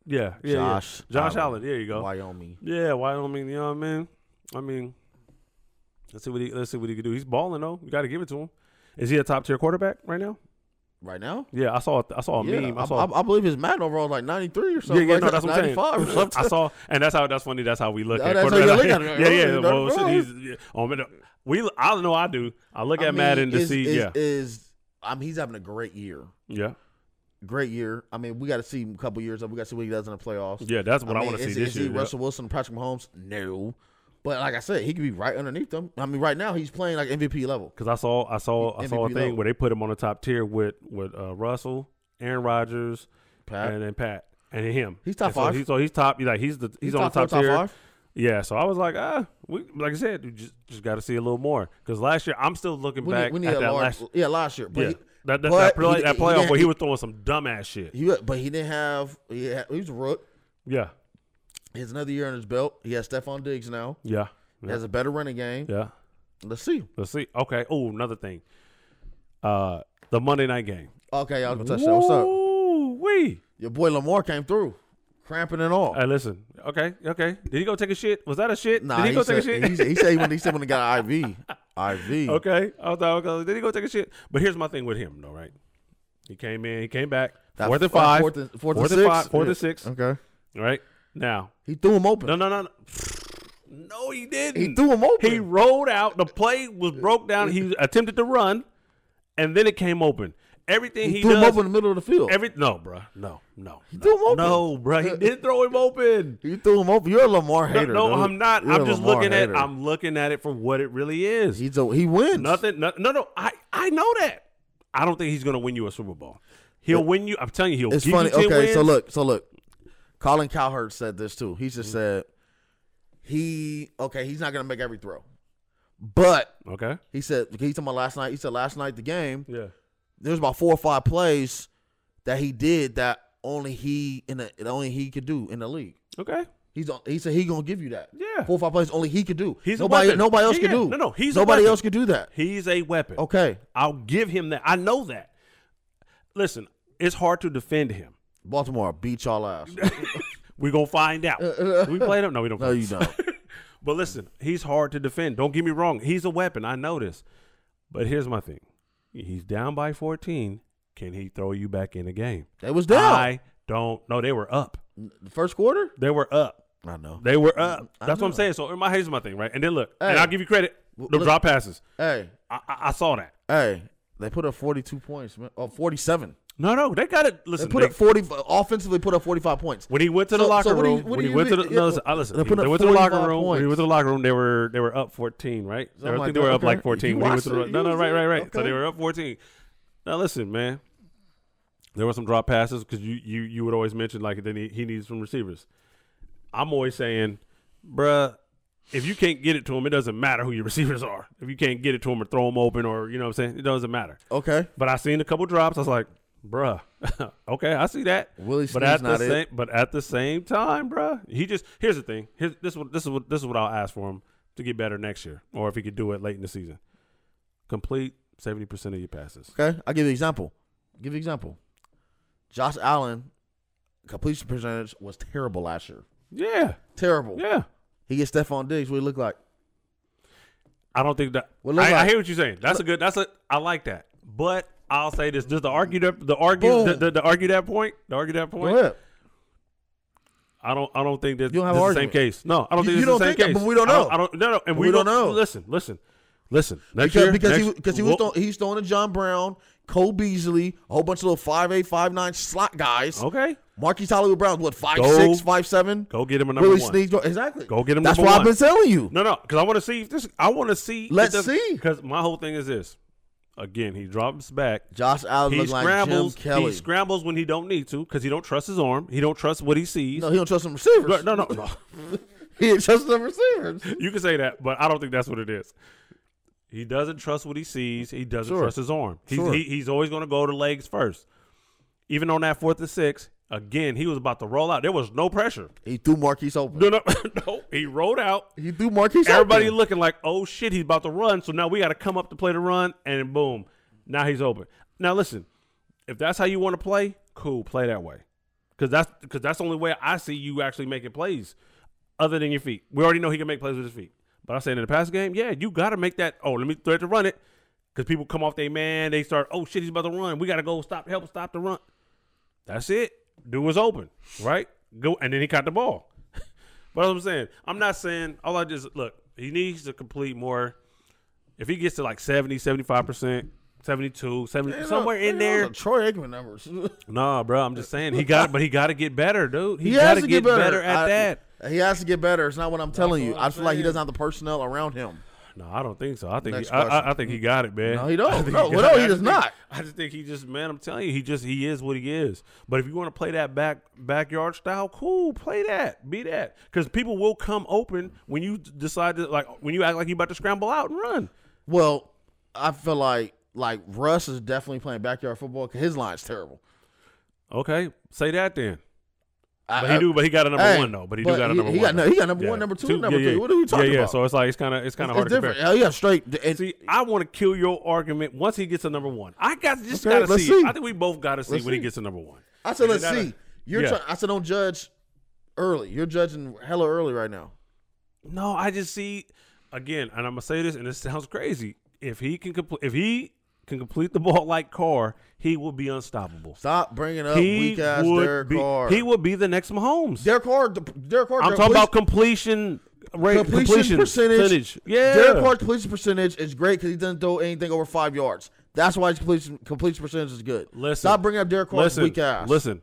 Speaker 1: Yeah, yeah, yeah.
Speaker 2: Josh
Speaker 1: Josh
Speaker 2: Allen.
Speaker 1: Allen. There you go.
Speaker 2: Wyoming.
Speaker 1: Yeah, Wyoming. You know what I mean? I mean, let's see what he. Let's see what he can do. He's balling though. You got to give it to him. Is he a top tier quarterback right now?
Speaker 2: Right now?
Speaker 1: Yeah, I saw. I saw a
Speaker 2: yeah,
Speaker 1: meme.
Speaker 2: I,
Speaker 1: Oh, I saw.
Speaker 2: I, I believe his Madden overall is like 93 or
Speaker 1: yeah,
Speaker 2: something.
Speaker 1: yeah,
Speaker 2: like
Speaker 1: no,
Speaker 2: that,
Speaker 1: that's what I'm saying.
Speaker 2: 95 or something.
Speaker 1: I saw, and that's how that's funny. That's how we look
Speaker 2: Yeah,
Speaker 1: at.
Speaker 2: that's how
Speaker 1: quarterbacks.
Speaker 2: you look at it.
Speaker 1: yeah, yeah.
Speaker 2: That's
Speaker 1: Well, shit,
Speaker 2: right.
Speaker 1: he's, yeah. Oh, man, we. I don't know. I do. I look at
Speaker 2: I mean,
Speaker 1: Madden to
Speaker 2: is-
Speaker 1: see.
Speaker 2: is-
Speaker 1: yeah,
Speaker 2: Is, I mean, he's having a great year.
Speaker 1: yeah,
Speaker 2: Great year. I mean, we got to see him a couple years up. We got to see what he does in the playoffs.
Speaker 1: yeah. That's what I,
Speaker 2: mean,
Speaker 1: want to see
Speaker 2: is,
Speaker 1: this
Speaker 2: is
Speaker 1: year.
Speaker 2: he
Speaker 1: yeah.
Speaker 2: Russell Wilson, Patrick Mahomes? No. But like I said, he could be right underneath them. I mean, right now he's playing like MVP level.
Speaker 1: Because I saw, I saw, I saw a
Speaker 2: MVP
Speaker 1: thing
Speaker 2: level.
Speaker 1: where they put him on the top tier with with uh, Russell, Aaron Rodgers,
Speaker 2: Pat.
Speaker 1: and then Pat, and then him.
Speaker 2: He's top
Speaker 1: And so
Speaker 2: five.
Speaker 1: He's, so he's top. Like he's the he's, on
Speaker 2: top
Speaker 1: the top
Speaker 2: four, top
Speaker 1: tier.
Speaker 2: five.
Speaker 1: Yeah. So I was like, ah, we, like I said, you just just got to see a little more. Because last year, I'm still looking
Speaker 2: We
Speaker 1: back
Speaker 2: need, we need
Speaker 1: at
Speaker 2: a
Speaker 1: that
Speaker 2: large,
Speaker 1: last.
Speaker 2: yeah, last year. But
Speaker 1: Yeah.
Speaker 2: he-
Speaker 1: That, that,
Speaker 2: but
Speaker 1: that, play,
Speaker 2: he-
Speaker 1: that
Speaker 2: he
Speaker 1: playoff
Speaker 2: didn't-
Speaker 1: where he was throwing some dumbass shit.
Speaker 2: He, but he didn't have. He, had, he was a rook.
Speaker 1: Yeah.
Speaker 2: He has another year on his belt. He has Stephon Diggs now.
Speaker 1: Yeah.
Speaker 2: He has a better running game.
Speaker 1: Yeah.
Speaker 2: Let's see.
Speaker 1: Let's see. Okay. Oh, another thing. Uh, the Monday night game.
Speaker 2: Okay, I was gonna touch that. What's up?
Speaker 1: wee.
Speaker 2: Your boy Lamar came through, cramping and all.
Speaker 1: Hey, listen. Okay. Okay. Did he go take a shit? Was that a shit?
Speaker 2: Nah,
Speaker 1: Did
Speaker 2: he,
Speaker 1: he go
Speaker 2: said,
Speaker 1: take a shit?
Speaker 2: he said he said when he said when he got an IV, IV.
Speaker 1: Okay. I thought, okay, did he go take a shit? But here's my thing with him, though, right? He came in, he came back.
Speaker 2: That
Speaker 1: fourth and
Speaker 2: f- that
Speaker 1: five.
Speaker 2: fourth and- fourth and six?
Speaker 1: five. Fourth and
Speaker 2: Yeah. Uh-huh.
Speaker 1: six.
Speaker 2: Okay,
Speaker 1: Right? Now.
Speaker 2: he threw him open.
Speaker 1: No, no, no. no. No, he didn't.
Speaker 2: He threw him open.
Speaker 1: He rolled out. The play was broke down. He attempted to run, and then it came open. Everything
Speaker 2: he,
Speaker 1: he,
Speaker 2: threw him
Speaker 1: does,
Speaker 2: open in the middle of the field.
Speaker 1: every no, bruh, no, no. He no,
Speaker 2: threw him open.
Speaker 1: No, bruh, he did throw him open.
Speaker 2: you threw him open. You're a Lamar
Speaker 1: No,
Speaker 2: hater.
Speaker 1: no,
Speaker 2: dude.
Speaker 1: I'm not.
Speaker 2: You're a
Speaker 1: I'm just
Speaker 2: Lamar
Speaker 1: looking
Speaker 2: hater.
Speaker 1: at. I'm looking at it for what it really is.
Speaker 2: He's a, he wins.
Speaker 1: Nothing. No, no, no. I I know that. I don't think he's gonna win you a Super Bowl. He'll win you. I'm telling you, he'll
Speaker 2: It's
Speaker 1: give
Speaker 2: funny.
Speaker 1: you 10
Speaker 2: Okay,
Speaker 1: wins.
Speaker 2: so look, so look. Colin Cowherd said this too. He just said he okay. He's not gonna make every throw, but
Speaker 1: Okay.
Speaker 2: he said he's talking about last night. He said last night the game.
Speaker 1: Yeah.
Speaker 2: There's about four or five plays that he did that only he in the that only he could do in the league.
Speaker 1: Okay.
Speaker 2: He's on, he said he gonna give you that.
Speaker 1: Yeah.
Speaker 2: four or five plays only he could do.
Speaker 1: He's a
Speaker 2: nobody
Speaker 1: weapon.
Speaker 2: nobody else
Speaker 1: Yeah,
Speaker 2: could
Speaker 1: yeah.
Speaker 2: do.
Speaker 1: No, no, he's a
Speaker 2: nobody
Speaker 1: weapon.
Speaker 2: else could do that.
Speaker 1: He's a weapon.
Speaker 2: Okay,
Speaker 1: I'll give him that. I know that. Listen, it's hard to defend him.
Speaker 2: Baltimore beat y'all ass.
Speaker 1: We're gonna find out. we played him. No, we don't.
Speaker 2: no,
Speaker 1: play
Speaker 2: you
Speaker 1: him.
Speaker 2: don't.
Speaker 1: But listen, he's hard to defend. Don't get me wrong. He's a weapon. I know this. But here's my thing. He's down by 14. Can he throw you back in the game?
Speaker 2: They was down
Speaker 1: I don't know. They were up.
Speaker 2: the first quarter.
Speaker 1: They were up.
Speaker 2: I know.
Speaker 1: They were up.
Speaker 2: I
Speaker 1: That's what I'm
Speaker 2: know.
Speaker 1: saying. So in my here's my thing, right? And then look,
Speaker 2: Hey.
Speaker 1: and I'll give you credit. The
Speaker 2: look-
Speaker 1: drop passes.
Speaker 2: Hey,
Speaker 1: I, I, I saw that.
Speaker 2: Hey, they put up 42 points, man. Oh, 47.
Speaker 1: No, no, they got it.
Speaker 2: They
Speaker 1: Listen,
Speaker 2: put
Speaker 1: they-
Speaker 2: up 40 offensively put up 45 points.
Speaker 1: when he went to the
Speaker 2: So- so
Speaker 1: locker
Speaker 2: what do you-
Speaker 1: room,
Speaker 2: what
Speaker 1: when
Speaker 2: do
Speaker 1: he
Speaker 2: you
Speaker 1: went to the
Speaker 2: mean?
Speaker 1: no,
Speaker 2: Yeah,
Speaker 1: listen, I listen.
Speaker 2: they put
Speaker 1: they
Speaker 2: up
Speaker 1: went to the locker
Speaker 2: 45
Speaker 1: room. When he went
Speaker 2: points.
Speaker 1: to the locker room, they were they were up 14, right? They were, I
Speaker 2: Something
Speaker 1: think
Speaker 2: like
Speaker 1: they were
Speaker 2: that.
Speaker 1: up like
Speaker 2: Okay.
Speaker 1: 14.
Speaker 2: You
Speaker 1: When he went
Speaker 2: watched
Speaker 1: to the,
Speaker 2: it.
Speaker 1: no,
Speaker 2: You
Speaker 1: no,
Speaker 2: was
Speaker 1: right, right,
Speaker 2: there.
Speaker 1: right. So
Speaker 2: Okay.
Speaker 1: they were up 14. Now listen, man. There were some drop passes because you you you would always mention like then he, he needs some receivers. I'm always saying, bruh, if you can't get it to him, it doesn't matter who your receivers are. If you can't get it to him or throw him open or you know what I'm saying, it doesn't matter.
Speaker 2: Okay.
Speaker 1: But I seen a couple drops. I was like, bruh, okay, I see that.
Speaker 2: Willie
Speaker 1: but
Speaker 2: Sneed's
Speaker 1: at the
Speaker 2: not it.
Speaker 1: same, but at the same time, bruh, he just here's the thing. Here's this what this is what this is what I'll ask for him to get better next year, or if he could do it late in the season. Complete seventy percent of your passes.
Speaker 2: Okay. I'll give you an example. Give you an example. Josh Allen completion percentage was terrible last year.
Speaker 1: Yeah,
Speaker 2: Terrible.
Speaker 1: yeah.
Speaker 2: He gets Stephon Diggs. What he look like?
Speaker 1: I don't think that.
Speaker 2: Well, look
Speaker 1: I, I
Speaker 2: like-
Speaker 1: hear what you're saying. That's a good. That's a. I like that. But I'll say this: just to argue that, the argue,
Speaker 2: Boom.
Speaker 1: the, the, the argue that point, the argue that
Speaker 2: Go
Speaker 1: point.
Speaker 2: ahead.
Speaker 1: I don't. I don't think that.
Speaker 2: You don't have
Speaker 1: this
Speaker 2: an
Speaker 1: is the same
Speaker 2: argument.
Speaker 1: case. No, I don't
Speaker 2: You-
Speaker 1: think
Speaker 2: you
Speaker 1: this is
Speaker 2: don't
Speaker 1: the same
Speaker 2: think that,
Speaker 1: case.
Speaker 2: but we don't
Speaker 1: I don't,
Speaker 2: know.
Speaker 1: I don't- no, no, and
Speaker 2: we
Speaker 1: we, don't,
Speaker 2: don't know.
Speaker 1: Listen, listen, listen. Next
Speaker 2: Because,
Speaker 1: year,
Speaker 2: because he
Speaker 1: next-
Speaker 2: because he was
Speaker 1: we'll-
Speaker 2: throwing, he's throwing to John Brown, Cole Beasley, a whole bunch of little five eight five nine slot guys.
Speaker 1: okay.
Speaker 2: Marquise Hollywood Brown's what five
Speaker 1: Oh. Go-
Speaker 2: six five seven.
Speaker 1: Go get him a number
Speaker 2: Willie
Speaker 1: one.
Speaker 2: Sneed. Go, exactly.
Speaker 1: Go get him
Speaker 2: That's
Speaker 1: number
Speaker 2: what
Speaker 1: one.
Speaker 2: I've been telling you.
Speaker 1: No, no, because I want to see if this. I want to see.
Speaker 2: Let's see.
Speaker 1: Because my whole thing is this. Again, he drops back.
Speaker 2: Josh Allen
Speaker 1: He
Speaker 2: looks like Jim
Speaker 1: scrambles.
Speaker 2: Kelly.
Speaker 1: He scrambles when he don't need to because he don't trust his arm. He don't trust what he sees.
Speaker 2: No, he don't trust them receivers.
Speaker 1: No, no, no. no.
Speaker 2: He didn't trust them receivers.
Speaker 1: You can say that, but I don't think that's what it is. He doesn't trust what he sees. He doesn't
Speaker 2: Sure.
Speaker 1: trust his arm. He's,
Speaker 2: Sure.
Speaker 1: he, he's always going to go to legs first. Even on that fourth and six, again, he was about to roll out. There was no pressure.
Speaker 2: He threw Marquise open.
Speaker 1: No, no, no. He rolled out.
Speaker 2: He threw Marquise
Speaker 1: Everybody
Speaker 2: open.
Speaker 1: looking like, oh shit, he's about to run. So now we got to come up to play the run, and boom, now he's open. Now listen, if that's how you want to play, cool, play that way, because that's because that's the only way I see you actually making plays, other than your feet. We already know he can make plays with his feet, but I said in the past game, yeah, you got to make that. Oh, let me threat to run it, because people come off their man, they start, oh shit, he's about to run. We got to go stop, help stop the run. That's it. Dude was open, right? Go and then he caught the ball. But I'm saying, I'm not saying all I just look, he needs to complete more. If he gets to like 70, 75%, 72, 70, somewhere in there.
Speaker 2: Troy Aikman numbers. he
Speaker 1: Nah, bro, I'm just saying he got but he got to get better, dude. He, got
Speaker 2: has
Speaker 1: to
Speaker 2: to
Speaker 1: get, better, at
Speaker 2: I-
Speaker 1: that.
Speaker 2: He has to get better. It's not what I'm telling you.
Speaker 1: what
Speaker 2: I
Speaker 1: I'm
Speaker 2: feel like he
Speaker 1: saying.
Speaker 2: doesn't have the personnel around him.
Speaker 1: No, I don't think so. I think he,
Speaker 2: Next
Speaker 1: I, I, I
Speaker 2: question.
Speaker 1: think he got it, man.
Speaker 2: No, he don't.
Speaker 1: I think
Speaker 2: No,
Speaker 1: got
Speaker 2: well, no,
Speaker 1: it.
Speaker 2: he
Speaker 1: I
Speaker 2: does
Speaker 1: just
Speaker 2: not.
Speaker 1: Think, I just think he just, man. I'm telling you, he just he is what he is. But if you want to play that back backyard style, cool, play that, be that, because people will come open when you decide to like when you act like you about to scramble out and run.
Speaker 2: Well, I feel like like Russ is definitely playing backyard football because his line's terrible.
Speaker 1: Okay, say that then.
Speaker 2: I-
Speaker 1: But he
Speaker 2: I-
Speaker 1: do, but he got a number
Speaker 2: Hey,
Speaker 1: one though. But he do
Speaker 2: but
Speaker 1: got a
Speaker 2: he-
Speaker 1: number
Speaker 2: he
Speaker 1: one.
Speaker 2: got no- he got number
Speaker 1: though.
Speaker 2: one, number two,
Speaker 1: Yeah.
Speaker 2: number three. What are we talking
Speaker 1: yeah, yeah.
Speaker 2: about?
Speaker 1: So it's like it's kind of it's kind of
Speaker 2: It's
Speaker 1: hard to
Speaker 2: different.
Speaker 1: compare.
Speaker 2: Hell yeah, straight. And
Speaker 1: See, I want to kill your argument once he gets a number one. I got just
Speaker 2: Okay,
Speaker 1: gotta
Speaker 2: let's
Speaker 1: see.
Speaker 2: see.
Speaker 1: it. I think we both gotta see
Speaker 2: Let's
Speaker 1: when he
Speaker 2: see.
Speaker 1: gets a number one.
Speaker 2: I said,
Speaker 1: And
Speaker 2: let's
Speaker 1: then I-
Speaker 2: see. You're
Speaker 1: yeah.
Speaker 2: trying. I said, don't judge early. You're judging hella early right now.
Speaker 1: No, I just see again, and I'm gonna say this, and it sounds crazy. If he can complete, if he can complete the ball like Carr, he will be unstoppable.
Speaker 2: Stop bringing up
Speaker 1: He
Speaker 2: weak ass
Speaker 1: would
Speaker 2: Derek
Speaker 1: be.
Speaker 2: Carr.
Speaker 1: He will be the next Mahomes.
Speaker 2: Derek Carr. Derek Carr.
Speaker 1: I'm talking
Speaker 2: Derek- please-
Speaker 1: about completion rate,
Speaker 2: completion,
Speaker 1: completion,
Speaker 2: percentage,
Speaker 1: Yeah,
Speaker 2: Derek Carr's completion percentage is great because he doesn't throw anything over five yards. That's why his completion, completion percentage is good.
Speaker 1: Listen.
Speaker 2: stop bringing up Derek Carr's
Speaker 1: listen,
Speaker 2: weak ass.
Speaker 1: listen.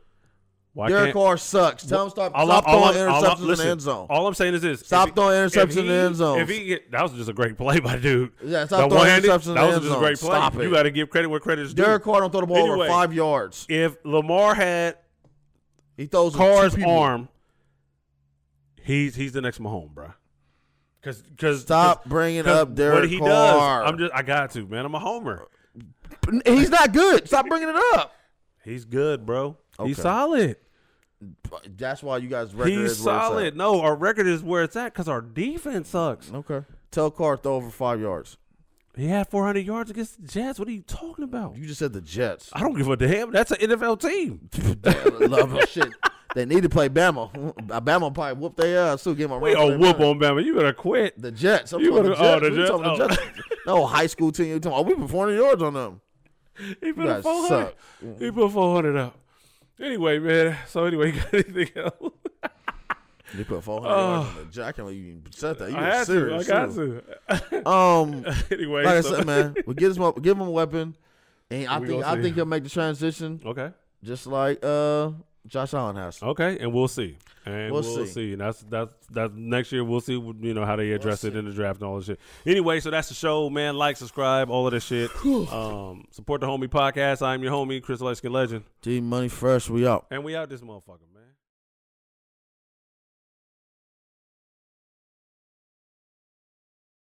Speaker 1: Why
Speaker 2: Derek
Speaker 1: can't-
Speaker 2: Carr sucks. Tell him stop,
Speaker 1: All
Speaker 2: stop
Speaker 1: I'm- all
Speaker 2: throwing
Speaker 1: I'm- all
Speaker 2: interceptions
Speaker 1: I'm-
Speaker 2: in
Speaker 1: listen,
Speaker 2: the end zone.
Speaker 1: All I'm saying is this:
Speaker 2: Stop
Speaker 1: if he-
Speaker 2: throwing interceptions
Speaker 1: if
Speaker 2: in the
Speaker 1: he-
Speaker 2: end zones.
Speaker 1: If he get, that was just a great play by dude.
Speaker 2: Yeah,
Speaker 1: that
Speaker 2: stop throwing
Speaker 1: one-handed,
Speaker 2: interceptions in
Speaker 1: That
Speaker 2: the
Speaker 1: was
Speaker 2: end
Speaker 1: just a
Speaker 2: zone.
Speaker 1: great play.
Speaker 2: Stop it.
Speaker 1: You got to give credit where credit is due.
Speaker 2: Derek Carr don't throw the ball
Speaker 1: Anyway.
Speaker 2: over five yards.
Speaker 1: if Lamar had
Speaker 2: He throws to two
Speaker 1: Carr's
Speaker 2: people.
Speaker 1: arm, he's he's the next Mahomes, bro. Because because
Speaker 2: Stop bringing up Derek
Speaker 1: what he
Speaker 2: Carr.
Speaker 1: does, I'm just I got to man. I'm a homer.
Speaker 2: He's not good. Stop bringing it up.
Speaker 1: He's good, bro. He's
Speaker 2: Okay.
Speaker 1: solid.
Speaker 2: That's why you guys record
Speaker 1: he's
Speaker 2: is where it's at.
Speaker 1: solid. No, our record is where it's at because our defense sucks.
Speaker 2: Okay. Tell Carr throw over five yards.
Speaker 1: He had 400 yards against the Jets. What are you talking about?
Speaker 2: You just said the Jets.
Speaker 1: I don't give a damn. That's an NFL team.
Speaker 2: Love of shit. They need to play Bama. Bama probably whoop their ass too. Get my
Speaker 1: We gonna Oh, whoop on Bama. You better quit.
Speaker 2: The Jets. I'm
Speaker 1: You
Speaker 2: talking
Speaker 1: wanna- oh,
Speaker 2: the Jets.
Speaker 1: the
Speaker 2: We talking
Speaker 1: Jets.
Speaker 2: the Jets. No high school team. You talking? Oh, we put 400 yards on them.
Speaker 1: He put a
Speaker 2: guys
Speaker 1: 400.
Speaker 2: suck.
Speaker 1: He put 400 up. Anyway, man. So anyway, you got anything else?
Speaker 2: They put 400 yards on the Jets. I can't believe you even said that. You
Speaker 1: Oh. I
Speaker 2: were
Speaker 1: had
Speaker 2: serious.
Speaker 1: to. I got
Speaker 2: too.
Speaker 1: to.
Speaker 2: Um,
Speaker 1: anyway,
Speaker 2: like I
Speaker 1: so-
Speaker 2: said, man, we give him a, give him a weapon, and I
Speaker 1: We
Speaker 2: think
Speaker 1: gonna
Speaker 2: I
Speaker 1: see.
Speaker 2: think he'll make the transition
Speaker 1: Okay.
Speaker 2: just like uh Josh Allen has.
Speaker 1: Okay, and we'll see. And
Speaker 2: We'll
Speaker 1: we'll,
Speaker 2: see.
Speaker 1: see. And that's that's that's next year. We'll see. You know how they address it in the draft and all this shit. Anyway, so that's the show, man. Like, subscribe, all of this shit. um, support the homie podcast. I'm your homie, Chris Lexington Legend,
Speaker 2: T Money Fresh, we out.
Speaker 1: and we out this motherfucker, man.